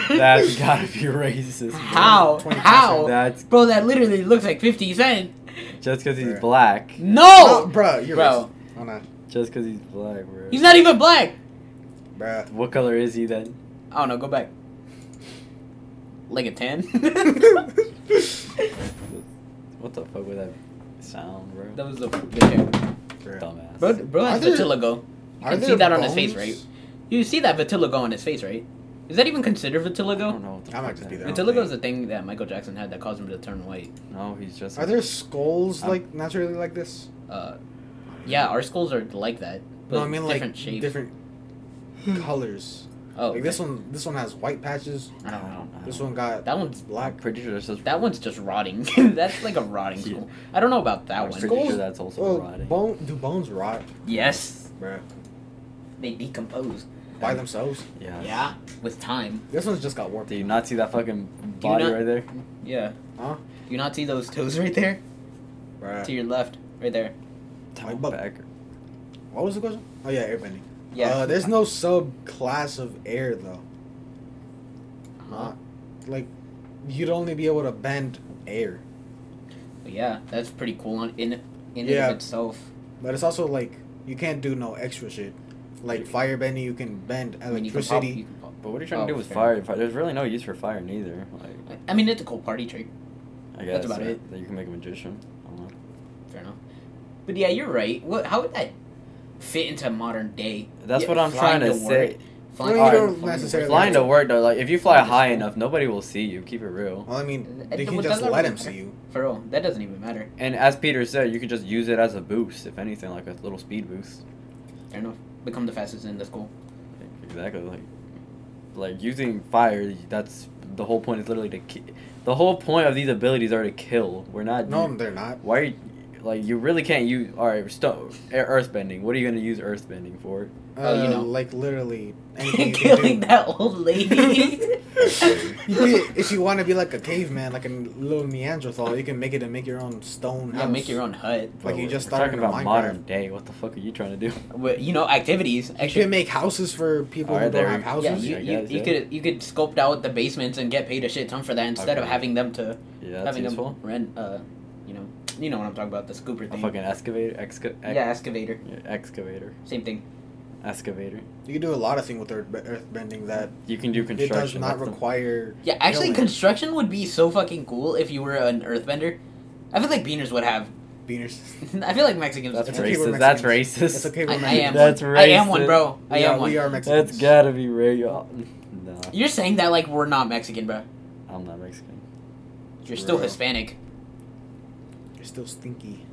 [SPEAKER 2] be. That's gotta be racist. Bro.
[SPEAKER 1] How?
[SPEAKER 3] 20%.
[SPEAKER 1] How?
[SPEAKER 2] That's
[SPEAKER 1] Bro, that literally looks like 50 Cent.
[SPEAKER 2] just because he's
[SPEAKER 3] Bruh.
[SPEAKER 2] black.
[SPEAKER 3] Oh,
[SPEAKER 1] No!
[SPEAKER 3] bro, you're
[SPEAKER 1] Bro.
[SPEAKER 3] bro. Racist. Oh, no.
[SPEAKER 2] Just because he's black, bro.
[SPEAKER 1] He's not even black!
[SPEAKER 3] bro.
[SPEAKER 2] What color is he then?
[SPEAKER 1] I don't know, go back. Like a 10?
[SPEAKER 2] What the fuck was that sound, bro?
[SPEAKER 1] that was a good hair.
[SPEAKER 3] Bro.
[SPEAKER 2] Dumbass.
[SPEAKER 1] Bro, bro
[SPEAKER 3] Are
[SPEAKER 1] has
[SPEAKER 3] there-
[SPEAKER 1] vitiligo. You
[SPEAKER 3] Are
[SPEAKER 1] can see
[SPEAKER 3] there
[SPEAKER 1] that on his face,
[SPEAKER 3] bones?
[SPEAKER 1] You see that vitiligo on his face, right? Is that even considered
[SPEAKER 2] I don't
[SPEAKER 1] vitiligo?
[SPEAKER 2] know. What the
[SPEAKER 3] I might
[SPEAKER 2] fuck
[SPEAKER 3] just
[SPEAKER 2] that
[SPEAKER 3] be there.
[SPEAKER 2] is.
[SPEAKER 1] Vitiligo is the thing that Michael Jackson had that caused him to turn white.
[SPEAKER 2] No, he's just.
[SPEAKER 3] Are there skulls
[SPEAKER 2] I'm-
[SPEAKER 3] like naturally like this?
[SPEAKER 1] Uh, yeah, our skulls are like that, but
[SPEAKER 3] No, I mean like
[SPEAKER 1] different shapes.
[SPEAKER 3] different colors.
[SPEAKER 1] oh, Uh,
[SPEAKER 3] Like this one, this one has white patches.
[SPEAKER 2] I don't, I don't,
[SPEAKER 3] This one got
[SPEAKER 1] That one's
[SPEAKER 2] I'm
[SPEAKER 3] black.
[SPEAKER 2] pretty sure that's just.
[SPEAKER 1] that one's just rotting. that's like a rotting
[SPEAKER 2] Yeah.
[SPEAKER 1] skull. I don't know about that
[SPEAKER 2] I'm
[SPEAKER 1] one.
[SPEAKER 2] pretty
[SPEAKER 3] Skulls-
[SPEAKER 2] sure that's also
[SPEAKER 3] Oh,
[SPEAKER 2] rotting.
[SPEAKER 3] bone? Do bones rot,
[SPEAKER 1] Yes,
[SPEAKER 3] bro?
[SPEAKER 1] they decompose.
[SPEAKER 3] By themselves?
[SPEAKER 2] yeah.
[SPEAKER 1] Yeah, with time.
[SPEAKER 3] This one's just got warped.
[SPEAKER 2] Do you not see that fucking body
[SPEAKER 1] not-
[SPEAKER 2] right there?
[SPEAKER 1] Yeah.
[SPEAKER 3] Huh?
[SPEAKER 1] Do you not see those toes right there
[SPEAKER 3] Bro.
[SPEAKER 1] to your left, right there?
[SPEAKER 3] Like,
[SPEAKER 2] Tom
[SPEAKER 3] but-
[SPEAKER 2] Becker.
[SPEAKER 3] What was the question? Oh yeah, airbending.
[SPEAKER 1] Yeah.
[SPEAKER 3] Uh, there's no subclass of air though.
[SPEAKER 1] Huh?
[SPEAKER 3] Like, you'd only be able to bend air,
[SPEAKER 1] But yeah, that's pretty cool on in in and
[SPEAKER 3] Yeah.
[SPEAKER 1] of itself.
[SPEAKER 3] but it's also like you can't do no extra shit. Like fire bending, you can bend
[SPEAKER 1] I mean, you can pop. You
[SPEAKER 3] electricity.
[SPEAKER 1] can pop.
[SPEAKER 2] But what are you trying to
[SPEAKER 1] Oh,
[SPEAKER 2] do with
[SPEAKER 1] fair.
[SPEAKER 2] fire? Fi- There's really no use for fire neither. Like,
[SPEAKER 1] I mean, it's a cool party trick.
[SPEAKER 2] I guess
[SPEAKER 1] That's about
[SPEAKER 2] that-
[SPEAKER 1] it.
[SPEAKER 2] That you can make a magician. I don't know.
[SPEAKER 1] Fair enough. But yeah, you're right. What? How would that fit into modern day?
[SPEAKER 2] That's
[SPEAKER 1] Yeah,
[SPEAKER 2] what I'm
[SPEAKER 1] flying
[SPEAKER 2] trying to
[SPEAKER 1] work,
[SPEAKER 2] say.
[SPEAKER 1] Flying,
[SPEAKER 2] Well, you
[SPEAKER 1] flying-
[SPEAKER 3] don't necessarily
[SPEAKER 2] Flying to
[SPEAKER 3] Yeah.
[SPEAKER 2] work though, like if you fly
[SPEAKER 1] Flying to
[SPEAKER 2] high
[SPEAKER 1] school.
[SPEAKER 2] enough, nobody will see you. Keep it real.
[SPEAKER 3] Well, I mean,
[SPEAKER 1] It-
[SPEAKER 3] they
[SPEAKER 1] it
[SPEAKER 3] can just
[SPEAKER 1] doesn't
[SPEAKER 3] let
[SPEAKER 1] really
[SPEAKER 3] him see you.
[SPEAKER 1] For real, that doesn't even matter.
[SPEAKER 2] And as Peter said, you can just use it as a boost, if anything, like a little speed boost.
[SPEAKER 1] Fair enough. Become the fastest in the school.
[SPEAKER 2] Exactly. Like, like using fire. That's the whole point. Is literally to. Ki- the whole point of these abilities are to kill. We're not.
[SPEAKER 3] No, they're not.
[SPEAKER 2] Why? Are you, like you really can't use. All right, stone e, earth bending. What are you gonna use earth bending for?
[SPEAKER 1] Oh, you
[SPEAKER 3] Uh,
[SPEAKER 1] know.
[SPEAKER 3] like literally anything you can
[SPEAKER 1] Killing
[SPEAKER 3] do.
[SPEAKER 1] that old lady.
[SPEAKER 3] You could- if you want to be like a caveman, like a little Neanderthal, you can make it and make your own stone
[SPEAKER 1] yeah,
[SPEAKER 3] house.
[SPEAKER 1] make your own hut.
[SPEAKER 3] Like you
[SPEAKER 2] We're
[SPEAKER 3] just
[SPEAKER 2] talking
[SPEAKER 3] started
[SPEAKER 2] about
[SPEAKER 3] Minecraft.
[SPEAKER 2] modern day. What the fuck are you trying to do?
[SPEAKER 1] With, you know, activities.
[SPEAKER 3] You
[SPEAKER 1] Actually,
[SPEAKER 3] can make houses for people
[SPEAKER 2] Alright,
[SPEAKER 3] who don't
[SPEAKER 2] there
[SPEAKER 3] have
[SPEAKER 2] we-
[SPEAKER 1] yeah,
[SPEAKER 3] houses.
[SPEAKER 1] you,
[SPEAKER 2] I
[SPEAKER 1] you,
[SPEAKER 2] guess,
[SPEAKER 1] you
[SPEAKER 2] yeah.
[SPEAKER 1] could you could sculpt out the basements and get paid a shit ton for that instead of
[SPEAKER 2] Okay.
[SPEAKER 1] having them to
[SPEAKER 2] Yeah, that's
[SPEAKER 1] having
[SPEAKER 2] useful.
[SPEAKER 1] them rent. Uh, you know, you know what I'm talking about the scooper
[SPEAKER 2] A
[SPEAKER 1] thing.
[SPEAKER 2] fucking excavator. Exca- ex-
[SPEAKER 1] yeah, excavator.
[SPEAKER 2] yeah, excavator.
[SPEAKER 1] Same thing.
[SPEAKER 2] Excavator.
[SPEAKER 3] You can do a lot of things with earth earthbending that
[SPEAKER 2] You can do
[SPEAKER 3] it does
[SPEAKER 2] construction.
[SPEAKER 3] not
[SPEAKER 2] that's the-
[SPEAKER 3] require.
[SPEAKER 1] Yeah, actually,
[SPEAKER 3] Building.
[SPEAKER 1] construction would be so fucking cool if you were an earthbender. I feel like beaners would have.
[SPEAKER 3] beaners.
[SPEAKER 1] I feel like Mexicans.
[SPEAKER 2] That's
[SPEAKER 1] would
[SPEAKER 3] It's okay, we're
[SPEAKER 2] racist. That's
[SPEAKER 3] Mexicans.
[SPEAKER 2] racist.
[SPEAKER 3] It's okay.
[SPEAKER 1] I,
[SPEAKER 3] We're
[SPEAKER 1] I
[SPEAKER 3] Mexicans.
[SPEAKER 1] am.
[SPEAKER 2] That's
[SPEAKER 1] one. I am one,
[SPEAKER 2] racist.
[SPEAKER 1] bro. I
[SPEAKER 3] we
[SPEAKER 1] am
[SPEAKER 3] are,
[SPEAKER 1] one.
[SPEAKER 3] We are Mexicans.
[SPEAKER 2] That's gotta be real. No,
[SPEAKER 1] You're saying that like we're not Mexican, bro.
[SPEAKER 2] I'm not Mexican.
[SPEAKER 1] You're still
[SPEAKER 3] Bro.
[SPEAKER 1] Hispanic.
[SPEAKER 3] You're still stinky.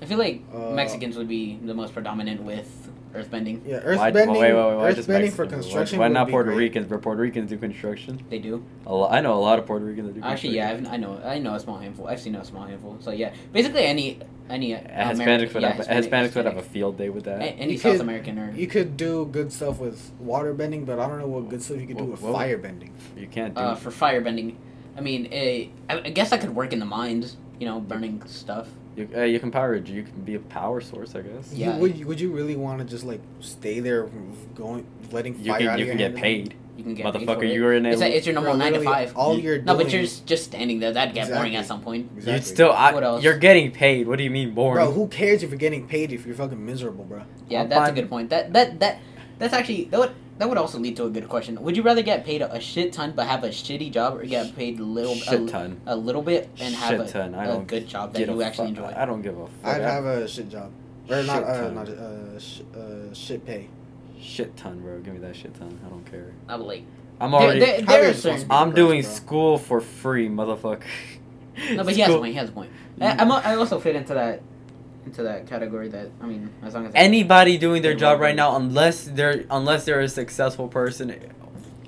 [SPEAKER 1] I feel like
[SPEAKER 3] Uh,
[SPEAKER 1] Mexicans would be the most predominant with earthbending.
[SPEAKER 3] Yeah,
[SPEAKER 2] Why-
[SPEAKER 3] earthbending.
[SPEAKER 2] wait, wait, wait, why just
[SPEAKER 3] earthbending for
[SPEAKER 2] Mexican? Why-
[SPEAKER 3] construction.
[SPEAKER 2] Why,
[SPEAKER 3] would
[SPEAKER 2] not
[SPEAKER 3] be
[SPEAKER 2] Puerto
[SPEAKER 3] great.
[SPEAKER 2] Ricans? But Puerto Ricans do construction.
[SPEAKER 1] They do.
[SPEAKER 2] A lo- I know a lot of Puerto Ricans that do
[SPEAKER 1] Actually,
[SPEAKER 2] construction.
[SPEAKER 1] yeah, I've, I know. I know a small handful. I've seen a small handful. So yeah, basically any any
[SPEAKER 2] Uh,
[SPEAKER 1] Ameri-
[SPEAKER 2] Hispanics would
[SPEAKER 1] yeah,
[SPEAKER 2] have Hispanics would have a field day with that.
[SPEAKER 1] A- any
[SPEAKER 3] You
[SPEAKER 1] South
[SPEAKER 3] could-
[SPEAKER 1] American or
[SPEAKER 3] You could do good stuff with water bending, but I don't know what good stuff you could do
[SPEAKER 2] Wha-
[SPEAKER 3] with
[SPEAKER 2] what-
[SPEAKER 3] fire bending.
[SPEAKER 2] You can't do.
[SPEAKER 1] uh, for firebending. I mean, eh, I, I guess I could work in the mines, you know, burning stuff.
[SPEAKER 2] you, uh, you can power. You can be a power source, I guess.
[SPEAKER 1] Yeah.
[SPEAKER 3] You, would, you- would you really want to just like stay there, going, letting
[SPEAKER 2] You
[SPEAKER 3] fire
[SPEAKER 2] can
[SPEAKER 3] out
[SPEAKER 2] you
[SPEAKER 3] of your
[SPEAKER 2] can get
[SPEAKER 3] hand?
[SPEAKER 2] paid,
[SPEAKER 1] You can get paid for
[SPEAKER 2] motherfucker.
[SPEAKER 1] it.
[SPEAKER 2] You were in
[SPEAKER 1] It's, a,
[SPEAKER 2] a.
[SPEAKER 1] it's your normal
[SPEAKER 3] Bro,
[SPEAKER 1] nine to
[SPEAKER 3] literally,
[SPEAKER 1] five.
[SPEAKER 3] All
[SPEAKER 2] You-
[SPEAKER 3] you're doing.
[SPEAKER 1] No, but you're s- just standing there. That'd get boring
[SPEAKER 3] Exactly.
[SPEAKER 1] at some point.
[SPEAKER 3] Exactly.
[SPEAKER 2] You still. I,
[SPEAKER 1] What else?
[SPEAKER 2] You're getting paid. What do you mean boring?
[SPEAKER 3] Bro, who cares if you're getting paid if you're fucking miserable, bro?
[SPEAKER 1] Yeah,
[SPEAKER 2] I'll
[SPEAKER 1] that's a
[SPEAKER 2] find-
[SPEAKER 1] good point. That that that that's actually that would that would also lead to a good question. Would you rather get paid a shit ton but have a shitty job, or get paid a little
[SPEAKER 2] Shit
[SPEAKER 1] a,
[SPEAKER 2] ton.
[SPEAKER 1] a little bit and have
[SPEAKER 2] Shit ton. I
[SPEAKER 1] a, a
[SPEAKER 2] don't
[SPEAKER 1] good job that
[SPEAKER 2] Get a
[SPEAKER 1] you actually
[SPEAKER 2] fu-
[SPEAKER 1] enjoy?
[SPEAKER 2] I don't give a fuck.
[SPEAKER 3] I'd have a shit job, or not,
[SPEAKER 2] Shit
[SPEAKER 3] uh,
[SPEAKER 2] ton.
[SPEAKER 3] not uh, sh- uh, shit pay.
[SPEAKER 2] Shit ton, bro. Give me that shit ton. I don't care.
[SPEAKER 1] I'm like
[SPEAKER 2] I'm
[SPEAKER 1] there,
[SPEAKER 2] already.
[SPEAKER 1] there,
[SPEAKER 3] How
[SPEAKER 1] there
[SPEAKER 3] they
[SPEAKER 1] are certain
[SPEAKER 3] responsible?
[SPEAKER 2] I'm doing
[SPEAKER 3] Bro.
[SPEAKER 2] school for free, motherfucker.
[SPEAKER 1] No, but
[SPEAKER 2] It's
[SPEAKER 1] he has a
[SPEAKER 2] cool.
[SPEAKER 1] point. He has a point. I, I'm, al- I also fit into that into that category. That I mean, as long as
[SPEAKER 2] Anybody doing their
[SPEAKER 1] They
[SPEAKER 2] job
[SPEAKER 1] will
[SPEAKER 2] right
[SPEAKER 1] be.
[SPEAKER 2] now, unless they're unless they're a successful person,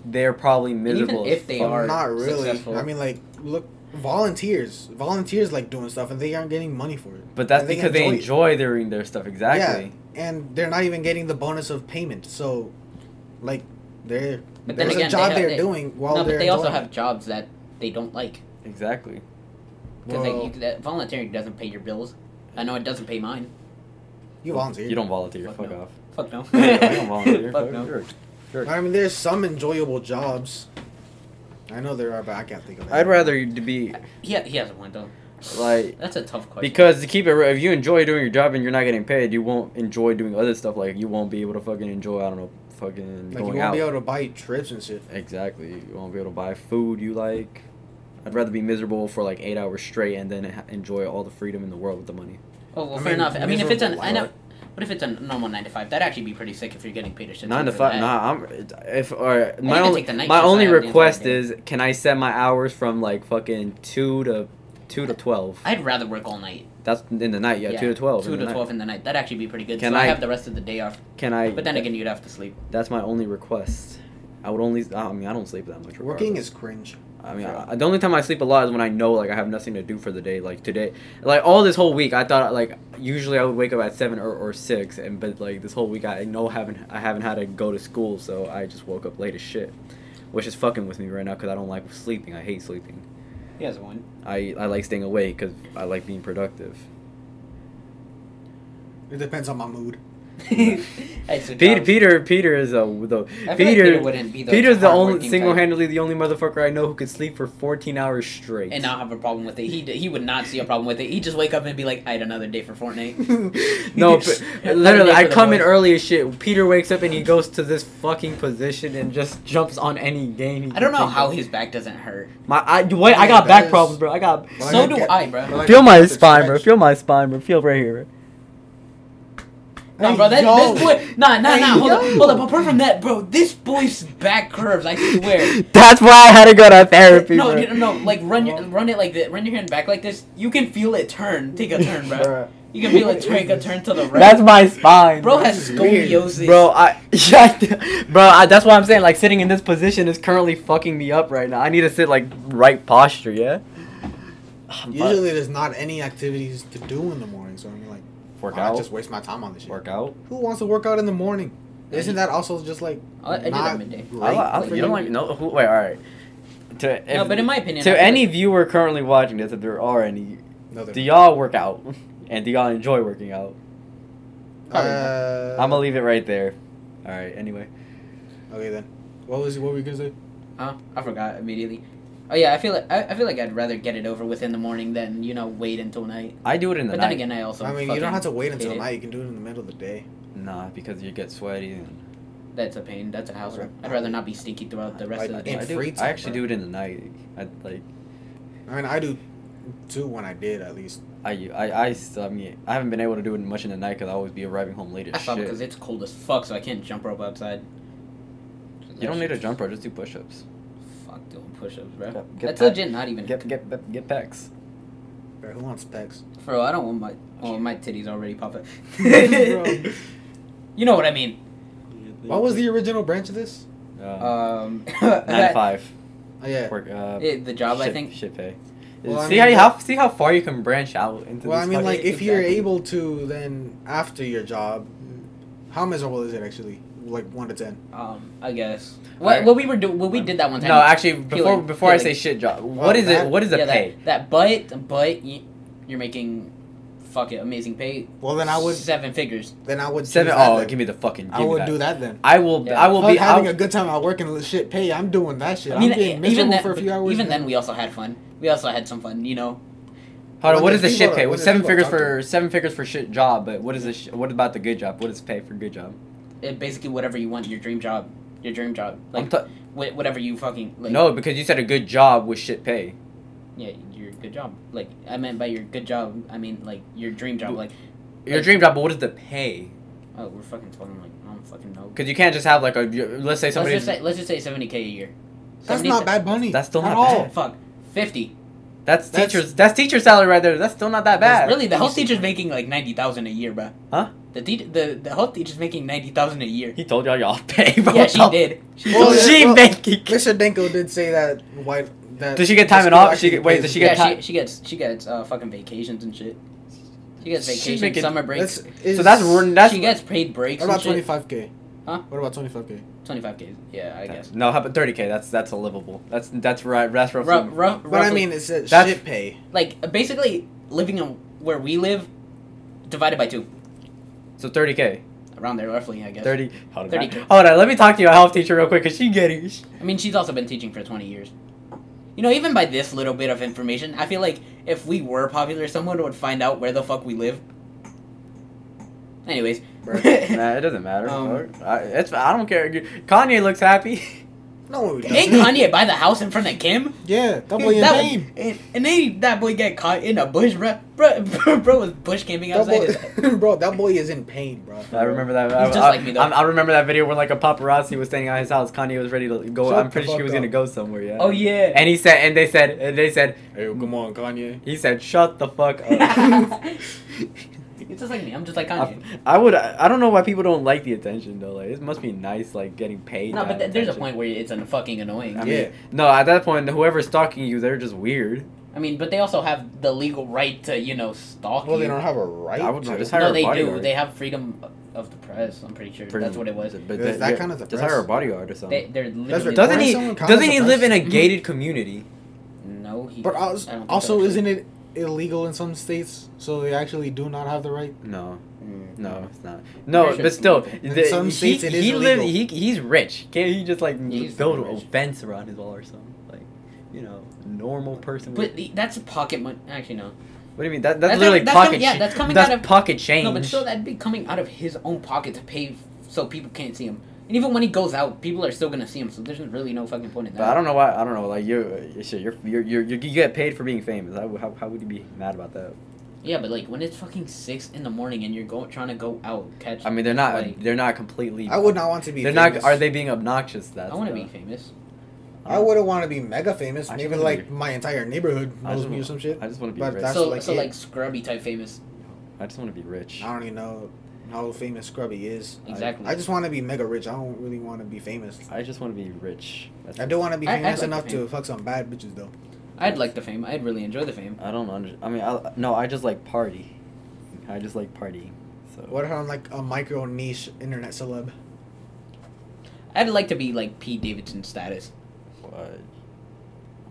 [SPEAKER 2] they're probably
[SPEAKER 1] even
[SPEAKER 2] miserable. as
[SPEAKER 1] if they
[SPEAKER 2] fuck.
[SPEAKER 1] are-
[SPEAKER 3] Not really.
[SPEAKER 1] successful.
[SPEAKER 3] I mean, like, look, volunteers. Volunteers like doing stuff, and they aren't getting money for it.
[SPEAKER 2] but that's
[SPEAKER 3] and they
[SPEAKER 2] because they
[SPEAKER 3] enjoy
[SPEAKER 2] enjoy doing their stuff. Exactly.
[SPEAKER 3] And they're not even getting the bonus of payment. So, like, they're
[SPEAKER 1] But then
[SPEAKER 3] there's
[SPEAKER 1] again,
[SPEAKER 3] a
[SPEAKER 1] they
[SPEAKER 3] job
[SPEAKER 1] have-
[SPEAKER 3] they're
[SPEAKER 1] they-
[SPEAKER 3] doing while
[SPEAKER 1] no,
[SPEAKER 3] they're
[SPEAKER 1] but they also
[SPEAKER 3] enjoying
[SPEAKER 1] have jobs that they don't like
[SPEAKER 2] Exactly.
[SPEAKER 3] it.
[SPEAKER 1] because
[SPEAKER 3] Well,
[SPEAKER 1] you that volunteering doesn't pay your bills. I know it doesn't pay mine.
[SPEAKER 3] you volunteer.
[SPEAKER 2] You don't volunteer. Fuck,
[SPEAKER 1] Fuck no.
[SPEAKER 2] off.
[SPEAKER 1] Fuck no.
[SPEAKER 2] Yeah, you don't volunteer.
[SPEAKER 1] Fuck
[SPEAKER 2] fuck
[SPEAKER 1] no.
[SPEAKER 2] You're a
[SPEAKER 3] I mean, there's some enjoyable jobs. I know there are, but I can't think of.
[SPEAKER 2] I'd
[SPEAKER 3] any.
[SPEAKER 2] rather you to be
[SPEAKER 1] Yeah, he has a point though.
[SPEAKER 2] like
[SPEAKER 1] That's a tough question.
[SPEAKER 2] because to keep it real, if you enjoy doing your job and you're not getting paid, you won't enjoy doing other stuff. Like you won't be able to fucking enjoy. I don't know, fucking
[SPEAKER 3] like you
[SPEAKER 2] going
[SPEAKER 3] won't
[SPEAKER 2] out.
[SPEAKER 3] be able to buy trips and shit.
[SPEAKER 2] exactly. You won't be able to buy food you like. I'd rather be miserable for like eight hours straight and then ha- enjoy all the freedom in the world with the money.
[SPEAKER 1] oh well,
[SPEAKER 3] I
[SPEAKER 1] fair
[SPEAKER 3] mean,
[SPEAKER 1] enough. I mean, if it's an
[SPEAKER 3] miserable
[SPEAKER 1] I know,
[SPEAKER 3] life.
[SPEAKER 1] what if it's a normal nine to five? That'd actually be pretty sick if you're getting paid a shit. ton
[SPEAKER 2] Nine to
[SPEAKER 1] for
[SPEAKER 2] five.
[SPEAKER 1] that.
[SPEAKER 2] Nah, I'm if all right. My
[SPEAKER 1] can
[SPEAKER 2] only
[SPEAKER 1] take the night
[SPEAKER 2] my
[SPEAKER 1] shift, I
[SPEAKER 2] only
[SPEAKER 1] have the entire
[SPEAKER 2] request
[SPEAKER 1] day.
[SPEAKER 2] is can I set my hours from like fucking two to two to twelve?
[SPEAKER 1] I'd rather work all night.
[SPEAKER 2] That's in the night. Yeah,
[SPEAKER 1] Yeah,
[SPEAKER 2] two to twelve.
[SPEAKER 1] Two
[SPEAKER 2] in the
[SPEAKER 1] to
[SPEAKER 2] night.
[SPEAKER 1] twelve in the night. That'd actually be pretty good.
[SPEAKER 2] Can
[SPEAKER 1] so I,
[SPEAKER 2] I-
[SPEAKER 1] have the rest of the day off.
[SPEAKER 2] Can I?
[SPEAKER 1] But then again, you'd have to sleep.
[SPEAKER 2] That's my only request. I would only. I mean, I don't sleep that much.
[SPEAKER 3] Working
[SPEAKER 2] regardless.
[SPEAKER 3] is cringe.
[SPEAKER 2] I mean, I, the only time I sleep a lot is when I know like I have nothing to do for the day. Like today, like all this whole week, I thought like usually I would wake up at seven or, or six, and but like this whole week I know haven't I haven't had to go to school, so I just woke up late as shit, which is fucking with me right now because I don't like sleeping. I hate sleeping.
[SPEAKER 1] He has one.
[SPEAKER 2] I I like staying awake because I like being productive.
[SPEAKER 3] It depends on my mood.
[SPEAKER 2] Peter, Peter, Peter is a the
[SPEAKER 1] like
[SPEAKER 2] Peter.
[SPEAKER 1] Peter wouldn't be the
[SPEAKER 2] Peter's the
[SPEAKER 1] hardworking
[SPEAKER 2] only
[SPEAKER 1] type.
[SPEAKER 2] single-handedly the only motherfucker I know who could sleep for 14 hours straight.
[SPEAKER 1] and not have a problem with it. He d- he would not see a problem with it. He'd just wake up and be like, I had another day for Fortnite.
[SPEAKER 2] no, but literally,
[SPEAKER 1] Every day
[SPEAKER 2] I
[SPEAKER 1] for the
[SPEAKER 2] come in
[SPEAKER 1] boys.
[SPEAKER 2] early as shit. Peter wakes up and he goes to this fucking position and just jumps on any game. he
[SPEAKER 1] I don't
[SPEAKER 2] can
[SPEAKER 1] know
[SPEAKER 2] think
[SPEAKER 1] how
[SPEAKER 2] of.
[SPEAKER 1] his back doesn't hurt.
[SPEAKER 2] My I, wait, I
[SPEAKER 3] Yeah,
[SPEAKER 2] got
[SPEAKER 3] that
[SPEAKER 2] back
[SPEAKER 3] is-
[SPEAKER 2] problems, bro. I got.
[SPEAKER 3] Well,
[SPEAKER 1] so
[SPEAKER 3] I
[SPEAKER 1] do
[SPEAKER 3] get-
[SPEAKER 1] I, bro.
[SPEAKER 3] Well, I
[SPEAKER 2] Feel
[SPEAKER 3] get
[SPEAKER 2] my
[SPEAKER 3] the
[SPEAKER 2] spine, bro.
[SPEAKER 3] stretch.
[SPEAKER 2] Feel my spine, bro. Feel right here. Bro.
[SPEAKER 1] No,
[SPEAKER 3] Hey,
[SPEAKER 1] bro, that,
[SPEAKER 3] yo.
[SPEAKER 1] this boy. Nah, nah,
[SPEAKER 3] Hey,
[SPEAKER 1] nah. Hold up,
[SPEAKER 3] yo.
[SPEAKER 1] hold up. Apart from that, bro, this boy's back curves. I swear.
[SPEAKER 2] That's why I had to go to therapy,
[SPEAKER 1] no,
[SPEAKER 2] bro.
[SPEAKER 1] no, no, like run, your, run it like this. Run your hand back like this. You can feel it turn. Take a turn, bro. You can feel it take a turn to the right.
[SPEAKER 2] That's my spine.
[SPEAKER 1] bro
[SPEAKER 2] bro.
[SPEAKER 1] has
[SPEAKER 3] This is weird.
[SPEAKER 1] scoliosis.
[SPEAKER 2] Bro, I, yeah, bro, I, that's why I'm saying like sitting in this position is currently fucking me up right now. I need to sit like right posture, yeah.
[SPEAKER 3] Usually, there's not any activities to do in the morning, so I mean, like,
[SPEAKER 2] work
[SPEAKER 3] I
[SPEAKER 2] out,
[SPEAKER 3] just waste my time on this shit.
[SPEAKER 2] work out.
[SPEAKER 3] Who wants to work out in the morning? Isn't that also just like
[SPEAKER 1] I, I did that
[SPEAKER 3] not
[SPEAKER 1] midday.
[SPEAKER 3] great?
[SPEAKER 2] I, I,
[SPEAKER 1] Like,
[SPEAKER 2] you don't like no. Who, wait, all right. To if,
[SPEAKER 1] No, but in my opinion, I
[SPEAKER 2] to
[SPEAKER 1] feel
[SPEAKER 2] any
[SPEAKER 1] like-
[SPEAKER 2] viewer currently watching this, if there are any,
[SPEAKER 3] No, they're
[SPEAKER 2] do
[SPEAKER 3] not.
[SPEAKER 2] y'all work out? And do y'all enjoy working out?
[SPEAKER 3] Uh,
[SPEAKER 2] I'm gonna leave it right there. All right. Anyway,
[SPEAKER 3] Okay then. What was what were you gonna say?
[SPEAKER 1] Huh? I forgot immediately. Oh yeah, I feel like I, I feel like I'd rather get it over with in the morning than you know wait until night.
[SPEAKER 2] I do it in the
[SPEAKER 1] but
[SPEAKER 2] night.
[SPEAKER 1] then again, I also
[SPEAKER 3] I mean, you don't
[SPEAKER 1] fucking
[SPEAKER 3] have to wait
[SPEAKER 1] hate
[SPEAKER 3] until
[SPEAKER 1] it.
[SPEAKER 3] night. You can do it in the middle of the day.
[SPEAKER 2] nah, because you get sweaty. And
[SPEAKER 1] That's a pain. That's a hassle.
[SPEAKER 3] Right.
[SPEAKER 1] I'd rather not be stinky throughout the rest
[SPEAKER 3] Like,
[SPEAKER 1] of the
[SPEAKER 3] in
[SPEAKER 2] I,
[SPEAKER 1] day.
[SPEAKER 2] do,
[SPEAKER 3] free
[SPEAKER 2] I
[SPEAKER 3] time,
[SPEAKER 2] actually
[SPEAKER 3] bro.
[SPEAKER 2] do it in the night. I like.
[SPEAKER 3] I mean, I do too when I did at least.
[SPEAKER 2] I, I, I, still, I mean, I haven't been able to do it much in the night because I always be arriving home late
[SPEAKER 1] I
[SPEAKER 2] as
[SPEAKER 1] thought
[SPEAKER 2] shit.
[SPEAKER 1] because it's cold as fuck, so I can't jump rope outside.
[SPEAKER 2] you don't need a
[SPEAKER 1] to
[SPEAKER 2] jump rope, just do push-ups.
[SPEAKER 1] Fuck doing push-ups, bro.
[SPEAKER 2] Get- get
[SPEAKER 1] That's
[SPEAKER 2] that-
[SPEAKER 1] legit. Not even.
[SPEAKER 2] Get, get, get, get pecs.
[SPEAKER 3] Bro, who wants pecs?
[SPEAKER 1] Bro, I don't want my. Oh, my titties already popping.
[SPEAKER 3] Bro.
[SPEAKER 1] you know what I mean.
[SPEAKER 3] What was the original branch of this?
[SPEAKER 2] Uh,
[SPEAKER 1] Um,
[SPEAKER 2] nine to
[SPEAKER 1] that-
[SPEAKER 2] five.
[SPEAKER 3] Oh, yeah.
[SPEAKER 2] Work. Uh,
[SPEAKER 1] it- the job,
[SPEAKER 2] shit,
[SPEAKER 1] I think.
[SPEAKER 2] Shit pay.
[SPEAKER 3] Well, I
[SPEAKER 2] see
[SPEAKER 3] mean,
[SPEAKER 2] how you,
[SPEAKER 3] that-
[SPEAKER 2] how see how far you can branch out into.
[SPEAKER 3] Well, I
[SPEAKER 2] this
[SPEAKER 3] mean,
[SPEAKER 2] fucking-
[SPEAKER 3] like, if you're
[SPEAKER 1] Exactly.
[SPEAKER 3] able to, then after your job, how miserable is it actually? Like one to ten.
[SPEAKER 1] Um, I guess. What,
[SPEAKER 2] Alright.
[SPEAKER 1] what we were doing? What we did that one time.
[SPEAKER 2] No, actually, before
[SPEAKER 1] Peeling-
[SPEAKER 2] before I say
[SPEAKER 1] peeling.
[SPEAKER 2] shit job, what is
[SPEAKER 3] Oh, that-
[SPEAKER 2] it? What is the
[SPEAKER 1] yeah,
[SPEAKER 2] pay?
[SPEAKER 1] That, that but but y- you're making, fuck it, amazing pay.
[SPEAKER 3] Well, then I would.
[SPEAKER 1] seven figures.
[SPEAKER 3] Then I would. choose
[SPEAKER 2] Seven.
[SPEAKER 3] that
[SPEAKER 2] Oh,
[SPEAKER 3] then.
[SPEAKER 2] give me the fucking. Give
[SPEAKER 3] I
[SPEAKER 2] me
[SPEAKER 3] would
[SPEAKER 2] that.
[SPEAKER 3] do that then.
[SPEAKER 2] I will.
[SPEAKER 1] Yeah.
[SPEAKER 2] I will
[SPEAKER 3] Fuck
[SPEAKER 2] be.
[SPEAKER 3] having
[SPEAKER 2] I'll,
[SPEAKER 3] a good time at work and shit pay. I'm doing that shit.
[SPEAKER 1] I mean,
[SPEAKER 3] I'm getting
[SPEAKER 1] e- even
[SPEAKER 3] miserable
[SPEAKER 1] that,
[SPEAKER 3] for a few hours.
[SPEAKER 1] even then, we also had fun. We also had some fun, you know.
[SPEAKER 2] Hold on,
[SPEAKER 3] What
[SPEAKER 2] what
[SPEAKER 3] the
[SPEAKER 2] is the
[SPEAKER 3] people
[SPEAKER 2] shit
[SPEAKER 3] that-
[SPEAKER 2] pay?
[SPEAKER 3] what
[SPEAKER 2] What
[SPEAKER 3] the
[SPEAKER 2] seven
[SPEAKER 3] people that
[SPEAKER 2] figures for seven figures for shit job? But what is the sh- what about the good job? What is pay for good job?
[SPEAKER 1] It, basically, whatever you want, your dream job, your dream job,
[SPEAKER 2] I'm
[SPEAKER 1] like
[SPEAKER 2] ta-
[SPEAKER 1] wh- whatever you fucking like.
[SPEAKER 2] no, because you said a good job was shit pay.
[SPEAKER 1] Yeah, your good job. Like I meant by your good job, I mean like your dream job.
[SPEAKER 2] But-
[SPEAKER 1] Like
[SPEAKER 2] Your dream job, but what is the pay?
[SPEAKER 1] oh, we're fucking talking like I don't fucking know.
[SPEAKER 2] Because you can't just have like a let's say
[SPEAKER 1] Let's
[SPEAKER 2] somebody.
[SPEAKER 1] just say let's just say seventy k a year.
[SPEAKER 3] that's
[SPEAKER 1] 70
[SPEAKER 3] not bad money.
[SPEAKER 2] That's still
[SPEAKER 3] at
[SPEAKER 2] not
[SPEAKER 3] all.
[SPEAKER 2] bad.
[SPEAKER 1] Fuck, fifty.
[SPEAKER 2] That's,
[SPEAKER 3] That's-
[SPEAKER 2] teachers. That's teacher salary right there. That's still not that bad.
[SPEAKER 1] Really, the health teacher's making like ninety thousand a year, bro.
[SPEAKER 2] Huh?
[SPEAKER 1] The te- the the health teacher's making ninety thousand a year.
[SPEAKER 2] He told y'all y'all pay, bro.
[SPEAKER 1] Yeah, she did. She
[SPEAKER 3] Well,
[SPEAKER 1] told
[SPEAKER 3] yeah,
[SPEAKER 2] she
[SPEAKER 3] well,
[SPEAKER 2] making.
[SPEAKER 3] Mr. Denko did say that white. That
[SPEAKER 2] Does she get time
[SPEAKER 3] the
[SPEAKER 2] and
[SPEAKER 3] school
[SPEAKER 2] off? She
[SPEAKER 3] actually
[SPEAKER 2] get- wait,
[SPEAKER 3] pays-
[SPEAKER 2] does she get-
[SPEAKER 1] yeah,
[SPEAKER 2] ti-
[SPEAKER 1] she, she gets she gets uh, fucking vacations and shit. She gets
[SPEAKER 2] She's
[SPEAKER 1] vacations,
[SPEAKER 2] making-
[SPEAKER 1] summer breaks.
[SPEAKER 3] That's-
[SPEAKER 2] So
[SPEAKER 3] is-
[SPEAKER 2] that's run- that's
[SPEAKER 1] she gets paid breaks.
[SPEAKER 3] What about
[SPEAKER 1] and
[SPEAKER 3] twenty
[SPEAKER 1] shit.
[SPEAKER 3] five k?
[SPEAKER 1] Huh?
[SPEAKER 3] What about twenty five k?
[SPEAKER 1] 25 k Yeah, I guess.
[SPEAKER 2] No, how about thirty k? That's that's a livable. That's that's right. That's roughly.
[SPEAKER 1] Rough, rough,
[SPEAKER 3] But I
[SPEAKER 1] roughly-
[SPEAKER 3] mean, it's a
[SPEAKER 2] That's-
[SPEAKER 3] shit pay.
[SPEAKER 1] like basically living in where we live divided by two,
[SPEAKER 2] So thirty k.
[SPEAKER 1] around there roughly, I guess.
[SPEAKER 2] Thirty. Hold on.
[SPEAKER 1] 30K.
[SPEAKER 2] Hold on. Let me talk to your health teacher real quick, cause she getting. She,
[SPEAKER 1] I mean, she's also been teaching for 20 years. You know, even by this little bit of information, I feel like if we were popular, someone would find out where the fuck we live. Anyways,
[SPEAKER 3] Bruh.
[SPEAKER 2] nah, it doesn't matter.
[SPEAKER 1] Um,
[SPEAKER 2] I, it's I don't care. Kanye looks happy.
[SPEAKER 3] No, it
[SPEAKER 1] didn't
[SPEAKER 3] doesn't.
[SPEAKER 1] Kanye buy the house in front of Kim?
[SPEAKER 3] Yeah, that boy in
[SPEAKER 1] That-
[SPEAKER 3] pain.
[SPEAKER 1] And, and then that boy got caught in a bush, bro. Bro, bro, was bush camping
[SPEAKER 3] That
[SPEAKER 1] outside. his-
[SPEAKER 3] boy, bro, that boy is in pain, bro.
[SPEAKER 2] I remember that. I,
[SPEAKER 1] He's just
[SPEAKER 2] I-
[SPEAKER 1] like me, though.
[SPEAKER 2] I, I remember that video when like a paparazzi was standing at his house. Kanye was ready to go.
[SPEAKER 3] Shut
[SPEAKER 2] I'm
[SPEAKER 3] the
[SPEAKER 2] pretty sure he
[SPEAKER 3] fuck
[SPEAKER 2] was gonna
[SPEAKER 3] up.
[SPEAKER 2] go somewhere. Yeah.
[SPEAKER 1] oh, yeah.
[SPEAKER 2] And he said, and they said, and they said,
[SPEAKER 3] Hey, come on, Kanye.
[SPEAKER 2] he said, shut the fuck up.
[SPEAKER 1] it's just like me. I'm just like Kanye.
[SPEAKER 2] I, I would. I don't know why people don't like the attention though. Like it must be nice, like getting paid.
[SPEAKER 1] No,
[SPEAKER 2] to
[SPEAKER 1] but
[SPEAKER 2] have
[SPEAKER 1] th- there's a
[SPEAKER 2] attention.
[SPEAKER 1] point where it's an fucking annoying.
[SPEAKER 2] I
[SPEAKER 1] I
[SPEAKER 2] mean,
[SPEAKER 1] mean,
[SPEAKER 3] Yeah.
[SPEAKER 2] No, at that point, whoever's stalking you, they're just weird.
[SPEAKER 1] but they also have the legal right to, you know, stalk
[SPEAKER 3] Well,
[SPEAKER 1] you.
[SPEAKER 3] they don't have a right.
[SPEAKER 2] I would
[SPEAKER 3] to.
[SPEAKER 2] not just hire
[SPEAKER 1] no,
[SPEAKER 2] a
[SPEAKER 1] they do.
[SPEAKER 2] bodyguard.
[SPEAKER 1] They have freedom of the press. I'm pretty sure
[SPEAKER 2] Pretty-
[SPEAKER 1] that's what it was.
[SPEAKER 2] But
[SPEAKER 3] Is
[SPEAKER 2] that,
[SPEAKER 3] that
[SPEAKER 2] yeah,
[SPEAKER 3] kind of the
[SPEAKER 2] just hire a
[SPEAKER 3] press?
[SPEAKER 2] bodyguard or something.
[SPEAKER 1] They, they're
[SPEAKER 3] That's
[SPEAKER 1] literally.
[SPEAKER 3] ridiculous.
[SPEAKER 2] doesn't
[SPEAKER 3] Or
[SPEAKER 2] he?
[SPEAKER 3] someone kind
[SPEAKER 2] Doesn't
[SPEAKER 3] of
[SPEAKER 2] he
[SPEAKER 3] the
[SPEAKER 2] live in a
[SPEAKER 1] Mhm.
[SPEAKER 2] gated community?
[SPEAKER 1] No, he.
[SPEAKER 3] But
[SPEAKER 1] I don't
[SPEAKER 3] also,
[SPEAKER 1] think
[SPEAKER 3] also
[SPEAKER 1] so.
[SPEAKER 3] isn't it illegal in some states? So they actually do not have the right.
[SPEAKER 2] No,
[SPEAKER 1] Mm.
[SPEAKER 2] no, it's not. No,
[SPEAKER 1] sure
[SPEAKER 2] but
[SPEAKER 1] it's
[SPEAKER 2] still,
[SPEAKER 1] illegal.
[SPEAKER 3] In
[SPEAKER 2] the-
[SPEAKER 3] some
[SPEAKER 2] he,
[SPEAKER 3] states it is
[SPEAKER 2] he lives. He,
[SPEAKER 3] illegal.
[SPEAKER 2] he's rich. Can't he just like
[SPEAKER 1] He's
[SPEAKER 2] build
[SPEAKER 1] very
[SPEAKER 2] a
[SPEAKER 1] rich.
[SPEAKER 2] fence around his wall or something? Like, you know, normal person. would-
[SPEAKER 1] But the- that's pocket money. Actually, no.
[SPEAKER 2] what do you mean? That,
[SPEAKER 1] That's
[SPEAKER 2] that's, literally
[SPEAKER 1] coming- that's
[SPEAKER 2] pocket.
[SPEAKER 1] coming- yeah,
[SPEAKER 2] cha-
[SPEAKER 1] that's coming out of-
[SPEAKER 2] pocket change.
[SPEAKER 1] No, but still, that'd be coming out of his own pocket to pay f- so people can't see him. And even when he goes out, people are still gonna see him. So there's really no fucking point in that.
[SPEAKER 2] But I don't know why. I don't know. Like you, you shit, you're, you're, you're, you get paid for being famous. How, how, how would you be mad about that?
[SPEAKER 1] Yeah, but like when it's fucking six in the morning and you're going trying to go out catch.
[SPEAKER 2] I mean, they're not.
[SPEAKER 1] Like,
[SPEAKER 2] they're not completely.
[SPEAKER 3] I would not want to be.
[SPEAKER 2] They're
[SPEAKER 3] famous.
[SPEAKER 2] not. Are they being obnoxious? That's
[SPEAKER 1] I want to
[SPEAKER 2] the-
[SPEAKER 1] be famous.
[SPEAKER 3] I wouldn't want to be mega famous.
[SPEAKER 2] I
[SPEAKER 3] Maybe
[SPEAKER 2] just wanna
[SPEAKER 3] like my entire neighborhood
[SPEAKER 2] I just
[SPEAKER 3] knows me or
[SPEAKER 2] wanna-
[SPEAKER 3] some shit.
[SPEAKER 2] I just want to be
[SPEAKER 3] But
[SPEAKER 2] rich.
[SPEAKER 3] that's-
[SPEAKER 1] so
[SPEAKER 3] like
[SPEAKER 1] so
[SPEAKER 3] it.
[SPEAKER 1] like scrubby type famous.
[SPEAKER 2] I just want to be rich.
[SPEAKER 3] I don't even know how famous Scrubby is.
[SPEAKER 1] Exactly.
[SPEAKER 3] I just want to be mega rich. I don't really want to be famous.
[SPEAKER 2] I just want to be rich. That's
[SPEAKER 3] I do want to be
[SPEAKER 1] I- I'd
[SPEAKER 3] famous
[SPEAKER 1] like
[SPEAKER 3] enough
[SPEAKER 1] the
[SPEAKER 3] to
[SPEAKER 1] fame.
[SPEAKER 3] fuck some bad bitches though.
[SPEAKER 1] I'd like the fame. I'd really enjoy the fame.
[SPEAKER 2] I don't under, I mean, I, no. I just like party. I just like partying. So
[SPEAKER 3] What if I'm like a micro niche internet celeb?
[SPEAKER 1] I'd like to be like Pete Davidson status.
[SPEAKER 2] What?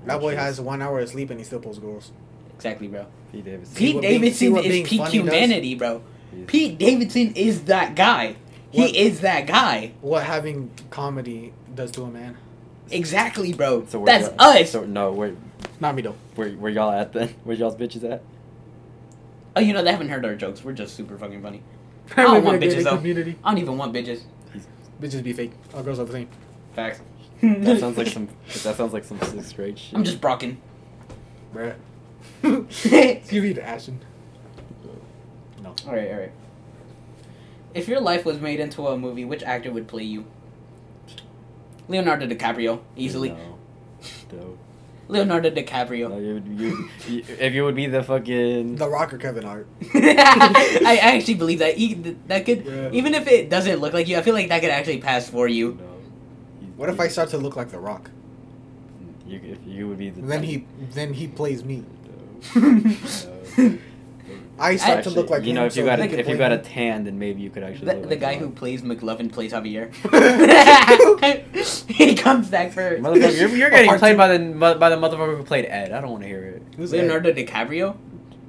[SPEAKER 3] That boy has one hour of sleep and he still posts girls.
[SPEAKER 1] Exactly, bro.
[SPEAKER 2] Pete Davidson.
[SPEAKER 1] Pete
[SPEAKER 3] what being- see
[SPEAKER 1] Davidson
[SPEAKER 3] what being
[SPEAKER 1] is peak
[SPEAKER 3] funny does?
[SPEAKER 1] humanity, bro.
[SPEAKER 2] He's-
[SPEAKER 1] Pete Davidson is that guy.
[SPEAKER 3] What-
[SPEAKER 1] He is that guy.
[SPEAKER 3] What having comedy does to a man?
[SPEAKER 1] Exactly, bro.
[SPEAKER 2] So we're
[SPEAKER 1] That's
[SPEAKER 2] y'all-
[SPEAKER 1] us.
[SPEAKER 2] So no, where,
[SPEAKER 3] Not me though.
[SPEAKER 2] where, where y'all at then? Where y'all's bitches at?
[SPEAKER 1] Oh, you know they haven't heard our jokes. We're just super fucking funny. I don't want bitches though.
[SPEAKER 3] Community.
[SPEAKER 1] I don't even want bitches.
[SPEAKER 3] Bitches be fake. All girls are the same.
[SPEAKER 1] Facts.
[SPEAKER 2] That sounds like some. That sounds like some straight shit.
[SPEAKER 1] I'm just Brocken.
[SPEAKER 3] Bruh.
[SPEAKER 1] all
[SPEAKER 3] Give me the Ashton. No.
[SPEAKER 1] right, all right. If your life was made into a movie, which actor would play you? Leonardo DiCaprio, easily.
[SPEAKER 2] No. No.
[SPEAKER 1] Leonardo
[SPEAKER 2] No,
[SPEAKER 1] DiCaprio.
[SPEAKER 2] you would- you- you- if you would be the fucking.
[SPEAKER 3] The rocker Kevin Hart.
[SPEAKER 1] I actually believe that e- that could,
[SPEAKER 3] Yeah.
[SPEAKER 1] even if it doesn't look like you, I feel like that could actually pass for you.
[SPEAKER 2] No. You-
[SPEAKER 3] What if
[SPEAKER 2] you-
[SPEAKER 3] I start to look like the rock?
[SPEAKER 2] You, if you would be the.
[SPEAKER 3] Then he then he plays me.
[SPEAKER 2] No.
[SPEAKER 3] I start to
[SPEAKER 2] Actually,
[SPEAKER 3] look like
[SPEAKER 2] you know
[SPEAKER 3] him,
[SPEAKER 2] if you
[SPEAKER 3] so
[SPEAKER 2] got
[SPEAKER 3] they
[SPEAKER 2] a,
[SPEAKER 3] can
[SPEAKER 2] if you
[SPEAKER 3] play
[SPEAKER 2] got a
[SPEAKER 3] me.
[SPEAKER 2] tan then maybe you could actually
[SPEAKER 1] The,
[SPEAKER 2] look
[SPEAKER 1] the
[SPEAKER 2] like
[SPEAKER 1] guy
[SPEAKER 2] that.
[SPEAKER 1] who plays McLovin plays Javier. he comes back for
[SPEAKER 2] Motherfucker, you're, you're getting
[SPEAKER 3] Part
[SPEAKER 2] played
[SPEAKER 3] two.
[SPEAKER 2] by the by the motherfucker who played Ed. I don't want to hear it.
[SPEAKER 3] Who's Leonardo?
[SPEAKER 1] Leonardo DiCaprio.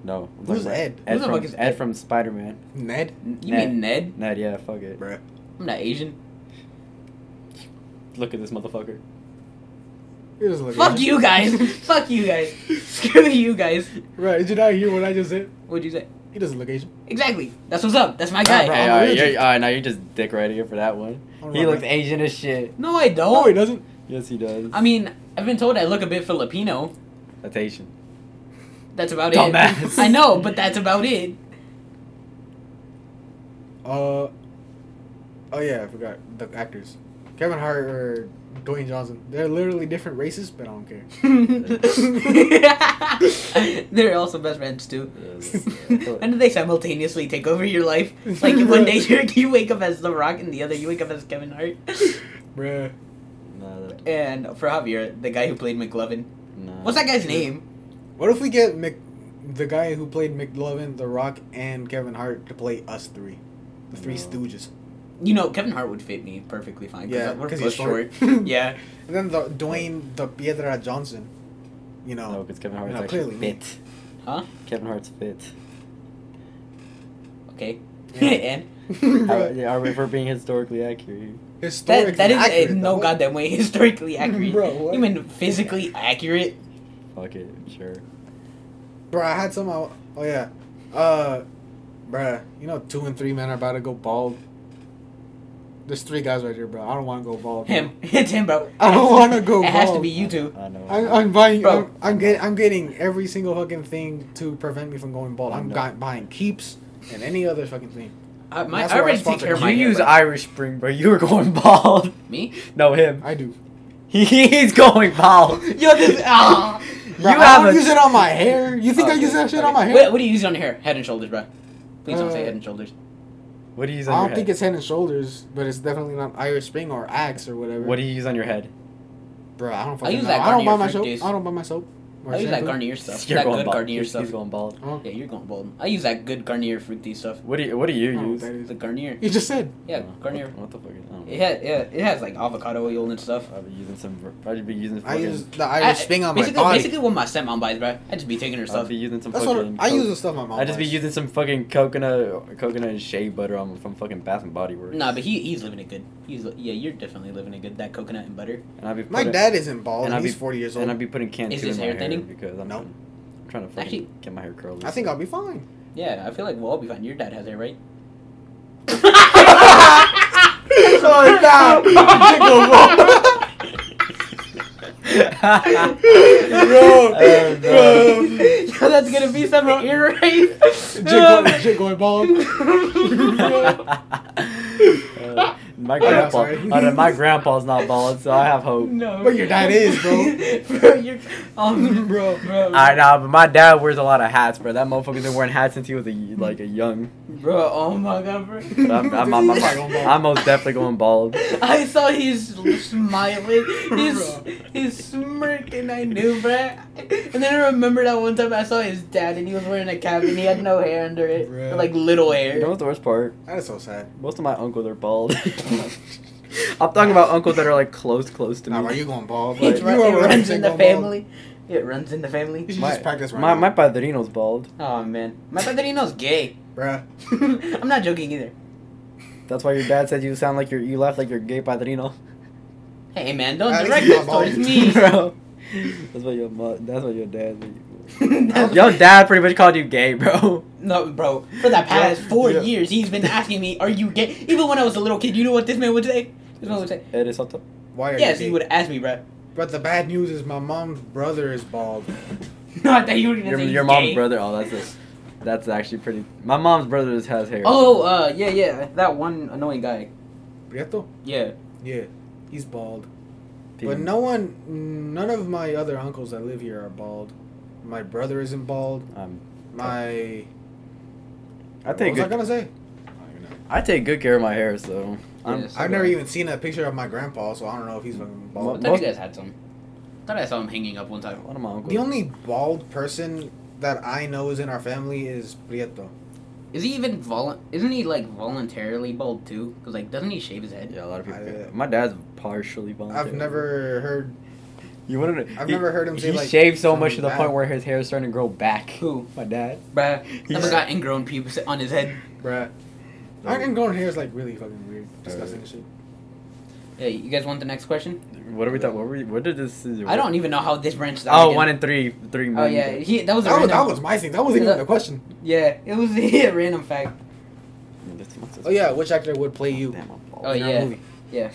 [SPEAKER 2] No. I'm
[SPEAKER 3] Who's
[SPEAKER 2] talking about
[SPEAKER 3] Ed?
[SPEAKER 2] Ed
[SPEAKER 1] Who the
[SPEAKER 2] from,
[SPEAKER 1] fuck is
[SPEAKER 2] Ed
[SPEAKER 1] Ed?
[SPEAKER 2] from Spider Man.
[SPEAKER 3] Ned.
[SPEAKER 1] You
[SPEAKER 2] Ned.
[SPEAKER 1] mean Ned?
[SPEAKER 2] Ned, yeah, fuck it.
[SPEAKER 3] Bruh.
[SPEAKER 1] I'm not Asian.
[SPEAKER 2] Look at this motherfucker.
[SPEAKER 3] He doesn't look
[SPEAKER 1] Fuck
[SPEAKER 3] Asian.
[SPEAKER 1] you guys. Fuck you guys. Screw you guys.
[SPEAKER 3] Right? Did you not hear what I just said?
[SPEAKER 1] What'd you say?
[SPEAKER 3] He doesn't look Asian.
[SPEAKER 1] Exactly. That's what's up. That's my
[SPEAKER 3] Nah,
[SPEAKER 1] guy.
[SPEAKER 3] bro.
[SPEAKER 2] Hey,
[SPEAKER 3] I'm
[SPEAKER 2] all right,
[SPEAKER 3] allergic.
[SPEAKER 2] you're, all right, uh, now you're just dick right here for that one.
[SPEAKER 3] I don't
[SPEAKER 2] He
[SPEAKER 3] know,
[SPEAKER 2] looks
[SPEAKER 3] man.
[SPEAKER 2] Asian as shit.
[SPEAKER 1] No, I don't.
[SPEAKER 3] No, he doesn't.
[SPEAKER 2] Yes, he does.
[SPEAKER 1] I mean, I've been told I look a bit Filipino.
[SPEAKER 2] That's Asian.
[SPEAKER 1] That's about
[SPEAKER 2] Dumbass.
[SPEAKER 1] it. I know, but that's about it.
[SPEAKER 3] Uh. Oh yeah, I forgot the actors. Kevin Hart or Dwayne Johnson. They're literally different races, but I don't care.
[SPEAKER 1] They're also best friends too. and they simultaneously take over your life. Like one day you you wake up as The Rock, and the other you wake up as Kevin Hart.
[SPEAKER 3] Bruh.
[SPEAKER 2] Nah, that-
[SPEAKER 1] And for Javier, the guy who played McLovin,
[SPEAKER 2] nah.
[SPEAKER 1] what's that
[SPEAKER 3] Mm.
[SPEAKER 1] guy's name?
[SPEAKER 3] What if we get Mc, the guy who played McLovin, The Rock, and Kevin Hart to play us three, the Three
[SPEAKER 2] No.
[SPEAKER 3] Stooges?
[SPEAKER 1] You know, Kevin Hart would fit me perfectly fine. Cause
[SPEAKER 3] Yeah,
[SPEAKER 1] we're
[SPEAKER 3] 'cause
[SPEAKER 1] both
[SPEAKER 3] he's
[SPEAKER 1] short.
[SPEAKER 3] short.
[SPEAKER 1] yeah,
[SPEAKER 3] And then the Dwayne the Piedra Johnson. You know,
[SPEAKER 2] No, because Kevin Hart's
[SPEAKER 3] No,
[SPEAKER 2] actually
[SPEAKER 3] clearly me.
[SPEAKER 2] fit.
[SPEAKER 1] Huh?
[SPEAKER 2] Kevin Hart's fit.
[SPEAKER 1] okay.
[SPEAKER 3] Yeah.
[SPEAKER 1] and
[SPEAKER 2] Are,
[SPEAKER 3] Bruh.
[SPEAKER 2] yeah, are we for being historically accurate?
[SPEAKER 1] that,
[SPEAKER 3] Historically
[SPEAKER 1] that is
[SPEAKER 3] accurate,
[SPEAKER 1] in no
[SPEAKER 3] though.
[SPEAKER 1] goddamn way historically accurate.
[SPEAKER 3] Bro, what?
[SPEAKER 1] You mean physically accurate?
[SPEAKER 2] Fuck it, sure.
[SPEAKER 3] Bro, I had some. I- Oh yeah, uh, bruh, you know two and three men are about to go bald. There's three guys right here, bro. I don't want to go bald. bro.
[SPEAKER 1] Him, it's him, bro.
[SPEAKER 3] I don't wanna go
[SPEAKER 1] It has to
[SPEAKER 3] bald.
[SPEAKER 1] be you two.
[SPEAKER 2] I know.
[SPEAKER 3] I'm, I'm buying.
[SPEAKER 1] Bro.
[SPEAKER 3] I'm, I'm getting. I'm getting every single fucking thing to prevent me from going bald. I'm
[SPEAKER 2] No.
[SPEAKER 3] got, buying keeps and any other fucking thing.
[SPEAKER 1] I, Uh, my,
[SPEAKER 3] Uh, That's
[SPEAKER 1] I
[SPEAKER 3] where
[SPEAKER 1] already
[SPEAKER 3] I
[SPEAKER 1] take
[SPEAKER 3] sponsor-
[SPEAKER 1] care of
[SPEAKER 2] you
[SPEAKER 1] my hair,
[SPEAKER 2] use
[SPEAKER 1] bro.
[SPEAKER 2] Irish Spring, bro. You were going bald.
[SPEAKER 1] me.
[SPEAKER 2] No, him.
[SPEAKER 3] I do.
[SPEAKER 2] He's going bald. You
[SPEAKER 1] Yo, this. Ah.
[SPEAKER 3] Bro,
[SPEAKER 2] You
[SPEAKER 3] I
[SPEAKER 2] have
[SPEAKER 3] don't
[SPEAKER 2] a-
[SPEAKER 3] use it on my hair. You think I use that shit on my hair?
[SPEAKER 1] What, what do you use on your hair? Head and shoulders, bro. Please don't say
[SPEAKER 3] Uh,
[SPEAKER 1] head and shoulders.
[SPEAKER 2] What do you use on
[SPEAKER 3] I
[SPEAKER 2] your
[SPEAKER 3] don't think
[SPEAKER 2] head?
[SPEAKER 3] it's head and shoulders, but it's definitely not Irish Spring or Axe or whatever.
[SPEAKER 2] What do you use on your head?
[SPEAKER 3] Bro, I don't fucking
[SPEAKER 1] use
[SPEAKER 3] know.
[SPEAKER 1] that
[SPEAKER 3] I don't buy
[SPEAKER 1] Garnier
[SPEAKER 3] my
[SPEAKER 1] fruit
[SPEAKER 3] soap.
[SPEAKER 1] juice.
[SPEAKER 3] I don't buy my soap. or
[SPEAKER 1] I use that
[SPEAKER 3] shampoo.
[SPEAKER 1] Garnier stuff.
[SPEAKER 2] You're
[SPEAKER 1] that
[SPEAKER 2] going
[SPEAKER 1] good
[SPEAKER 2] bald.
[SPEAKER 1] Garnier
[SPEAKER 2] He's-
[SPEAKER 1] stuff.
[SPEAKER 2] He's going bald.
[SPEAKER 3] Oh,
[SPEAKER 1] Yeah, you're going bold. I use that good Garnier fruity stuff.
[SPEAKER 2] What do you What do you
[SPEAKER 3] I don't know what
[SPEAKER 2] use?
[SPEAKER 3] that is.
[SPEAKER 1] The Garnier.
[SPEAKER 3] You just said.
[SPEAKER 1] Yeah,
[SPEAKER 2] Oh, what-
[SPEAKER 1] Garnier.
[SPEAKER 2] What, the fuck? Is, I don't know.
[SPEAKER 1] It has, yeah, it has like avocado oil and stuff.
[SPEAKER 2] I'd be using some. I'd be using.
[SPEAKER 3] I
[SPEAKER 2] Fucking,
[SPEAKER 3] use the Irish
[SPEAKER 1] I-
[SPEAKER 3] Spring on my
[SPEAKER 1] basically,
[SPEAKER 3] body.
[SPEAKER 1] Basically, what my stepmom buys, bro. I just be taking her
[SPEAKER 2] I'd
[SPEAKER 1] stuff.
[SPEAKER 2] be using some.
[SPEAKER 3] That's what
[SPEAKER 2] fucking
[SPEAKER 3] I use
[SPEAKER 2] coke-
[SPEAKER 3] the stuff my mom.
[SPEAKER 2] I'd just be
[SPEAKER 3] buys.
[SPEAKER 2] using some fucking coconut, coconut and shea butter on from fucking Bath and Body Works.
[SPEAKER 1] Nah, but he he's living it good. He's li- yeah, you're definitely living it good. That coconut and butter.
[SPEAKER 2] And I'd be
[SPEAKER 3] My
[SPEAKER 2] putting-
[SPEAKER 3] dad isn't bald.
[SPEAKER 2] and
[SPEAKER 3] And
[SPEAKER 2] I'd
[SPEAKER 3] he's
[SPEAKER 2] be-
[SPEAKER 3] forty years
[SPEAKER 2] And
[SPEAKER 3] old.
[SPEAKER 2] I'd be putting canned
[SPEAKER 1] Is
[SPEAKER 2] too
[SPEAKER 1] his
[SPEAKER 2] in my
[SPEAKER 1] hair
[SPEAKER 2] hair
[SPEAKER 1] thinning?
[SPEAKER 2] because I'm
[SPEAKER 3] Nope.
[SPEAKER 2] trying- trying to fucking
[SPEAKER 1] Actually-
[SPEAKER 2] get my hair curly.
[SPEAKER 3] I think I'll be fine.
[SPEAKER 1] Yeah, I feel like we'll all be fine. Your dad has hair, right?
[SPEAKER 3] Oh, nah. Bro,
[SPEAKER 2] Oh,
[SPEAKER 3] bro.
[SPEAKER 1] Yo, that's gonna be some ear rape.
[SPEAKER 3] Shit going- shit going bald.
[SPEAKER 2] Uh, my grandpa,
[SPEAKER 3] sorry.
[SPEAKER 2] oh, no, my grandpa's not bald, so I have hope.
[SPEAKER 1] No.
[SPEAKER 3] But your dad is, bro.
[SPEAKER 1] bro, you're. Um, bro,
[SPEAKER 3] bro.
[SPEAKER 1] bro.
[SPEAKER 2] I know, but my dad wears a lot of hats, bro. That motherfucker's been wearing hats since he was a like a young.
[SPEAKER 1] Bro, oh my god, bro.
[SPEAKER 2] But I'm, I'm, I'm, I'm, I'm, I'm most definitely going bald.
[SPEAKER 1] I saw he's smiling, his
[SPEAKER 3] Bro.
[SPEAKER 1] his smirk, and I knew, bro. And then I remember that one time I saw his dad, and he was wearing a cap, and he had no hair under it,
[SPEAKER 3] Bro.
[SPEAKER 1] like little hair.
[SPEAKER 2] You know what's the worst part?
[SPEAKER 3] That is so sad.
[SPEAKER 2] Most of my uncles are bald. I'm talking about uncles that are like close, close to me.
[SPEAKER 3] Nah, bro, you going bald?
[SPEAKER 1] It,
[SPEAKER 3] But
[SPEAKER 1] run,
[SPEAKER 3] you
[SPEAKER 1] it
[SPEAKER 3] are
[SPEAKER 1] runs in the
[SPEAKER 3] going bald.
[SPEAKER 1] family. It runs in the
[SPEAKER 3] You
[SPEAKER 1] family.
[SPEAKER 3] should
[SPEAKER 2] My-
[SPEAKER 3] just practice right
[SPEAKER 2] My my
[SPEAKER 3] now,
[SPEAKER 2] padrino's bald.
[SPEAKER 1] Oh man, my padrino's gay.
[SPEAKER 3] bruh.
[SPEAKER 1] I'm not joking either.
[SPEAKER 2] That's why your dad said you sound like you're you laugh like you're gay padrino.
[SPEAKER 1] Hey man, don't
[SPEAKER 3] At
[SPEAKER 1] direct
[SPEAKER 3] least
[SPEAKER 1] this
[SPEAKER 3] my mom-
[SPEAKER 1] towards me.
[SPEAKER 2] bro. That's what your mo- that's what your dad.
[SPEAKER 1] That's-
[SPEAKER 2] Your dad pretty much called you gay, bro.
[SPEAKER 1] No, bro. For the past four
[SPEAKER 3] Yeah.
[SPEAKER 1] years, he's been asking me, "Are you gay?" Even when I was a little kid, you know what this man would say? This man would say,
[SPEAKER 2] Eres otro.
[SPEAKER 3] Why are
[SPEAKER 1] "Yes, he
[SPEAKER 3] you gay?
[SPEAKER 1] would ask me, bro."
[SPEAKER 3] But the bad news is my mom's brother is bald.
[SPEAKER 1] Not that you were gonna
[SPEAKER 2] Your
[SPEAKER 1] say
[SPEAKER 2] your
[SPEAKER 1] he's
[SPEAKER 2] mom's
[SPEAKER 1] gay.
[SPEAKER 2] brother. Oh, that's it. That's actually pretty. My mom's brother just has hair.
[SPEAKER 1] Oh, uh, yeah, yeah, that one annoying guy.
[SPEAKER 3] Prieto?
[SPEAKER 1] Yeah,
[SPEAKER 3] Yeah, he's bald.
[SPEAKER 1] uh,
[SPEAKER 2] Pete.
[SPEAKER 3] But no one, none of my other uncles that live here are bald. My brother isn't bald.
[SPEAKER 2] Um,
[SPEAKER 3] My
[SPEAKER 2] I
[SPEAKER 3] what
[SPEAKER 2] take
[SPEAKER 3] was I
[SPEAKER 2] good,
[SPEAKER 3] gonna say?
[SPEAKER 2] I take good care of my hair, so. I'm,
[SPEAKER 1] Yeah, so-
[SPEAKER 3] I've never even seen a picture of my grandpa, so I don't know if he's fucking
[SPEAKER 1] I
[SPEAKER 3] bald.
[SPEAKER 1] thought
[SPEAKER 2] Most-
[SPEAKER 1] you guys had some. Thought I saw him hanging up one time.
[SPEAKER 2] One of my uncles.
[SPEAKER 3] The only bald person that I know is in our family is Prieto.
[SPEAKER 1] Is he even volu- Isn't he like voluntarily bald too? Cause like, doesn't he shave his head?
[SPEAKER 2] yeah, a lot of people.
[SPEAKER 3] I-
[SPEAKER 2] my dad's partially voluntary.
[SPEAKER 3] I've never heard.
[SPEAKER 2] You wanted to,
[SPEAKER 3] I've never heard him say,
[SPEAKER 2] He
[SPEAKER 3] like,
[SPEAKER 2] shaved so much to
[SPEAKER 3] something
[SPEAKER 2] the
[SPEAKER 3] bad.
[SPEAKER 2] point where his hair is starting to grow back.
[SPEAKER 1] Who?
[SPEAKER 2] My dad.
[SPEAKER 1] Bruh,
[SPEAKER 2] He's-
[SPEAKER 1] he's got ingrown pubes on his head.
[SPEAKER 3] Bruh. Iron growing hair is like really fucking weird, disgusting
[SPEAKER 2] Alright.
[SPEAKER 3] shit.
[SPEAKER 1] Yeah, you guys want the next question?
[SPEAKER 2] What are we talking? What were we, What did this?
[SPEAKER 1] I don't even know how this branched out.
[SPEAKER 2] Oh,
[SPEAKER 1] again.
[SPEAKER 2] one and three, three.
[SPEAKER 1] Oh
[SPEAKER 2] million.
[SPEAKER 1] yeah, he, that was a
[SPEAKER 3] That was,
[SPEAKER 1] random-
[SPEAKER 3] that was my thing. That wasn't even the question.
[SPEAKER 1] Yeah, it was a random fact.
[SPEAKER 2] That's- that's-
[SPEAKER 3] Oh yeah, which actor would play you?
[SPEAKER 2] Damn, I'm bald.
[SPEAKER 1] Oh,
[SPEAKER 3] in our
[SPEAKER 1] yeah.
[SPEAKER 3] movie?
[SPEAKER 1] Yeah.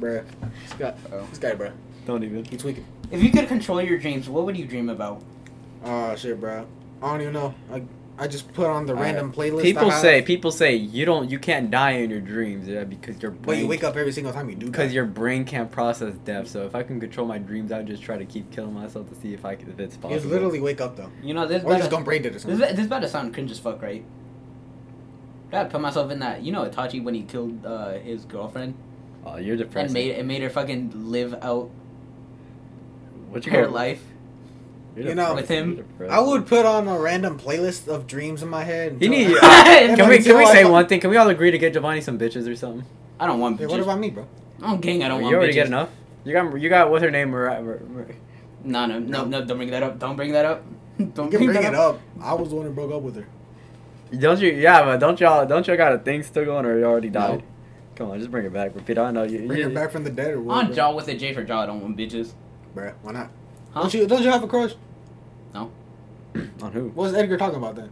[SPEAKER 3] Bruh. This guy,
[SPEAKER 1] Oh.
[SPEAKER 3] this guy, bruh.
[SPEAKER 2] Don't even.
[SPEAKER 3] He tweaking.
[SPEAKER 1] If you could control your dreams, what would you dream about?
[SPEAKER 3] Oh shit, bruh. I don't even know. Like, I just put on the
[SPEAKER 2] All right.
[SPEAKER 3] random playlist. I
[SPEAKER 2] People
[SPEAKER 3] have.
[SPEAKER 2] say people say you don't you can't die in your dreams yeah, because your
[SPEAKER 3] but you
[SPEAKER 2] brain
[SPEAKER 3] wake up every single time you do.
[SPEAKER 2] because
[SPEAKER 3] that.
[SPEAKER 2] your brain can't process death. So if I can control my dreams, I just try to keep killing myself to see if I can, if it's possible.
[SPEAKER 3] you literally wake up though,
[SPEAKER 1] You know, this
[SPEAKER 3] or you
[SPEAKER 1] about
[SPEAKER 3] just
[SPEAKER 1] to,
[SPEAKER 3] don't brain dead or
[SPEAKER 1] this,
[SPEAKER 3] something.
[SPEAKER 1] this about to sound cringe as fuck, right? Gotta put myself in that. You know, Itachi when he killed uh, his girlfriend
[SPEAKER 2] oh, you're
[SPEAKER 1] and
[SPEAKER 2] depressed.
[SPEAKER 1] made it made her fucking live out
[SPEAKER 2] What you
[SPEAKER 1] her
[SPEAKER 2] call-
[SPEAKER 1] life.
[SPEAKER 2] you're
[SPEAKER 3] You know,
[SPEAKER 1] with
[SPEAKER 2] depressed,
[SPEAKER 1] him.
[SPEAKER 2] you're depressed.
[SPEAKER 3] I would put on a random playlist of dreams in my head.
[SPEAKER 2] He
[SPEAKER 3] until
[SPEAKER 2] need-
[SPEAKER 3] I-
[SPEAKER 1] I
[SPEAKER 2] Can we can
[SPEAKER 3] Until
[SPEAKER 2] we
[SPEAKER 3] I
[SPEAKER 2] say
[SPEAKER 3] fu-
[SPEAKER 2] one thing? Can we all agree to get Giovanni some bitches or something?
[SPEAKER 1] don't want
[SPEAKER 3] Hey,
[SPEAKER 1] bitches.
[SPEAKER 3] what about me, bro?
[SPEAKER 1] I'm gang. I don't
[SPEAKER 2] you
[SPEAKER 1] want
[SPEAKER 2] already
[SPEAKER 1] bitches.
[SPEAKER 2] get enough. You got you got what's her name? Mariah, Mar- Mar-
[SPEAKER 1] No, no, no, no. Don't bring that up. Don't bring that up. Don't
[SPEAKER 3] You can
[SPEAKER 1] bring
[SPEAKER 3] bring
[SPEAKER 1] that
[SPEAKER 3] it up. I was the one who broke up with her.
[SPEAKER 2] Don't you? Yeah, but don't y'all don't y'all got a thing still going or you already
[SPEAKER 1] No.
[SPEAKER 2] died? Come on, just bring it back, repeat. I know you.
[SPEAKER 3] Bring
[SPEAKER 2] you-
[SPEAKER 3] her back from the dead or
[SPEAKER 1] I
[SPEAKER 3] what?
[SPEAKER 1] want jaw with a J for jaw. I don't want bitches.
[SPEAKER 3] Bruh, why not?
[SPEAKER 1] Huh?
[SPEAKER 3] Don't you don't you have a crush?
[SPEAKER 2] on who?
[SPEAKER 3] What was Edgar talking about then?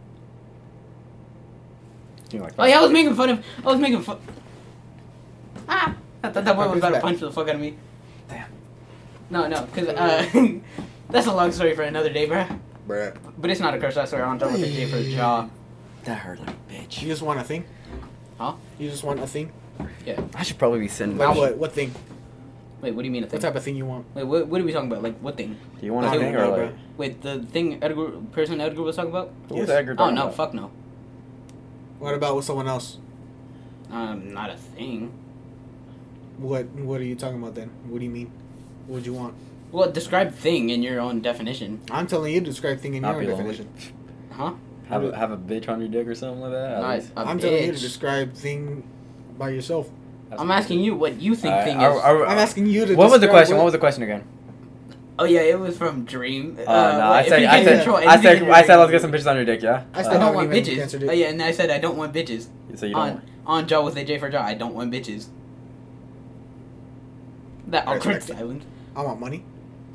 [SPEAKER 2] You know, like-
[SPEAKER 1] Oh yeah, I was making fun of. I was making fun. Ah, I thought that boy was
[SPEAKER 3] Fuck
[SPEAKER 1] about to
[SPEAKER 3] is that?
[SPEAKER 1] punch the fuck out of me. Damn. No, no, cause uh, that's a long story for another day, bruh.
[SPEAKER 3] Bruh.
[SPEAKER 1] But it's not a curse. I swear. I'm talking with a J for jaw.
[SPEAKER 2] That hurt like a bitch.
[SPEAKER 3] You just want a thing?
[SPEAKER 1] Huh?
[SPEAKER 3] You just want a thing?
[SPEAKER 2] I should probably be sending.
[SPEAKER 3] Like
[SPEAKER 2] that
[SPEAKER 3] what? What thing?
[SPEAKER 1] Wait, what do you mean a
[SPEAKER 3] What
[SPEAKER 1] thing?
[SPEAKER 3] type of thing you want?
[SPEAKER 1] Wait, what, what are we talking about? Like what thing?
[SPEAKER 2] shit. Do you want
[SPEAKER 1] I
[SPEAKER 2] to
[SPEAKER 1] don't
[SPEAKER 2] thing or
[SPEAKER 3] know,
[SPEAKER 2] like?
[SPEAKER 3] bro.
[SPEAKER 1] Wait, the thing Edgar person Edgar was talking about?
[SPEAKER 2] What was
[SPEAKER 3] Yes.
[SPEAKER 2] Edgar
[SPEAKER 1] Oh
[SPEAKER 2] talking
[SPEAKER 1] no,
[SPEAKER 2] about?
[SPEAKER 1] fuck no.
[SPEAKER 3] What about with someone else?
[SPEAKER 1] Um, not a thing.
[SPEAKER 3] What What are you talking about then? What do you mean? What would you want?
[SPEAKER 1] Well, describe thing in your own definition,
[SPEAKER 3] I'm telling you, describe thing in
[SPEAKER 2] Not
[SPEAKER 3] your
[SPEAKER 2] be
[SPEAKER 3] own
[SPEAKER 2] lonely.
[SPEAKER 3] definition.
[SPEAKER 1] huh?
[SPEAKER 2] Have a, have a bitch on your dick or something like that. at
[SPEAKER 1] Not
[SPEAKER 2] least.
[SPEAKER 1] a
[SPEAKER 3] I'm telling you to
[SPEAKER 1] bitch.
[SPEAKER 3] describe thing by yourself.
[SPEAKER 2] Have
[SPEAKER 1] I'm
[SPEAKER 2] some-
[SPEAKER 1] asking you what you think
[SPEAKER 2] Alright,
[SPEAKER 1] thing
[SPEAKER 2] are-
[SPEAKER 1] is.
[SPEAKER 2] are-
[SPEAKER 3] I'm asking you to.
[SPEAKER 2] What was the
[SPEAKER 3] describe
[SPEAKER 2] question? What was the question again?
[SPEAKER 1] oh yeah, it was from Dream. Uh,
[SPEAKER 2] Oh no, I
[SPEAKER 1] if
[SPEAKER 2] said
[SPEAKER 1] you
[SPEAKER 2] I
[SPEAKER 1] can
[SPEAKER 2] said
[SPEAKER 1] control
[SPEAKER 2] I said
[SPEAKER 1] anything in your
[SPEAKER 2] I said let's
[SPEAKER 1] dick-
[SPEAKER 2] get some bitches on your dick. Yeah.
[SPEAKER 3] I
[SPEAKER 1] I
[SPEAKER 3] said-
[SPEAKER 2] uh,
[SPEAKER 1] don't
[SPEAKER 3] haven't
[SPEAKER 1] want
[SPEAKER 3] even answered
[SPEAKER 1] bitches.
[SPEAKER 3] it.
[SPEAKER 1] Oh yeah, and I said I don't want bitches.
[SPEAKER 2] so you don't.
[SPEAKER 1] On on jaw with a J for jaw. I don't want bitches. That
[SPEAKER 3] I
[SPEAKER 1] awkward
[SPEAKER 3] respect it.
[SPEAKER 1] silence.
[SPEAKER 3] I want money.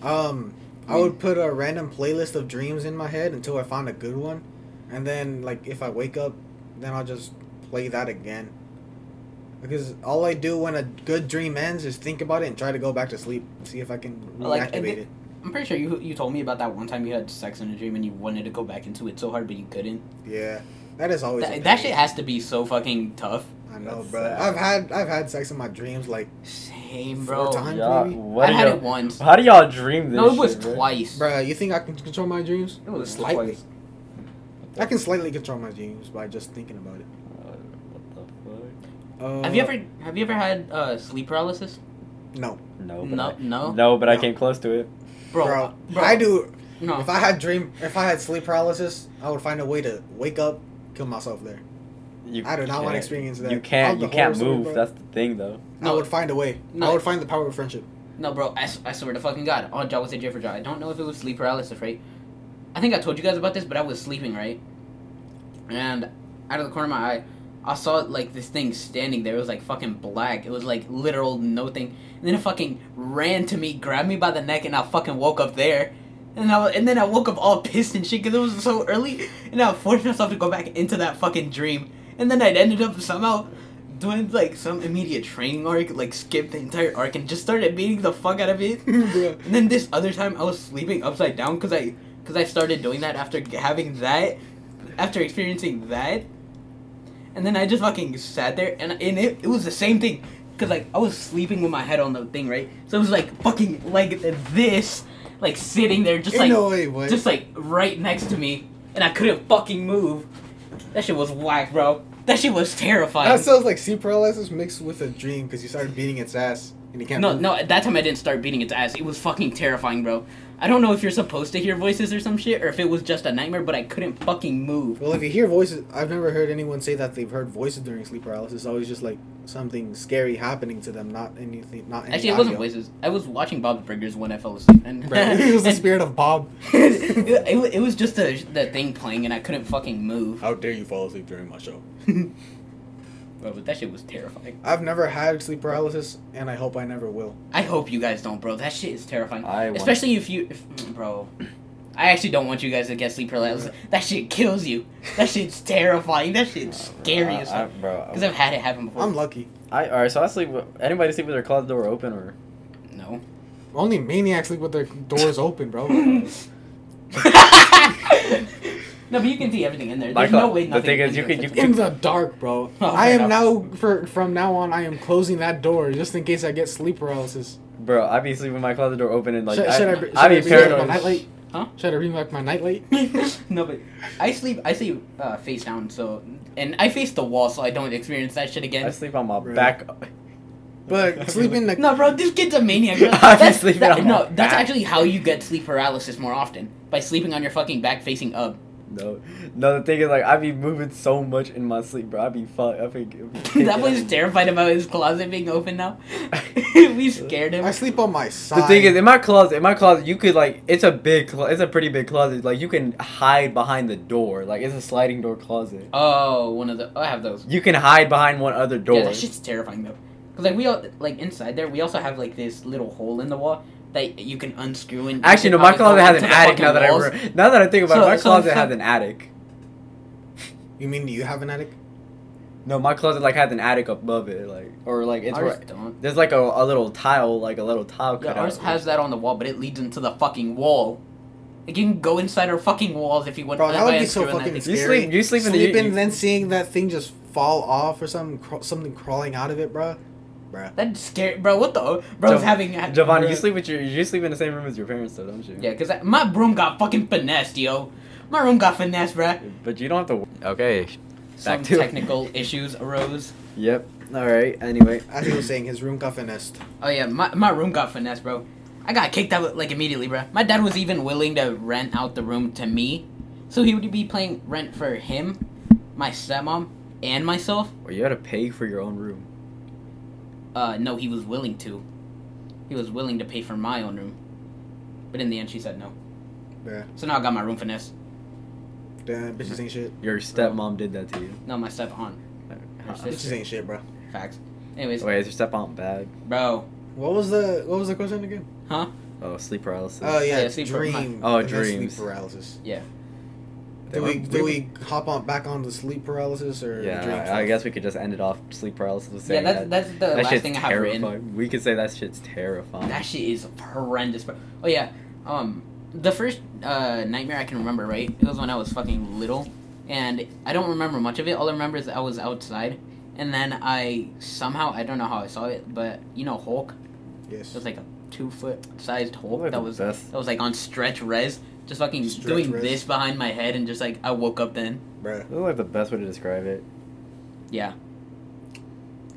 [SPEAKER 3] Um, I
[SPEAKER 1] Mm.
[SPEAKER 3] would put a random playlist of dreams in my head until I found a good one, and then like if I wake up, then I'll just play that again. Because all I do when a good dream ends is think about it and try to go back to sleep, see if I can reactivate
[SPEAKER 1] Like, and
[SPEAKER 3] it.
[SPEAKER 1] I'm pretty sure you you told me about that one time you had sex in a dream and you wanted to go back into it so hard but you couldn't.
[SPEAKER 3] Yeah, that is always a
[SPEAKER 1] That,
[SPEAKER 3] pain.
[SPEAKER 1] that shit has to be so fucking tough.
[SPEAKER 3] I know,
[SPEAKER 2] That's
[SPEAKER 3] bro.
[SPEAKER 2] sad.
[SPEAKER 3] I've had I've had sex in my dreams like,
[SPEAKER 1] Same,
[SPEAKER 3] Four
[SPEAKER 1] bro.
[SPEAKER 3] times?
[SPEAKER 2] Yeah.
[SPEAKER 3] on, baby.
[SPEAKER 2] what
[SPEAKER 1] I
[SPEAKER 2] do
[SPEAKER 1] had
[SPEAKER 2] y'all-
[SPEAKER 1] it once.
[SPEAKER 2] How do y'all dream this?
[SPEAKER 1] No, it was
[SPEAKER 2] shit, bro?
[SPEAKER 1] twice.
[SPEAKER 3] bro. You think I can control my dreams?
[SPEAKER 1] It was
[SPEAKER 3] Slightly.
[SPEAKER 1] twice.
[SPEAKER 3] I can slightly control my dreams by just thinking about it.
[SPEAKER 2] Uh, what the fuck?
[SPEAKER 3] Uh,
[SPEAKER 1] Have you ever have you ever had uh, sleep paralysis?
[SPEAKER 3] No,
[SPEAKER 2] No. but
[SPEAKER 1] No,
[SPEAKER 2] I-
[SPEAKER 1] no,
[SPEAKER 2] No, but I
[SPEAKER 3] No.
[SPEAKER 2] came close to it.
[SPEAKER 1] bro,
[SPEAKER 3] bro.
[SPEAKER 1] bro,
[SPEAKER 3] I do
[SPEAKER 1] No,
[SPEAKER 3] If I had dream, if I had sleep paralysis, I would find a way to wake up, kill myself there.
[SPEAKER 2] You
[SPEAKER 3] I do not want to
[SPEAKER 2] can't-
[SPEAKER 3] experience that.
[SPEAKER 2] You
[SPEAKER 3] All
[SPEAKER 2] can't.
[SPEAKER 3] the
[SPEAKER 2] You can't
[SPEAKER 3] horror story,
[SPEAKER 2] move.
[SPEAKER 3] bro.
[SPEAKER 2] That's the thing, though.
[SPEAKER 1] No.
[SPEAKER 3] I would find a way.
[SPEAKER 1] No.
[SPEAKER 3] I would find the power of friendship.
[SPEAKER 1] no, bro. I, s- I swear to fucking god. On job with a J for job. I don't know if it was sleep paralysis, right? I think I told you guys about this, but I was sleeping, right? And out of the corner of my eye, I saw like this thing standing there. It was like fucking black. It was like literal no thing. And then it fucking ran to me, grabbed me by the neck, and I fucking woke up there. And I wa- and then I woke up all pissed and shit because it was so early. And I forced myself to go back into that fucking dream. And then I ended up somehow doing like some immediate training arc, like skipped the entire arc and just started beating the fuck out of it.
[SPEAKER 3] Yeah.
[SPEAKER 1] And then this other time I was sleeping upside down because I because I started doing that after g- having that, after experiencing that, and then I just fucking sat there and and it it was the same thing. Cause like I was sleeping with my head on the thing, right? So it was like fucking like this, like sitting there, just like
[SPEAKER 3] Ain't no way, boy.
[SPEAKER 1] just like right next to me, and I couldn't fucking move. That shit was whack, bro. That shit was terrifying.
[SPEAKER 3] that sounds like sleep paralysis mixed with a dream because you started beating its ass and you can't.
[SPEAKER 1] No,
[SPEAKER 3] move.
[SPEAKER 1] no, at that time I didn't start beating its ass. It was fucking terrifying, bro. I don't know if you're supposed to hear voices or some shit, or if it was just a nightmare, but I couldn't fucking move.
[SPEAKER 3] Well, if you hear voices, I've never heard anyone say that they've heard voices during sleep paralysis. It's always just like something scary happening to them, not anything. Not any
[SPEAKER 1] Actually, it wasn't
[SPEAKER 3] audio.
[SPEAKER 1] voices. I was watching Bob's Burgers when I fell asleep, and
[SPEAKER 3] Bro, it was the spirit of Bob.
[SPEAKER 1] it, it wa- it was just the the thing playing, and I couldn't fucking move.
[SPEAKER 3] How dare you fall asleep during my show?
[SPEAKER 2] Oh.
[SPEAKER 1] Bro, but that shit was terrifying.
[SPEAKER 3] I've never had sleep paralysis, and I hope I never will.
[SPEAKER 1] I hope you guys don't, bro. That shit is terrifying.
[SPEAKER 2] I want-
[SPEAKER 1] Especially if you, if, mm, bro. I actually don't want you guys to get sleep paralysis. That shit kills you. That shit's terrifying. That shit's scary
[SPEAKER 2] Uh, I,
[SPEAKER 1] as fuck.
[SPEAKER 2] I, bro.
[SPEAKER 1] Because I've had it happen before.
[SPEAKER 3] I'm lucky.
[SPEAKER 2] I, all right. So I sleep. With, anybody sleep with their closet door open or?
[SPEAKER 1] no.
[SPEAKER 3] Only maniacs sleep with their doors open, bro.
[SPEAKER 1] Bro, No, but you can see everything in there. There's
[SPEAKER 2] Michael,
[SPEAKER 1] no way.
[SPEAKER 2] the
[SPEAKER 1] Nothing
[SPEAKER 2] thing is
[SPEAKER 1] in
[SPEAKER 2] you
[SPEAKER 1] there
[SPEAKER 2] could- you
[SPEAKER 1] fits
[SPEAKER 2] could-
[SPEAKER 1] in.
[SPEAKER 3] in the dark, bro.
[SPEAKER 1] Oh,
[SPEAKER 3] I
[SPEAKER 1] fair
[SPEAKER 3] am now
[SPEAKER 1] enough.
[SPEAKER 3] for from now on. I am closing that door just in case I get sleep paralysis.
[SPEAKER 2] Bro, I be sleeping with my closet door open and like
[SPEAKER 3] should,
[SPEAKER 2] I,
[SPEAKER 3] should I,
[SPEAKER 2] I,
[SPEAKER 3] br- should
[SPEAKER 2] be
[SPEAKER 3] I bring back my
[SPEAKER 2] paranoid.
[SPEAKER 3] nightlight?
[SPEAKER 1] Huh?
[SPEAKER 3] Should I bring back my nightlight?
[SPEAKER 1] no, but I sleep. I sleep uh, face down. So and I face the wall, so I don't experience that shit
[SPEAKER 2] I
[SPEAKER 1] again.
[SPEAKER 2] sleep on my
[SPEAKER 3] Bro.
[SPEAKER 2] back.
[SPEAKER 3] But sleeping like
[SPEAKER 1] No, bro, this kid's a maniac. bro.
[SPEAKER 2] I've been
[SPEAKER 1] That's,
[SPEAKER 2] sleeping
[SPEAKER 1] that-
[SPEAKER 2] on my
[SPEAKER 1] no, that's
[SPEAKER 2] back.
[SPEAKER 1] actually how you get sleep paralysis more often by sleeping on your fucking back facing up.
[SPEAKER 2] No, no. The thing is, like, I be moving so much in my sleep, bro. I be fuck. I think
[SPEAKER 1] that boy's terrified about his closet being open now. we scared him.
[SPEAKER 3] I sleep on my side.
[SPEAKER 2] The thing is, in my closet, in my closet, you could like, it's a big, clo- it's a pretty big closet. Like, you can hide behind the door. Like, it's a sliding door closet.
[SPEAKER 1] Oh, one of the. Oh, I have those.
[SPEAKER 2] You can hide behind one other door.
[SPEAKER 1] Yeah, that shit's terrifying though. Cause like we all like inside there, we also have like this little hole in the wall that you can unscrew and.
[SPEAKER 2] Actually,
[SPEAKER 1] you
[SPEAKER 2] no,
[SPEAKER 1] can
[SPEAKER 2] my
[SPEAKER 1] probably
[SPEAKER 2] closet
[SPEAKER 1] go
[SPEAKER 2] has an
[SPEAKER 1] into the
[SPEAKER 2] attic.
[SPEAKER 1] fucking
[SPEAKER 2] Now that I
[SPEAKER 1] walls.
[SPEAKER 2] re- now that I think about
[SPEAKER 1] So-
[SPEAKER 2] it, my
[SPEAKER 1] so
[SPEAKER 2] closet
[SPEAKER 1] fuck-
[SPEAKER 2] has an attic.
[SPEAKER 3] you mean you have an attic?
[SPEAKER 2] No, my closet like has an attic above it, like or like it's
[SPEAKER 1] Ours
[SPEAKER 2] where-
[SPEAKER 1] don't.
[SPEAKER 2] there's like a, a little tile, like a little tile
[SPEAKER 1] Yeah,
[SPEAKER 2] cutout.
[SPEAKER 1] ours has that on the wall, but it leads into the fucking wall. Like you can go inside our fucking walls if you want.
[SPEAKER 3] Bro, that
[SPEAKER 1] by
[SPEAKER 3] would be so
[SPEAKER 1] unscrewing that
[SPEAKER 3] fucking
[SPEAKER 1] thing.
[SPEAKER 2] You
[SPEAKER 3] scary.
[SPEAKER 2] sleep- you sleep in the-
[SPEAKER 3] Sleeping,
[SPEAKER 2] you-
[SPEAKER 3] then seeing that thing just fall off or something, craw- something crawling out of it, bro. Bro,
[SPEAKER 1] That's scary, bro. What the? Bro's
[SPEAKER 2] Jav-
[SPEAKER 1] having.
[SPEAKER 2] Javon,
[SPEAKER 1] bro.
[SPEAKER 2] you sleep with your you sleep in the same room as your parents though, don't you?
[SPEAKER 1] Yeah, cause I, my room got fucking finessed, yo. My room got finessed, bruh.
[SPEAKER 2] But you don't have to. Okay.
[SPEAKER 1] Some
[SPEAKER 2] to-
[SPEAKER 1] technical issues arose.
[SPEAKER 2] Yep. All right. Anyway.
[SPEAKER 3] as he was saying, his room got finessed.
[SPEAKER 1] Oh yeah, my, my room got finessed, bro. I got kicked out like immediately, bro. My dad was even willing to rent out the room to me, so he would be paying rent for him, my stepmom, and myself.
[SPEAKER 2] Well, you had to pay for your own room.
[SPEAKER 1] Uh, no, he was willing to. He was willing to pay for my own room, but in the end, she said no.
[SPEAKER 3] Bruh.
[SPEAKER 1] So now I got my room finessed.
[SPEAKER 3] Damn,
[SPEAKER 1] Mm-hmm.
[SPEAKER 3] bitches ain't shit.
[SPEAKER 2] Your stepmom did that to you.
[SPEAKER 1] No, my step aunt.
[SPEAKER 2] Huh.
[SPEAKER 3] Bitches ain't shit, bro.
[SPEAKER 1] Facts. Anyways,
[SPEAKER 2] Wait, is your step aunt bad?
[SPEAKER 1] bro.
[SPEAKER 3] What was the what was the question again?
[SPEAKER 2] Oh, sleep paralysis.
[SPEAKER 3] Oh yeah,
[SPEAKER 1] Yeah, sleep par-
[SPEAKER 3] dream.
[SPEAKER 2] Oh,
[SPEAKER 3] and then
[SPEAKER 2] dreams.
[SPEAKER 3] Sleep paralysis.
[SPEAKER 2] They
[SPEAKER 3] Do
[SPEAKER 2] were-
[SPEAKER 3] we do we hop on back on the sleep paralysis or the dream
[SPEAKER 2] Yeah, I
[SPEAKER 3] stuff?
[SPEAKER 2] guess we could just end it off sleep paralysis with
[SPEAKER 1] Yeah,
[SPEAKER 2] saying
[SPEAKER 1] that's
[SPEAKER 2] that.
[SPEAKER 1] that's the
[SPEAKER 2] That
[SPEAKER 1] last
[SPEAKER 2] shit's
[SPEAKER 1] thing I have written.
[SPEAKER 2] terrifying. We could say that shit's terrifying.
[SPEAKER 1] That shit is horrendous. But oh yeah, um, the first uh, nightmare I can remember, right? It was when I was fucking little, and I don't remember much of it. All I remember is I was outside, and then I somehow I don't know how I saw it, but you know Hulk, it
[SPEAKER 3] Yes.
[SPEAKER 1] was like a two foot sized Hulk
[SPEAKER 2] Probably
[SPEAKER 1] that
[SPEAKER 2] the
[SPEAKER 1] was that
[SPEAKER 2] best.
[SPEAKER 1] was like on stretch res, just fucking
[SPEAKER 3] Stretch
[SPEAKER 1] doing
[SPEAKER 3] res.
[SPEAKER 1] this behind my head, and just like I woke up then.
[SPEAKER 3] Bruh.
[SPEAKER 2] That's like the best way to describe it.
[SPEAKER 1] Yeah,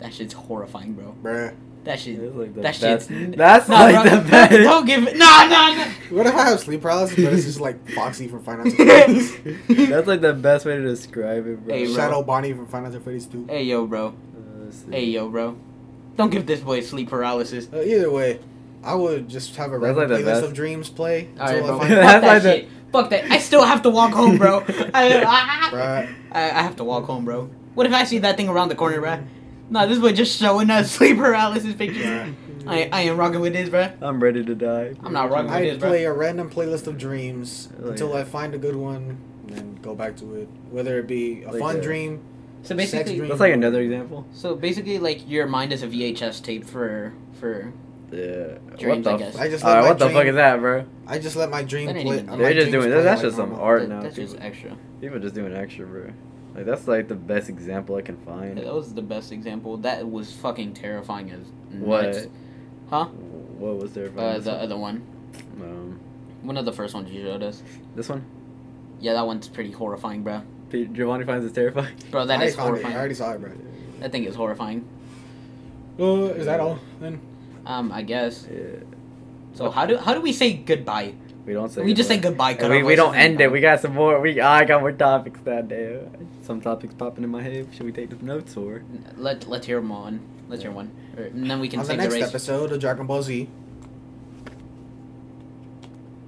[SPEAKER 1] that shit's horrifying, bro.
[SPEAKER 3] Bruh.
[SPEAKER 1] That shit.
[SPEAKER 2] That's like the
[SPEAKER 1] That
[SPEAKER 2] best.
[SPEAKER 1] shit's
[SPEAKER 2] That's
[SPEAKER 1] No,
[SPEAKER 2] like
[SPEAKER 1] bro,
[SPEAKER 2] the best.
[SPEAKER 1] Don't give it. No, no, no.
[SPEAKER 3] What if I have sleep paralysis, but it's just like Foxy from Final Fantasy?
[SPEAKER 2] That's like the best way to describe it, bro.
[SPEAKER 1] Hey, bro.
[SPEAKER 3] Shadow Bonnie from Final Fantasy 2.
[SPEAKER 1] Hey yo, bro.
[SPEAKER 2] Uh, let's see.
[SPEAKER 1] Hey yo, bro. Don't give this boy sleep paralysis.
[SPEAKER 3] Uh, either way, I would just have a
[SPEAKER 2] That's
[SPEAKER 3] random
[SPEAKER 2] like the
[SPEAKER 3] playlist
[SPEAKER 2] best.
[SPEAKER 3] of dreams play.
[SPEAKER 1] All right,
[SPEAKER 3] until
[SPEAKER 1] bro. Fuck
[SPEAKER 3] I find-
[SPEAKER 2] That's
[SPEAKER 1] that
[SPEAKER 2] like the-
[SPEAKER 1] shit. Fuck that. I still have to walk home, bro. I, I,
[SPEAKER 3] Bruh.
[SPEAKER 1] I, I have to walk home, bro. What if I see that thing around the corner, bro? Nah, this boy just showing us sleep paralysis pictures.
[SPEAKER 3] Bruh.
[SPEAKER 1] I, I ain't rocking with this, bro.
[SPEAKER 2] I'm ready to die.
[SPEAKER 1] I'm not wrong.
[SPEAKER 3] I'd
[SPEAKER 1] is, bruh.
[SPEAKER 3] play a random playlist of dreams
[SPEAKER 2] Like-
[SPEAKER 3] until I find a good one, and then go back to it. Whether it be a
[SPEAKER 2] Like
[SPEAKER 3] fun
[SPEAKER 2] a-
[SPEAKER 3] dream,
[SPEAKER 1] So
[SPEAKER 3] Sex
[SPEAKER 1] basically,
[SPEAKER 3] dream.
[SPEAKER 2] That's like another example.
[SPEAKER 1] so basically, like your mind is a VHS tape for for.
[SPEAKER 2] Yeah.
[SPEAKER 1] Dreams, I
[SPEAKER 2] what the?
[SPEAKER 1] guess.
[SPEAKER 2] F-
[SPEAKER 3] I just let
[SPEAKER 2] Alright,
[SPEAKER 3] my
[SPEAKER 2] what the
[SPEAKER 3] dream,
[SPEAKER 2] fuck is that, bro?
[SPEAKER 3] I just let my dream
[SPEAKER 1] That ain't
[SPEAKER 3] play.
[SPEAKER 1] even-
[SPEAKER 3] my
[SPEAKER 2] They're just
[SPEAKER 3] dreams
[SPEAKER 2] doing
[SPEAKER 3] play
[SPEAKER 2] that's
[SPEAKER 3] like
[SPEAKER 2] just some
[SPEAKER 3] normal.
[SPEAKER 2] art
[SPEAKER 1] that-
[SPEAKER 2] now.
[SPEAKER 1] that's just
[SPEAKER 2] people,
[SPEAKER 1] extra.
[SPEAKER 2] people just doing extra, bro. Like that's like the best example I can find.
[SPEAKER 1] Yeah, that was the best example. That was fucking terrifying as
[SPEAKER 2] What?
[SPEAKER 1] nuts. Huh?
[SPEAKER 2] What was there?
[SPEAKER 1] Uh,
[SPEAKER 2] about
[SPEAKER 1] the
[SPEAKER 2] this
[SPEAKER 1] other one,
[SPEAKER 2] one? um,
[SPEAKER 1] one of the first ones you showed us.
[SPEAKER 2] this one.
[SPEAKER 1] Yeah, that one's pretty horrifying, bro.
[SPEAKER 2] P- Giovanni finds it terrifying.
[SPEAKER 1] Bro, Oh, that
[SPEAKER 3] I
[SPEAKER 1] is
[SPEAKER 3] found it. I
[SPEAKER 1] horrifying.
[SPEAKER 3] already saw it, bro.
[SPEAKER 1] That thing is horrifying.
[SPEAKER 3] Uh, is that all? Then
[SPEAKER 1] Um, I guess.
[SPEAKER 2] Yeah.
[SPEAKER 1] So how do how do we say goodbye?
[SPEAKER 2] We don't say.
[SPEAKER 1] we just say
[SPEAKER 2] goodbye.
[SPEAKER 1] goodbye. cut
[SPEAKER 2] And we,
[SPEAKER 1] our
[SPEAKER 2] we don't
[SPEAKER 1] voices and
[SPEAKER 2] end it.
[SPEAKER 1] goodbye.
[SPEAKER 2] We got some more. We I got more topics that day. Some topics popping in my head. Should we take the notes or?
[SPEAKER 1] Let let's hear one. Let's hear one, Or- and then we can
[SPEAKER 3] on the
[SPEAKER 1] save the,
[SPEAKER 3] next
[SPEAKER 1] race.
[SPEAKER 3] episode of Dragon Ball Z.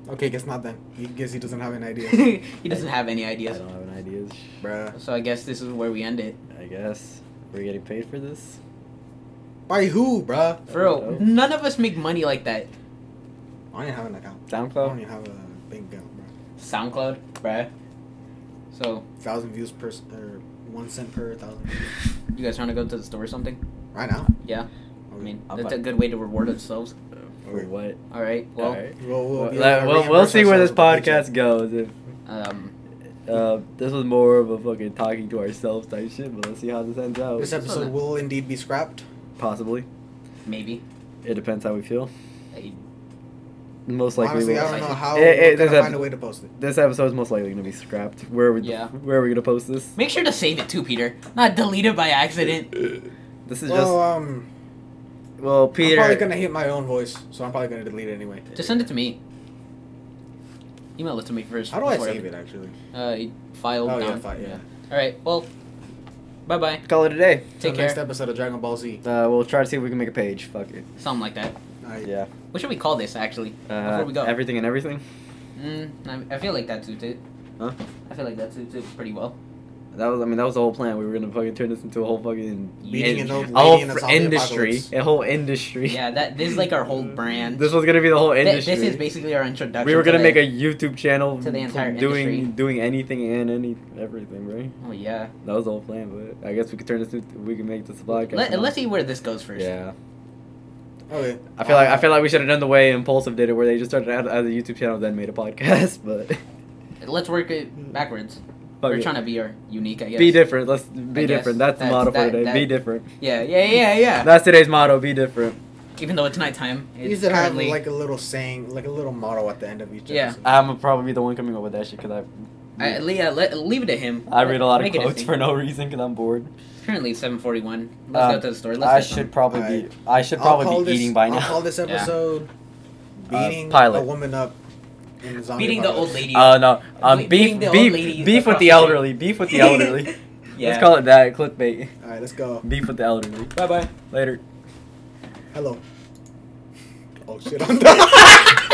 [SPEAKER 3] Okay, guess not then. He guess he doesn't have an idea,
[SPEAKER 1] he doesn't have any ideas,
[SPEAKER 2] I don't have an idea.
[SPEAKER 3] bruh.
[SPEAKER 1] so I guess this is where we end it.
[SPEAKER 2] I guess we're getting paid for this.
[SPEAKER 3] By who, bruh?
[SPEAKER 1] For real, none of us make money like that.
[SPEAKER 3] I don't even have an account. I don't
[SPEAKER 2] SoundCloud.
[SPEAKER 3] even have a bank account, bruh.
[SPEAKER 1] SoundCloud, bruh. So
[SPEAKER 3] Thousand views per s- or one cent per thousand. views.
[SPEAKER 1] you guys trying to go to the store or something?
[SPEAKER 3] Right now.
[SPEAKER 1] Yeah. I
[SPEAKER 3] Okay.
[SPEAKER 1] mean,
[SPEAKER 2] I'll
[SPEAKER 1] that's
[SPEAKER 2] buy-
[SPEAKER 1] a good way to reward ourselves.
[SPEAKER 2] For what?
[SPEAKER 1] All right. Well,
[SPEAKER 2] Alright.
[SPEAKER 3] We'll, we'll,
[SPEAKER 2] Well,
[SPEAKER 3] be
[SPEAKER 2] let-
[SPEAKER 3] able to
[SPEAKER 2] we'll, we'll
[SPEAKER 3] reimburse
[SPEAKER 2] see where this
[SPEAKER 3] ourselves with a paycheck.
[SPEAKER 2] podcast goes. If
[SPEAKER 1] um,
[SPEAKER 2] Uh, this was more of a fucking talking to ourselves type shit, but let's see how this ends out.
[SPEAKER 3] This episode will indeed be scrapped.
[SPEAKER 2] Possibly.
[SPEAKER 1] Maybe.
[SPEAKER 2] It depends how we feel.
[SPEAKER 1] Hey,
[SPEAKER 2] Most likely.
[SPEAKER 3] Honestly,
[SPEAKER 2] we'll-
[SPEAKER 3] I don't know how
[SPEAKER 2] Eh,
[SPEAKER 3] we're
[SPEAKER 2] eh,
[SPEAKER 3] gonna
[SPEAKER 2] this
[SPEAKER 3] find
[SPEAKER 2] ep-
[SPEAKER 3] a way to post it.
[SPEAKER 2] This episode is most likely gonna be scrapped. Where are we?
[SPEAKER 1] Yeah.
[SPEAKER 2] Where are we gonna post this?
[SPEAKER 1] Make sure to save it too, Peter. Not delete it by accident.
[SPEAKER 2] This is
[SPEAKER 3] Well, um,
[SPEAKER 2] just well,
[SPEAKER 3] I'm
[SPEAKER 2] Peter.
[SPEAKER 3] probably gonna hit my own voice, so I'm probably gonna delete it anyway.
[SPEAKER 1] Just send it to me. Email it to me first.
[SPEAKER 3] How do I
[SPEAKER 1] before
[SPEAKER 3] save
[SPEAKER 1] every-
[SPEAKER 3] it actually?
[SPEAKER 1] Uh, you file
[SPEAKER 3] Oh, yeah,
[SPEAKER 1] down.
[SPEAKER 3] file, yeah.
[SPEAKER 1] All right. Well. Bye bye.
[SPEAKER 2] Call it a day.
[SPEAKER 3] Till
[SPEAKER 1] Take
[SPEAKER 3] Next
[SPEAKER 1] care.
[SPEAKER 3] episode of Dragon Ball Z.
[SPEAKER 2] Uh, we'll try to see if we can make a page. Fuck it.
[SPEAKER 1] Something like that.
[SPEAKER 3] Alright.
[SPEAKER 2] Yeah.
[SPEAKER 1] What should we call this actually?
[SPEAKER 2] Uh,
[SPEAKER 1] Before we go.
[SPEAKER 2] Everything and everything.
[SPEAKER 1] Mm, I, I feel like that suits it.
[SPEAKER 2] Huh?
[SPEAKER 1] I feel like that suits it pretty well.
[SPEAKER 2] That was. I mean, that was the whole plan. We were gonna fucking turn this into a whole fucking
[SPEAKER 3] Beating an old
[SPEAKER 2] a whole
[SPEAKER 3] lady in a
[SPEAKER 2] fr-
[SPEAKER 3] zombie
[SPEAKER 2] industry.
[SPEAKER 3] apocalypse.
[SPEAKER 2] A whole industry.
[SPEAKER 1] Yeah. That this is like our whole brand.
[SPEAKER 2] This was gonna be the whole
[SPEAKER 1] Thi-
[SPEAKER 2] industry.
[SPEAKER 1] this is basically our introduction.
[SPEAKER 2] we were
[SPEAKER 1] to
[SPEAKER 2] gonna
[SPEAKER 1] the-
[SPEAKER 2] make a YouTube channel
[SPEAKER 1] to the entire
[SPEAKER 2] doing
[SPEAKER 1] industry.
[SPEAKER 2] doing anything and any everything, right?
[SPEAKER 1] Oh yeah.
[SPEAKER 2] That was the whole plan, but I guess we could turn this. Into, we can make this a podcast.
[SPEAKER 1] Let,
[SPEAKER 2] now.
[SPEAKER 1] let's see where this goes first.
[SPEAKER 2] Yeah,
[SPEAKER 3] Okay.
[SPEAKER 2] I feel like I
[SPEAKER 3] Um,
[SPEAKER 2] feel like we should have done the way Impulsive did it, where they just started out as a YouTube channel, then made a podcast. But
[SPEAKER 1] Let's work it backwards.
[SPEAKER 2] fuck
[SPEAKER 1] We're
[SPEAKER 2] it.
[SPEAKER 1] trying to be our unique, I guess.
[SPEAKER 2] be different. Let's be
[SPEAKER 1] I guess
[SPEAKER 2] different. That's the
[SPEAKER 1] that-
[SPEAKER 2] motto
[SPEAKER 1] that-
[SPEAKER 2] for today.
[SPEAKER 1] that-
[SPEAKER 2] be different.
[SPEAKER 1] Yeah, yeah, yeah, yeah.
[SPEAKER 2] That's today's motto. Be different.
[SPEAKER 1] Even though it's nighttime, it's
[SPEAKER 3] You should have
[SPEAKER 1] currently.
[SPEAKER 3] like a little saying, like a little motto at the end of each
[SPEAKER 1] Yeah.
[SPEAKER 3] episode.
[SPEAKER 2] I'm gonna probably be the one coming up with that shit because
[SPEAKER 1] I,
[SPEAKER 2] I
[SPEAKER 1] Leah, let, leave it to him.
[SPEAKER 2] I read a lot of
[SPEAKER 1] Make it his
[SPEAKER 2] quotes
[SPEAKER 1] thing.
[SPEAKER 2] for no reason because I'm bored.
[SPEAKER 1] Currently it's 7:41. Let's
[SPEAKER 2] Um,
[SPEAKER 1] go to the store. Let's
[SPEAKER 2] I
[SPEAKER 1] get some.
[SPEAKER 2] should probably be
[SPEAKER 3] Alright.
[SPEAKER 2] I should
[SPEAKER 3] I'll call
[SPEAKER 2] probably be
[SPEAKER 3] this-
[SPEAKER 2] eating by
[SPEAKER 3] I'll
[SPEAKER 2] now.
[SPEAKER 3] call this
[SPEAKER 1] Yeah.
[SPEAKER 3] episode
[SPEAKER 2] Uh,
[SPEAKER 3] beating
[SPEAKER 2] pilot.
[SPEAKER 3] a woman up. In zombie
[SPEAKER 1] beating the old
[SPEAKER 3] apocalypse.
[SPEAKER 1] lady.
[SPEAKER 2] Oh no, um,
[SPEAKER 1] Be- being
[SPEAKER 2] beef
[SPEAKER 1] the old lady
[SPEAKER 2] beef beef
[SPEAKER 1] across
[SPEAKER 2] with
[SPEAKER 1] the
[SPEAKER 2] the
[SPEAKER 1] street.
[SPEAKER 2] elderly. Beef with the elderly.
[SPEAKER 1] yeah.
[SPEAKER 2] Let's call it that. Clickbait.
[SPEAKER 3] All right, let's go.
[SPEAKER 2] Beef with the elderly.
[SPEAKER 1] Bye bye.
[SPEAKER 2] Later.
[SPEAKER 3] Hello. Oh shit! I'm done.